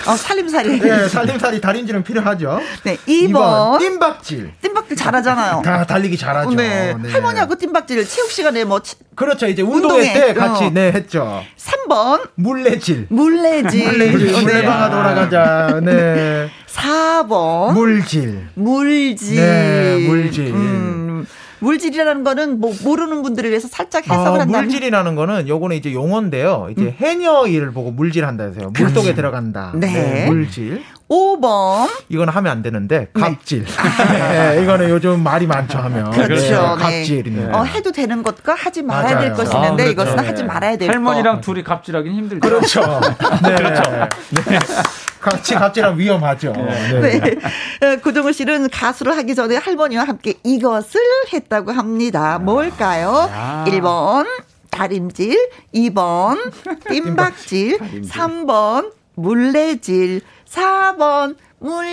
[SPEAKER 1] 어, 살림살이. (laughs)
[SPEAKER 6] 네, 살림살이 다림질은 필요하죠.
[SPEAKER 1] 네, 2번.
[SPEAKER 6] 띵박질.
[SPEAKER 1] 뜀박질 잘하잖아요.
[SPEAKER 6] 다 달리기 잘하죠.
[SPEAKER 1] 네. 할머니하고 뜀박질을 체육 시간에 뭐 치-
[SPEAKER 6] 그렇죠. 이제
[SPEAKER 1] 운동회.
[SPEAKER 6] 운동회 때 같이
[SPEAKER 1] 어.
[SPEAKER 6] 네 했죠.
[SPEAKER 1] 3번
[SPEAKER 6] 물레질.
[SPEAKER 1] 물레질, 네.
[SPEAKER 6] 물레질. 물레방아 돌아가자. 네.
[SPEAKER 1] 4번 어?
[SPEAKER 6] 물질.
[SPEAKER 1] 물질.
[SPEAKER 6] 네, 물질.
[SPEAKER 1] 음, 물질이라는 거는 뭐 모르는 분들을 위해서 살짝 해석을
[SPEAKER 6] 아,
[SPEAKER 1] 한다면
[SPEAKER 6] 물질이라는 거는 요거는 이제 용어인데요. 이제 해녀 일을 보고 물질 한다 해서요. 물속에 들어간다.
[SPEAKER 1] 네.
[SPEAKER 6] 물질.
[SPEAKER 1] 5번.
[SPEAKER 6] 이건 하면 안 되는데 갑질. 네, 이거는 요즘 말이 많죠 하면.
[SPEAKER 1] 그렇죠. 네.
[SPEAKER 6] 갑질인데.
[SPEAKER 1] 어, 해도 되는 것과 하지 말아야 될
[SPEAKER 6] 맞아요.
[SPEAKER 1] 것이
[SPEAKER 6] 아,
[SPEAKER 1] 있는데
[SPEAKER 6] 그렇죠.
[SPEAKER 1] 이것은
[SPEAKER 6] 네.
[SPEAKER 1] 하지 말아야 될
[SPEAKER 2] 할머니랑 둘이 갑질하긴 힘들죠.
[SPEAKER 6] 그렇죠. 네. 그렇죠. 네. 같이 갑질하면 위험하죠.
[SPEAKER 1] 거. 네.
[SPEAKER 6] 네.
[SPEAKER 1] 네. 고정우 씨는 가수를 하기 전에 할머니와 함께 이것을 했다고 합니다. 뭘까요? 1번 다림질, 2번 뜀박질, 3번 물레질, 4번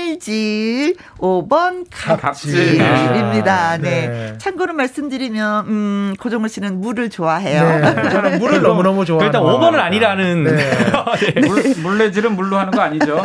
[SPEAKER 1] 물질, 5번
[SPEAKER 2] 갑질.
[SPEAKER 1] 갑질입니다. 네.
[SPEAKER 6] 네.
[SPEAKER 1] 참고로 말씀드리면 음, 고정우 씨는 물을 좋아해요.
[SPEAKER 6] 네. 저는 물을 너무너무 좋아해요.
[SPEAKER 5] 그 일단 5번은 아니라는
[SPEAKER 1] 네.
[SPEAKER 5] (laughs) 네.
[SPEAKER 4] 네.
[SPEAKER 2] 물, 물레질은 물로 하는 거 아니죠?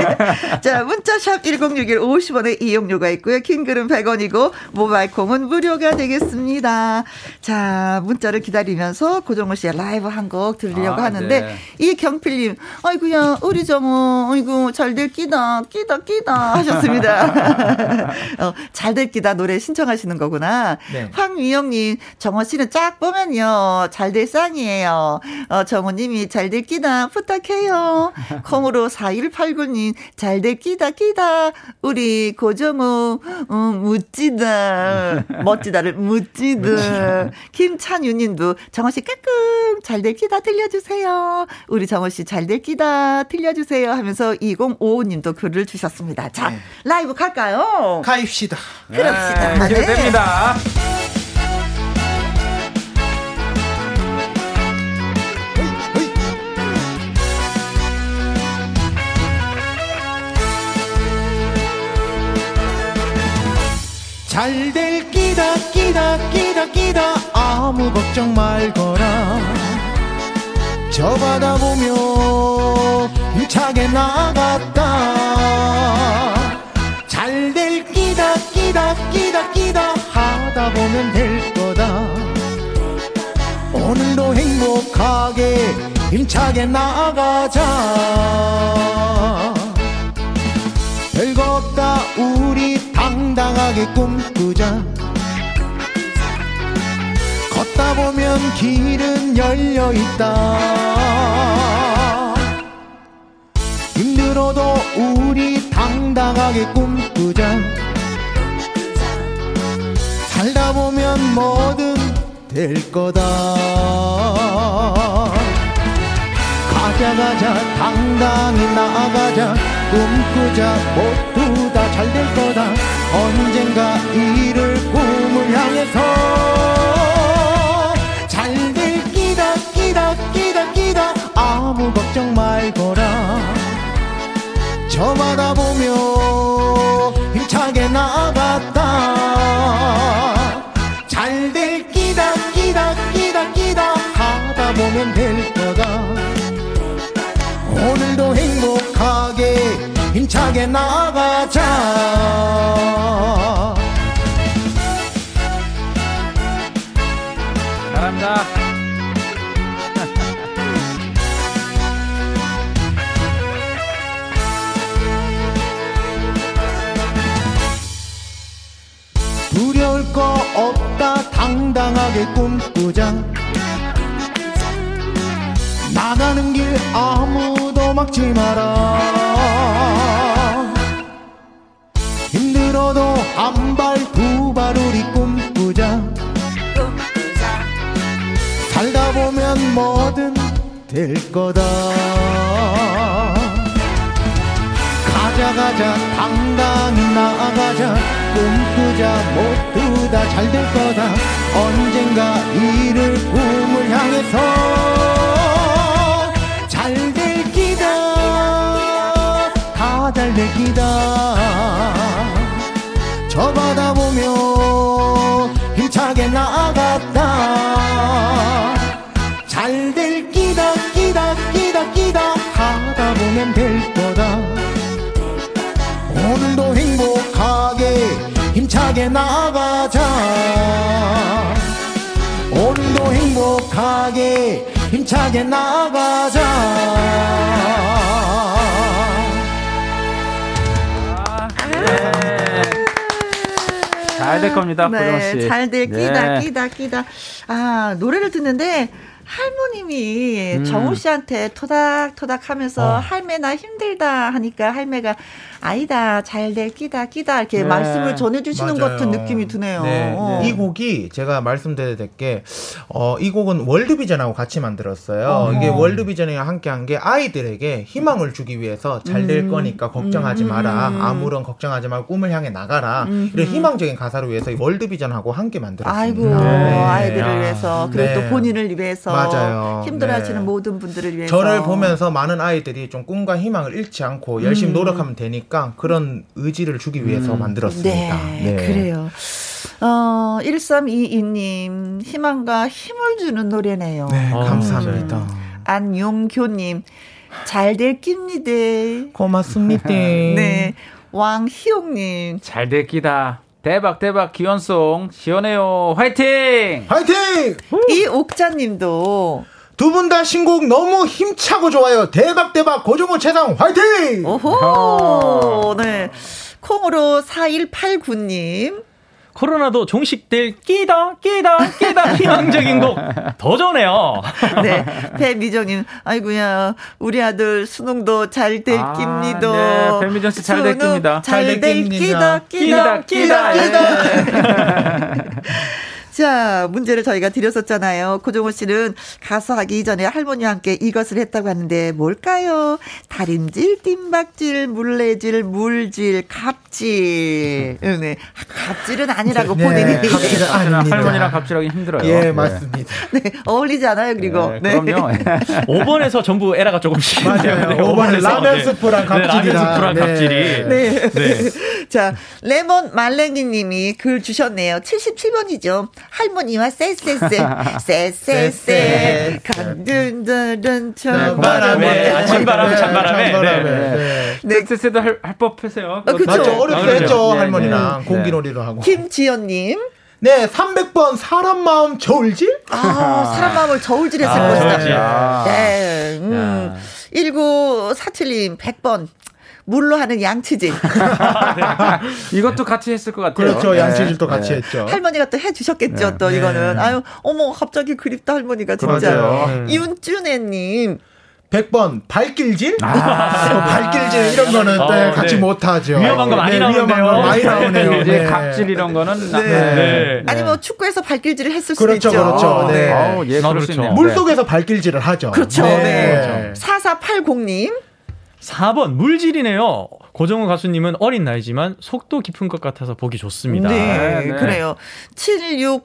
[SPEAKER 1] (laughs) 자, 문자샵 1061 50원의 이용료가 있고요. 킹글은 100원이고, 모바일 콩은 무료가 되겠습니다. 자, 문자를 기다리면서 고정호 씨의 라이브 한 곡 들으려고
[SPEAKER 2] 아,
[SPEAKER 1] 하는데,
[SPEAKER 2] 네.
[SPEAKER 1] 이경필님, 아이고야, 우리 정호, 아이고, 잘 될 끼다, 끼다, 끼다
[SPEAKER 2] (laughs)
[SPEAKER 1] 하셨습니다. 어, 잘 될 끼다 노래 신청하시는 거구나.
[SPEAKER 6] 네.
[SPEAKER 1] 황미영님, 정호 씨는 쫙 보면요. 잘 될 쌍이에요. 어, 정호님이 잘 될 끼다 부탁해요. 콩으로 4189님, 잘 될 끼다 끼다. 우리 고정호, 음,
[SPEAKER 2] (laughs)
[SPEAKER 1] 멋지다. 멋지다를 멋지다. 김찬유님도 정호 씨 까꿍, 잘 될 끼다 들려주세요. 우리 정호 씨 잘 될 끼다 들려주세요 하면서 2055님도 글을 주셨습니다. 자, 라이브 갈까요?
[SPEAKER 6] 가입시다.
[SPEAKER 1] 그럽시다.
[SPEAKER 2] 네. 네, 기대됩니다.
[SPEAKER 8] 잘 될 끼다 끼다 끼다 끼다 아무 걱정 말거라 저 바다 보며 힘차게 나갔다 잘 될 끼다 끼다 끼다 끼다 하다 보면 될 거다 오늘도 행복하게 힘차게 나가자 별거 없다 우리 당당하게 꿈꾸자 걷다 보면 길은 열려 있다 힘들어도 우리 당당하게 꿈꾸자 살다 보면 뭐든 될 거다 가자 가자 당당히 나가자 꿈꾸자 모두 다 잘 될 거다 언젠가 이룰 꿈을 향해서 잘 될 끼다 끼다 끼다 끼다 아무 걱정 말거라 저 바다 보며 힘차게 나갔다 잘 될 끼다 끼다 끼다 끼다 하다 보면 될 거다 오늘도 행복하게 힘차게 나가자
[SPEAKER 2] 잘한다.
[SPEAKER 8] 두려울 거 없다 당당하게 꿈꾸자 나가는 길 아무도 막지 마라 힘들어도 한 발 두 발 우리 꿈꾸자 살다 보면 뭐든 될 거다 가자 가자 당당히 나아가자 꿈꾸자 모두 다 잘 될 거다 언젠가 이룰 꿈을 향해서 잘 될 기다 다 잘 될 기다 저 바다 보며 힘차게 나갔다 잘 될 끼다 끼다 끼다 끼다 하다 보면 될 거다 오늘도 행복하게 힘차게 나가자 오늘도 행복하게 힘차게 나가자
[SPEAKER 2] 예, 잘 잘 될 겁니다, 보정 씨.
[SPEAKER 1] 네, 잘될 끼다
[SPEAKER 2] 네.
[SPEAKER 1] 끼다 끼다. 아 노래를 듣는데 할머님이
[SPEAKER 6] 음.
[SPEAKER 1] 정우 씨한테 토닥토닥 하면서
[SPEAKER 6] 어.
[SPEAKER 1] 할매 나 힘들다 하니까 할매가 아니다 잘될 끼다 끼다 이렇게
[SPEAKER 2] 네.
[SPEAKER 1] 말씀을 전해주시는 것
[SPEAKER 6] 맞아요.
[SPEAKER 1] 같은 느낌이 드네요.
[SPEAKER 6] 네,
[SPEAKER 1] 어.
[SPEAKER 6] 이 곡이 제가 말씀드려야 될 게 어, 이 곡은 월드비전하고 같이 만들었어요. 이게 월드비전이랑 함께 한 게 아이들에게 희망을 주기 위해서 잘 될
[SPEAKER 1] 음.
[SPEAKER 6] 거니까 걱정하지 마라. 아무런 걱정하지 말고 꿈을 향해 나가라. 이런 희망적인 가사를 위해서 이 월드비전하고 함께 만들었습니다.
[SPEAKER 1] 음. 아이고 아이들을
[SPEAKER 4] 야.
[SPEAKER 1] 위해서 그리고
[SPEAKER 6] 네.
[SPEAKER 1] 또 본인을 위해서
[SPEAKER 6] 맞아요.
[SPEAKER 1] 힘들어하시는
[SPEAKER 6] 네.
[SPEAKER 1] 모든 분들을 위해서
[SPEAKER 6] 저를 보면서 많은 아이들이 좀 꿈과 희망을 잃지 않고
[SPEAKER 1] 음.
[SPEAKER 6] 열심히 노력하면 되니까 그런 의지를 주기 위해서 만들었습니다.
[SPEAKER 1] 네, 그래요. 어, 1322님, 희망과 힘을 주는 노래네요.
[SPEAKER 6] 감사합니다.
[SPEAKER 1] 안용교님, 잘 될 깁니다. (laughs)
[SPEAKER 6] 고맙습니다.
[SPEAKER 1] 네. 왕희용님,
[SPEAKER 2] 잘 될 끼다. 대박 대박 기원송 시원해요. 화이팅!
[SPEAKER 6] 화이팅!
[SPEAKER 1] 이옥자님도,
[SPEAKER 6] 두 분 다 신곡 너무 힘차고 좋아요. 대박 대박 고종호 최상 화이팅!
[SPEAKER 1] 오호! 네. 콩으로 4189님,
[SPEAKER 5] 코로나도 종식될 끼다 끼다 끼다 희망적인 곡 더 전해요.
[SPEAKER 1] 네. 배미정님, 아이고야, 우리 아들 수능도 잘될
[SPEAKER 2] 아,
[SPEAKER 1] 깁니다.
[SPEAKER 2] 네, 배미정 씨잘될
[SPEAKER 1] 수능
[SPEAKER 2] 깁니다.
[SPEAKER 6] 잘될
[SPEAKER 1] 잘될 끼다,
[SPEAKER 6] 깁니다.
[SPEAKER 1] 끼다,
[SPEAKER 2] 끼다,
[SPEAKER 1] 끼다,
[SPEAKER 2] 끼다.
[SPEAKER 1] 끼다. (laughs) 자, 문제를 저희가 드렸었잖아요. 고종호 씨는 가수하기 이전에 할머니와 함께 이것을 했다고 하는데 뭘까요? 다림질, 뜀박질, 물레질, 물질, 갑질. 네, 갑질은 아니라고
[SPEAKER 6] 네,
[SPEAKER 1] 본인이.
[SPEAKER 6] 갑질은 아닙니다.
[SPEAKER 2] 할머니랑 갑질하기 힘들어요.
[SPEAKER 6] 예, 맞습니다.
[SPEAKER 1] 네, (laughs) 어울리지 않아요, 그리고.
[SPEAKER 2] 네, 그럼요.
[SPEAKER 5] 5번에서 전부 에라가 조금씩
[SPEAKER 6] 맞아요.
[SPEAKER 5] 네,
[SPEAKER 6] 5번에
[SPEAKER 5] 오번에서,
[SPEAKER 6] 라면
[SPEAKER 5] 네.
[SPEAKER 6] 스프랑
[SPEAKER 5] 네, 라면
[SPEAKER 6] 갑질이랑.
[SPEAKER 5] 스프랑
[SPEAKER 6] 네.
[SPEAKER 5] 갑질이.
[SPEAKER 1] 네.
[SPEAKER 5] 네.
[SPEAKER 1] 자, 레몬 말랭이 님이 글 주셨네요. 77번이죠. 할머니와 쎄쎄쎄. 쎄쎄쎄. 간든다른
[SPEAKER 5] 바람에,
[SPEAKER 1] 찬바람에.
[SPEAKER 5] 아침 바람에, 찬바람에.
[SPEAKER 6] 찬바람에. 네.
[SPEAKER 1] 네.
[SPEAKER 2] 엑세스도 할, 할 법했어요.
[SPEAKER 1] 아, 그쵸.
[SPEAKER 6] 맞죠. 어렵게
[SPEAKER 2] 그렇죠.
[SPEAKER 6] 했죠.
[SPEAKER 2] 네, 네.
[SPEAKER 6] 할머니랑
[SPEAKER 2] 네.
[SPEAKER 6] 공기놀이를 하고.
[SPEAKER 1] 김지연 님.
[SPEAKER 6] 네, 300번 사람 마음 저울질?
[SPEAKER 1] 아, 사람 마음을 저울질했을
[SPEAKER 5] 아,
[SPEAKER 1] 것이다.
[SPEAKER 5] 저울질.
[SPEAKER 6] 네.
[SPEAKER 5] 아.
[SPEAKER 1] 네. 음. 1947님 100번. 물로 하는 양치질.
[SPEAKER 2] 이것도 같이 했을 것 같아요.
[SPEAKER 6] 그렇죠.
[SPEAKER 2] 네.
[SPEAKER 6] 양치질도 같이 했죠.
[SPEAKER 1] 할머니가 또 해주셨겠죠,
[SPEAKER 6] 네.
[SPEAKER 1] 또 이거는. 아유, 어머, 갑자기 그립다, 할머니가 진짜.
[SPEAKER 6] 맞아요.
[SPEAKER 5] 음.
[SPEAKER 6] 음.
[SPEAKER 1] 윤준애님,
[SPEAKER 6] 100번 발길질?
[SPEAKER 2] 아,
[SPEAKER 6] 뭐 발길질 이런 거는
[SPEAKER 5] 아. 어,
[SPEAKER 6] 네, 같이
[SPEAKER 5] 네.
[SPEAKER 6] 못하죠. 네,
[SPEAKER 5] 위험한 거 많이
[SPEAKER 6] 위험한
[SPEAKER 5] 나오는데요.
[SPEAKER 6] 거 많이 나오네요.
[SPEAKER 2] 이제
[SPEAKER 6] 네.
[SPEAKER 2] 갑질 이런 거는 나-
[SPEAKER 1] 네.
[SPEAKER 5] 네.
[SPEAKER 1] 아니 뭐 축구에서 발길질을 했을
[SPEAKER 6] 그렇죠,
[SPEAKER 1] 수도 있죠.
[SPEAKER 6] 그렇죠.
[SPEAKER 1] 어,
[SPEAKER 6] 네.
[SPEAKER 2] 아우, 예,
[SPEAKER 5] 아,
[SPEAKER 2] 그럴 수
[SPEAKER 5] 그렇죠.
[SPEAKER 2] 있네요.
[SPEAKER 6] 물 속에서 발길질을 하죠.
[SPEAKER 1] 그렇죠.
[SPEAKER 6] 네.
[SPEAKER 1] 네. 4480님.
[SPEAKER 5] 4번 물질이네요. 고정호 가수님은 어린 나이지만 속도 깊은 것 같아서 보기 좋습니다.
[SPEAKER 1] 네,
[SPEAKER 2] 네.
[SPEAKER 1] 그래요.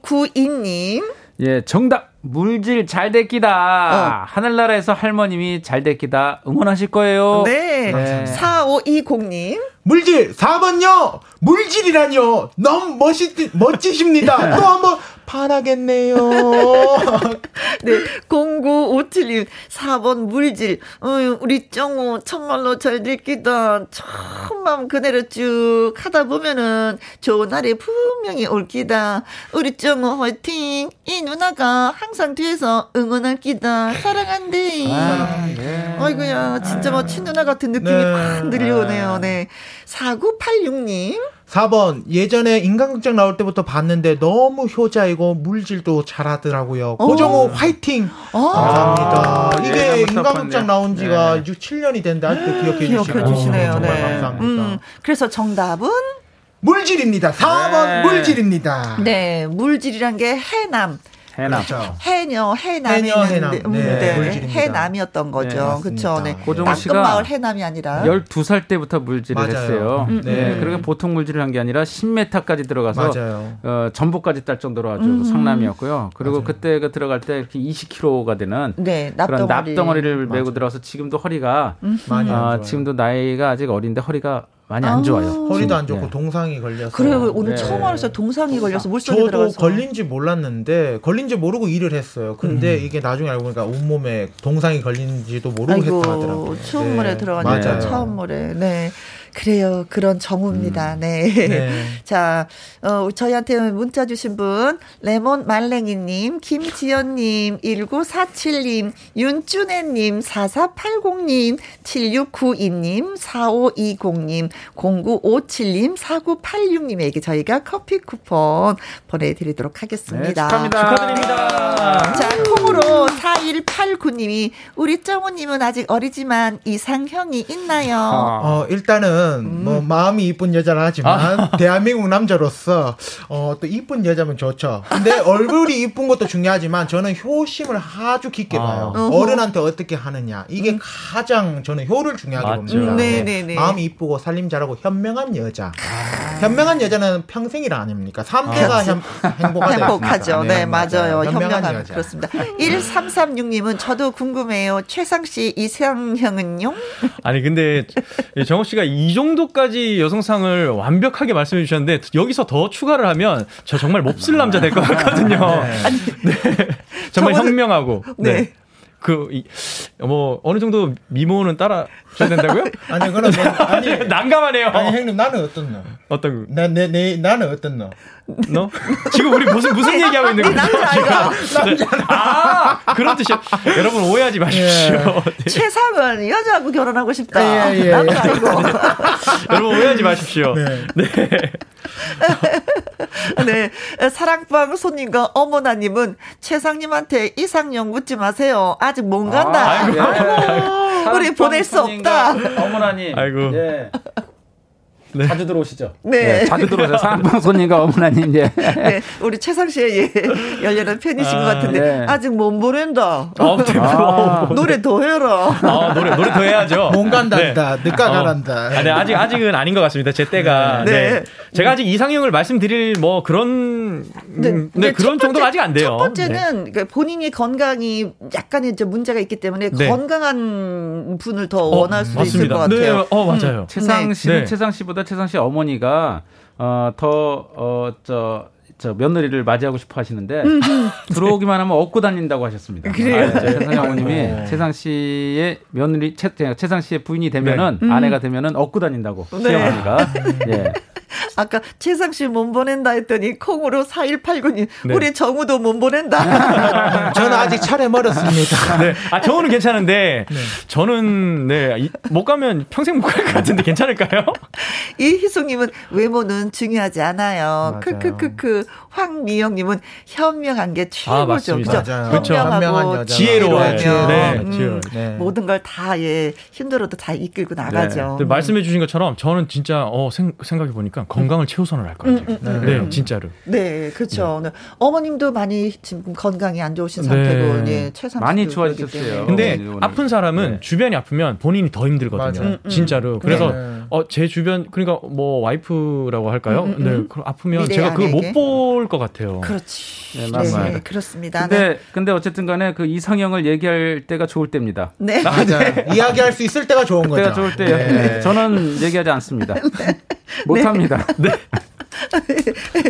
[SPEAKER 1] 7692님.
[SPEAKER 2] 네. 예, 정답. 물질 잘 됐기다. 하늘나라에서 할머님이 잘 됐기다. 응원하실 거예요.
[SPEAKER 4] 어,
[SPEAKER 1] 네.
[SPEAKER 2] 네.
[SPEAKER 1] 4520님.
[SPEAKER 6] 물질 4번요. 물질이라뇨. 너무 멋있
[SPEAKER 1] (laughs)
[SPEAKER 6] 멋지십니다. 또 한번 반하겠네요.
[SPEAKER 1] 네. 0957님. 4번 물질. 어휴, 우리 정우 정말로 잘 들기다. 정말 그대로 쭉 하다 보면은 좋은 날이 분명히 올 기다. 우리 정우 화이팅. 이 누나가 항상 뒤에서 응원할 기다. 사랑한대. 아이고야, 진짜 뭐 친누나 같은 느낌이
[SPEAKER 6] 네.
[SPEAKER 1] 확 들려오네요. 네. 4986님.
[SPEAKER 6] 4번 예전에 인간극장 나올 때부터 봤는데 너무 효자이고 물질도 잘하더라고요.
[SPEAKER 1] 어.
[SPEAKER 6] 고정호 화이팅. 감사합니다.
[SPEAKER 2] 아, 예,
[SPEAKER 6] 이게
[SPEAKER 2] 한번
[SPEAKER 6] 인간극장
[SPEAKER 2] 탑았네요.
[SPEAKER 6] 나온 지가 6, 7년이 됐는데 아직도 기억해 주시고
[SPEAKER 1] 기억해 주시네요.
[SPEAKER 6] 정말
[SPEAKER 1] 네.
[SPEAKER 6] 감사합니다.
[SPEAKER 1] 음, 그래서 정답은
[SPEAKER 6] 물질입니다. 4번
[SPEAKER 2] 네.
[SPEAKER 6] 물질입니다.
[SPEAKER 1] 네 물질이란 게 해남,
[SPEAKER 2] 해남.
[SPEAKER 6] 그렇죠.
[SPEAKER 1] 해녀, 해남이
[SPEAKER 6] 해녀,
[SPEAKER 1] 있는데,
[SPEAKER 6] 해남.
[SPEAKER 1] 음,
[SPEAKER 6] 네,
[SPEAKER 1] 네,
[SPEAKER 6] 물질입니다.
[SPEAKER 1] 해남이었던
[SPEAKER 2] 네,
[SPEAKER 1] 거죠.
[SPEAKER 6] 맞습니다.
[SPEAKER 1] 그렇죠. 네.
[SPEAKER 2] 고종호
[SPEAKER 1] 땅끝
[SPEAKER 2] 씨가
[SPEAKER 1] 마을 해남이 아니라
[SPEAKER 2] 12살 때부터 물질을
[SPEAKER 6] 맞아요.
[SPEAKER 2] 했어요.
[SPEAKER 6] 음,
[SPEAKER 2] 네.
[SPEAKER 6] 네.
[SPEAKER 2] 그러니까 보통 물질을 한 게 아니라 10m까지 들어가서
[SPEAKER 6] 맞아요.
[SPEAKER 2] 어, 전북까지 딸 정도로 아주
[SPEAKER 1] 음.
[SPEAKER 2] 상남이었고요. 그리고 그때 그 들어갈 때 이렇게 20kg가 되는
[SPEAKER 1] 네,
[SPEAKER 2] 그런
[SPEAKER 1] 납덩어리. 음.
[SPEAKER 2] 납덩어리를 메고 들어서 지금도 허리가
[SPEAKER 6] 많이 안
[SPEAKER 2] 아,
[SPEAKER 6] 좋아요.
[SPEAKER 2] 지금도 나이가 아직 어린데 허리가 많이 안 좋아요.
[SPEAKER 1] (laughs)
[SPEAKER 6] 허리도 안
[SPEAKER 2] 지금.
[SPEAKER 6] 좋고
[SPEAKER 2] 네.
[SPEAKER 6] 동상이 걸려서
[SPEAKER 1] 그래요. 오늘
[SPEAKER 2] 네.
[SPEAKER 1] 처음 알았어요. 동상이 걸려서 물속에
[SPEAKER 6] 저도
[SPEAKER 1] 들어가서
[SPEAKER 6] 걸린지 몰랐는데 걸린지 모르고 일을 했어요. 근데 이게 나중에 알고 보니까 온몸에 동상이 걸린지도
[SPEAKER 1] 음.
[SPEAKER 6] 모르고
[SPEAKER 1] 아이고
[SPEAKER 6] 했더라고요. 네.
[SPEAKER 1] 추운 물에 들어가니까
[SPEAKER 6] 맞아요.
[SPEAKER 1] 차운 물에 네 그래요. 그런 정우입니다. 네. 자, 어, 저희한테 문자 주신 분, 레몬 말랭이님, 김지연님, 1947님, 윤준혜님, 4480님, 7692님, 4520님, 0957님, 4986님에게 저희가 커피 쿠폰 보내드리도록 하겠습니다.
[SPEAKER 5] 축하드립니다.
[SPEAKER 1] 자, 콩으로 4189님이 우리 정우님은 아직 어리지만 이상형이 있나요?
[SPEAKER 6] 어, 일단은, 뭐, 마음이 이쁜 여자는 하지만,
[SPEAKER 1] 아. (laughs)
[SPEAKER 6] 대한민국 남자로서, 어, 또 이쁜 여자면 좋죠.
[SPEAKER 1] (laughs)
[SPEAKER 6] 근데 얼굴이 이쁜 것도 중요하지만, 저는 효심을 아주 깊게 봐요. 어른한테 어떻게 하느냐. 이게 가장 저는 효를 중요하게
[SPEAKER 5] 맞죠.
[SPEAKER 6] 봅니다.
[SPEAKER 1] 음, 네, 네, 아. 네.
[SPEAKER 6] 마음이 이쁘고 살림 잘하고 현명한 여자. 현명한 여자는 평생이라 아닙니까? 삼대가 행복하지
[SPEAKER 1] (laughs) 행복하죠.
[SPEAKER 6] 않습니까?
[SPEAKER 1] 네, 아, 맞아요.
[SPEAKER 6] 현명한
[SPEAKER 1] 현명함.
[SPEAKER 6] 여자.
[SPEAKER 1] 그렇습니다. 1336님은 저도 궁금해요. 최상 씨 이상형은요?
[SPEAKER 5] 아니 근데 이 정호 씨가 이 정도까지 여성상을 완벽하게 말씀해 주셨는데 여기서 더 추가를 하면 저 정말
[SPEAKER 2] 아.
[SPEAKER 5] 몹쓸 남자 될 것 같거든요.
[SPEAKER 2] 네.
[SPEAKER 5] 아니, 정말
[SPEAKER 1] 저거는-
[SPEAKER 5] 현명하고.
[SPEAKER 1] 네.
[SPEAKER 5] 그 뭐 어느 정도 미모는 따라
[SPEAKER 2] (laughs)
[SPEAKER 5] 줘야 된다고요?
[SPEAKER 6] 아니,
[SPEAKER 1] (laughs)
[SPEAKER 6] 그럼, 뭐, 아니,
[SPEAKER 5] 난감하네요.
[SPEAKER 6] 아니, 형님, 나는 어떻노?
[SPEAKER 5] 어떤
[SPEAKER 6] 나, 내, 내, 나는 어떻노?
[SPEAKER 5] 너? 지금 우리 무슨 무슨 얘기하고 있는 거예요?
[SPEAKER 1] 남자아이가
[SPEAKER 5] 아 그런 뜻이요. 여러분 오해하지 마십시오.
[SPEAKER 2] 아.
[SPEAKER 5] 네.
[SPEAKER 1] 최상은 여자하고 결혼하고 싶다.
[SPEAKER 6] 예, 예, 예.
[SPEAKER 1] 남자아이고.
[SPEAKER 5] 여러분 오해하지 마십시오. 네.
[SPEAKER 1] 네. 사랑방 손님과 어머나님은 최상님한테 이상형 묻지 마세요. 아직 못 간다. 우리 보낼 수 없다.
[SPEAKER 2] 네. 어머나님.
[SPEAKER 5] 아이고.
[SPEAKER 2] 예.
[SPEAKER 5] 네.
[SPEAKER 2] 자주 들어오시죠.
[SPEAKER 1] 네.
[SPEAKER 2] 예,
[SPEAKER 1] (laughs)
[SPEAKER 2] 자주 들어오세요. 사랑방 손님과 어머나님. 예.
[SPEAKER 1] 네, 우리 최상 씨의 예, 열렬한 팬이신 것 같은데
[SPEAKER 2] 예.
[SPEAKER 1] 아직 네. 못 보낸다.
[SPEAKER 5] 어, 대박.
[SPEAKER 2] 아.
[SPEAKER 1] 노래 더 해라.
[SPEAKER 5] 아, 노래 노래 더 해야죠.
[SPEAKER 6] 못 간단다.
[SPEAKER 5] 네.
[SPEAKER 6] 늦가
[SPEAKER 5] 어.
[SPEAKER 6] 가란다.
[SPEAKER 5] 아, 네, 아직 아직은 아닌 것 같습니다. 제 때가.
[SPEAKER 1] 네.
[SPEAKER 5] 네. 제가 아직 이상형을 말씀드릴 뭐 그런 음, 네,
[SPEAKER 1] 근데 첫
[SPEAKER 5] 그런 정도가
[SPEAKER 1] 번째-
[SPEAKER 5] 아직 안 돼요. 네.
[SPEAKER 1] 첫 번째는 그 본인이 건강이 약간의 이제 문제가 있기 때문에
[SPEAKER 5] 네. 어,
[SPEAKER 1] 건강한 분을 더 원할 수도 있을 것
[SPEAKER 5] 맞습니다.
[SPEAKER 1] 같아요.
[SPEAKER 5] 네, 어 맞아요.
[SPEAKER 2] 최상 씨는
[SPEAKER 5] 네.
[SPEAKER 2] 최상 씨보다 최상 씨 어머니가 어더어저 저 며느리를 맞이하고 싶어 하시는데 들어오기만 하면 업고 다닌다고 하셨습니다. 그래요. 최상 어머님이 최상 씨의 며느리 최, 최상 씨의 부인이 되면은 아내가 되면은 업고 다닌다고
[SPEAKER 1] 네.
[SPEAKER 2] 시어머니가 예.
[SPEAKER 1] 아까 최상 씨 못 보낸다 했더니 콩으로 4189님
[SPEAKER 5] 네.
[SPEAKER 1] 우리 정우도 못
[SPEAKER 5] (laughs)
[SPEAKER 1] 보낸다.
[SPEAKER 6] 저는 아직 차례 멀었습니다.
[SPEAKER 5] 네. 아, 저는 괜찮은데 저는 네, 이- 못 가면 평생 못 갈 것 같은데 괜찮을까요?
[SPEAKER 1] 이희숙님은 외모는 중요하지 않아요.
[SPEAKER 6] 맞아요.
[SPEAKER 1] 크크크크. 황미영님은 현명한 게 최고죠.
[SPEAKER 5] 아, 맞습니다.
[SPEAKER 1] 그죠?
[SPEAKER 6] (laughs) 맞아요.
[SPEAKER 5] 그렇죠.
[SPEAKER 6] 현명한
[SPEAKER 1] 현명하고
[SPEAKER 6] 여자.
[SPEAKER 5] (laughs) 지혜로워요.
[SPEAKER 1] 지혜로우면,
[SPEAKER 5] 네,
[SPEAKER 1] 음,
[SPEAKER 5] 지혜로워요.
[SPEAKER 6] 네.
[SPEAKER 1] 모든 걸 다 예, 힘들어도 다 이끌고 나가죠.
[SPEAKER 5] 네, 말씀해 주신 것처럼 저는 진짜 어, 생, 각해 보니까 건강을 최우선을 할
[SPEAKER 1] 음,
[SPEAKER 5] 것 같아요.
[SPEAKER 6] 음.
[SPEAKER 5] 네, 진짜로.
[SPEAKER 1] 네, 그렇죠. 네. 어머님도 많이 지금 건강이 안 좋으신 상태로
[SPEAKER 5] 네.
[SPEAKER 1] 예, 최상
[SPEAKER 2] 많이
[SPEAKER 1] 씨도 그렇기
[SPEAKER 2] 좋아지셨어요.
[SPEAKER 1] 때문에.
[SPEAKER 5] 근데
[SPEAKER 2] 오늘, 오늘.
[SPEAKER 5] 아픈 사람은
[SPEAKER 2] 네.
[SPEAKER 5] 주변이 아프면 본인이 더 힘들거든요.
[SPEAKER 6] 맞아요. 음,
[SPEAKER 5] 진짜로. 그래서
[SPEAKER 6] 네.
[SPEAKER 5] 어, 제 주변 그러니까 뭐 와이프라고 할까요?
[SPEAKER 1] 음, 음,
[SPEAKER 5] 네,
[SPEAKER 1] 음.
[SPEAKER 5] 그 아프면
[SPEAKER 1] 미래의
[SPEAKER 5] 제가 그걸
[SPEAKER 1] 아내에게.
[SPEAKER 5] 못 볼 것 같아요.
[SPEAKER 1] 그렇지.
[SPEAKER 2] 네,
[SPEAKER 1] 네,
[SPEAKER 2] 맞아요.
[SPEAKER 1] 그렇습니다. 네.
[SPEAKER 2] 근데 근데 어쨌든 간에 그 이상형을 얘기할 때가 좋을 때입니다.
[SPEAKER 1] 네. 네.
[SPEAKER 6] 맞아요. 그러니까 이야기할 수 있을 때가 좋은 거죠.
[SPEAKER 2] 때가 좋을 때
[SPEAKER 6] 네.
[SPEAKER 2] 저는 얘기하지 않습니다. 못합니다.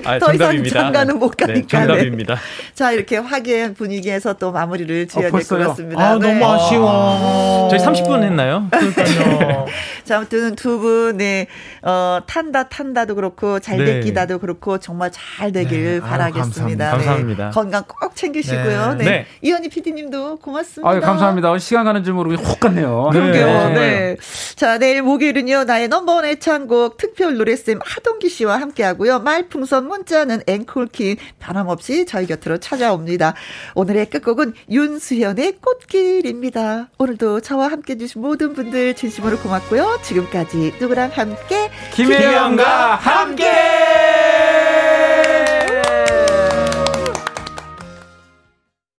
[SPEAKER 5] 아,
[SPEAKER 1] 더 이상 장가는 못 가니까.
[SPEAKER 5] 네, 정답입니다.
[SPEAKER 1] 자, 이렇게 화기애애한 분위기에서 또 마무리를 지어야 될
[SPEAKER 2] 어,
[SPEAKER 1] 것
[SPEAKER 2] 벌써요?
[SPEAKER 1] 같습니다.
[SPEAKER 6] 아,
[SPEAKER 1] 네.
[SPEAKER 6] 너무 아쉬워.
[SPEAKER 5] 저희 30분 했나요?
[SPEAKER 1] 아,
[SPEAKER 5] 그러니까요.
[SPEAKER 1] 자, 아무튼 두 분, 네, 어, 탄다, 탄다도 그렇고, 잘
[SPEAKER 5] 네.
[SPEAKER 1] 됐기다도 그렇고, 정말 잘 되길
[SPEAKER 6] 네. 아유,
[SPEAKER 1] 바라겠습니다.
[SPEAKER 6] 감사합니다.
[SPEAKER 5] 감사합니다.
[SPEAKER 1] 네. 건강 꼭 챙기시고요. 네.
[SPEAKER 5] 네. 네.
[SPEAKER 1] 이현희 PD님도 고맙습니다.
[SPEAKER 2] 아유 감사합니다. 어, 시간 가는 줄 모르고 확 갔네요.
[SPEAKER 1] 그러게요.
[SPEAKER 5] 네.
[SPEAKER 1] 네. 자, 내일 목요일은요, 나의 넘버원 애창곡 특별 노래쌤 하동기 씨와 함께 하고요. 말풍선 문자는 앵콜킹 변함없이 저희 곁으로 찾아옵니다. 오늘의 끝곡은 윤수현의 꽃길입니다. 오늘도 저와 함께 해주신 모든 분들 진심으로 고맙고요. 지금까지 누구랑 함께
[SPEAKER 2] 김혜영과 함께!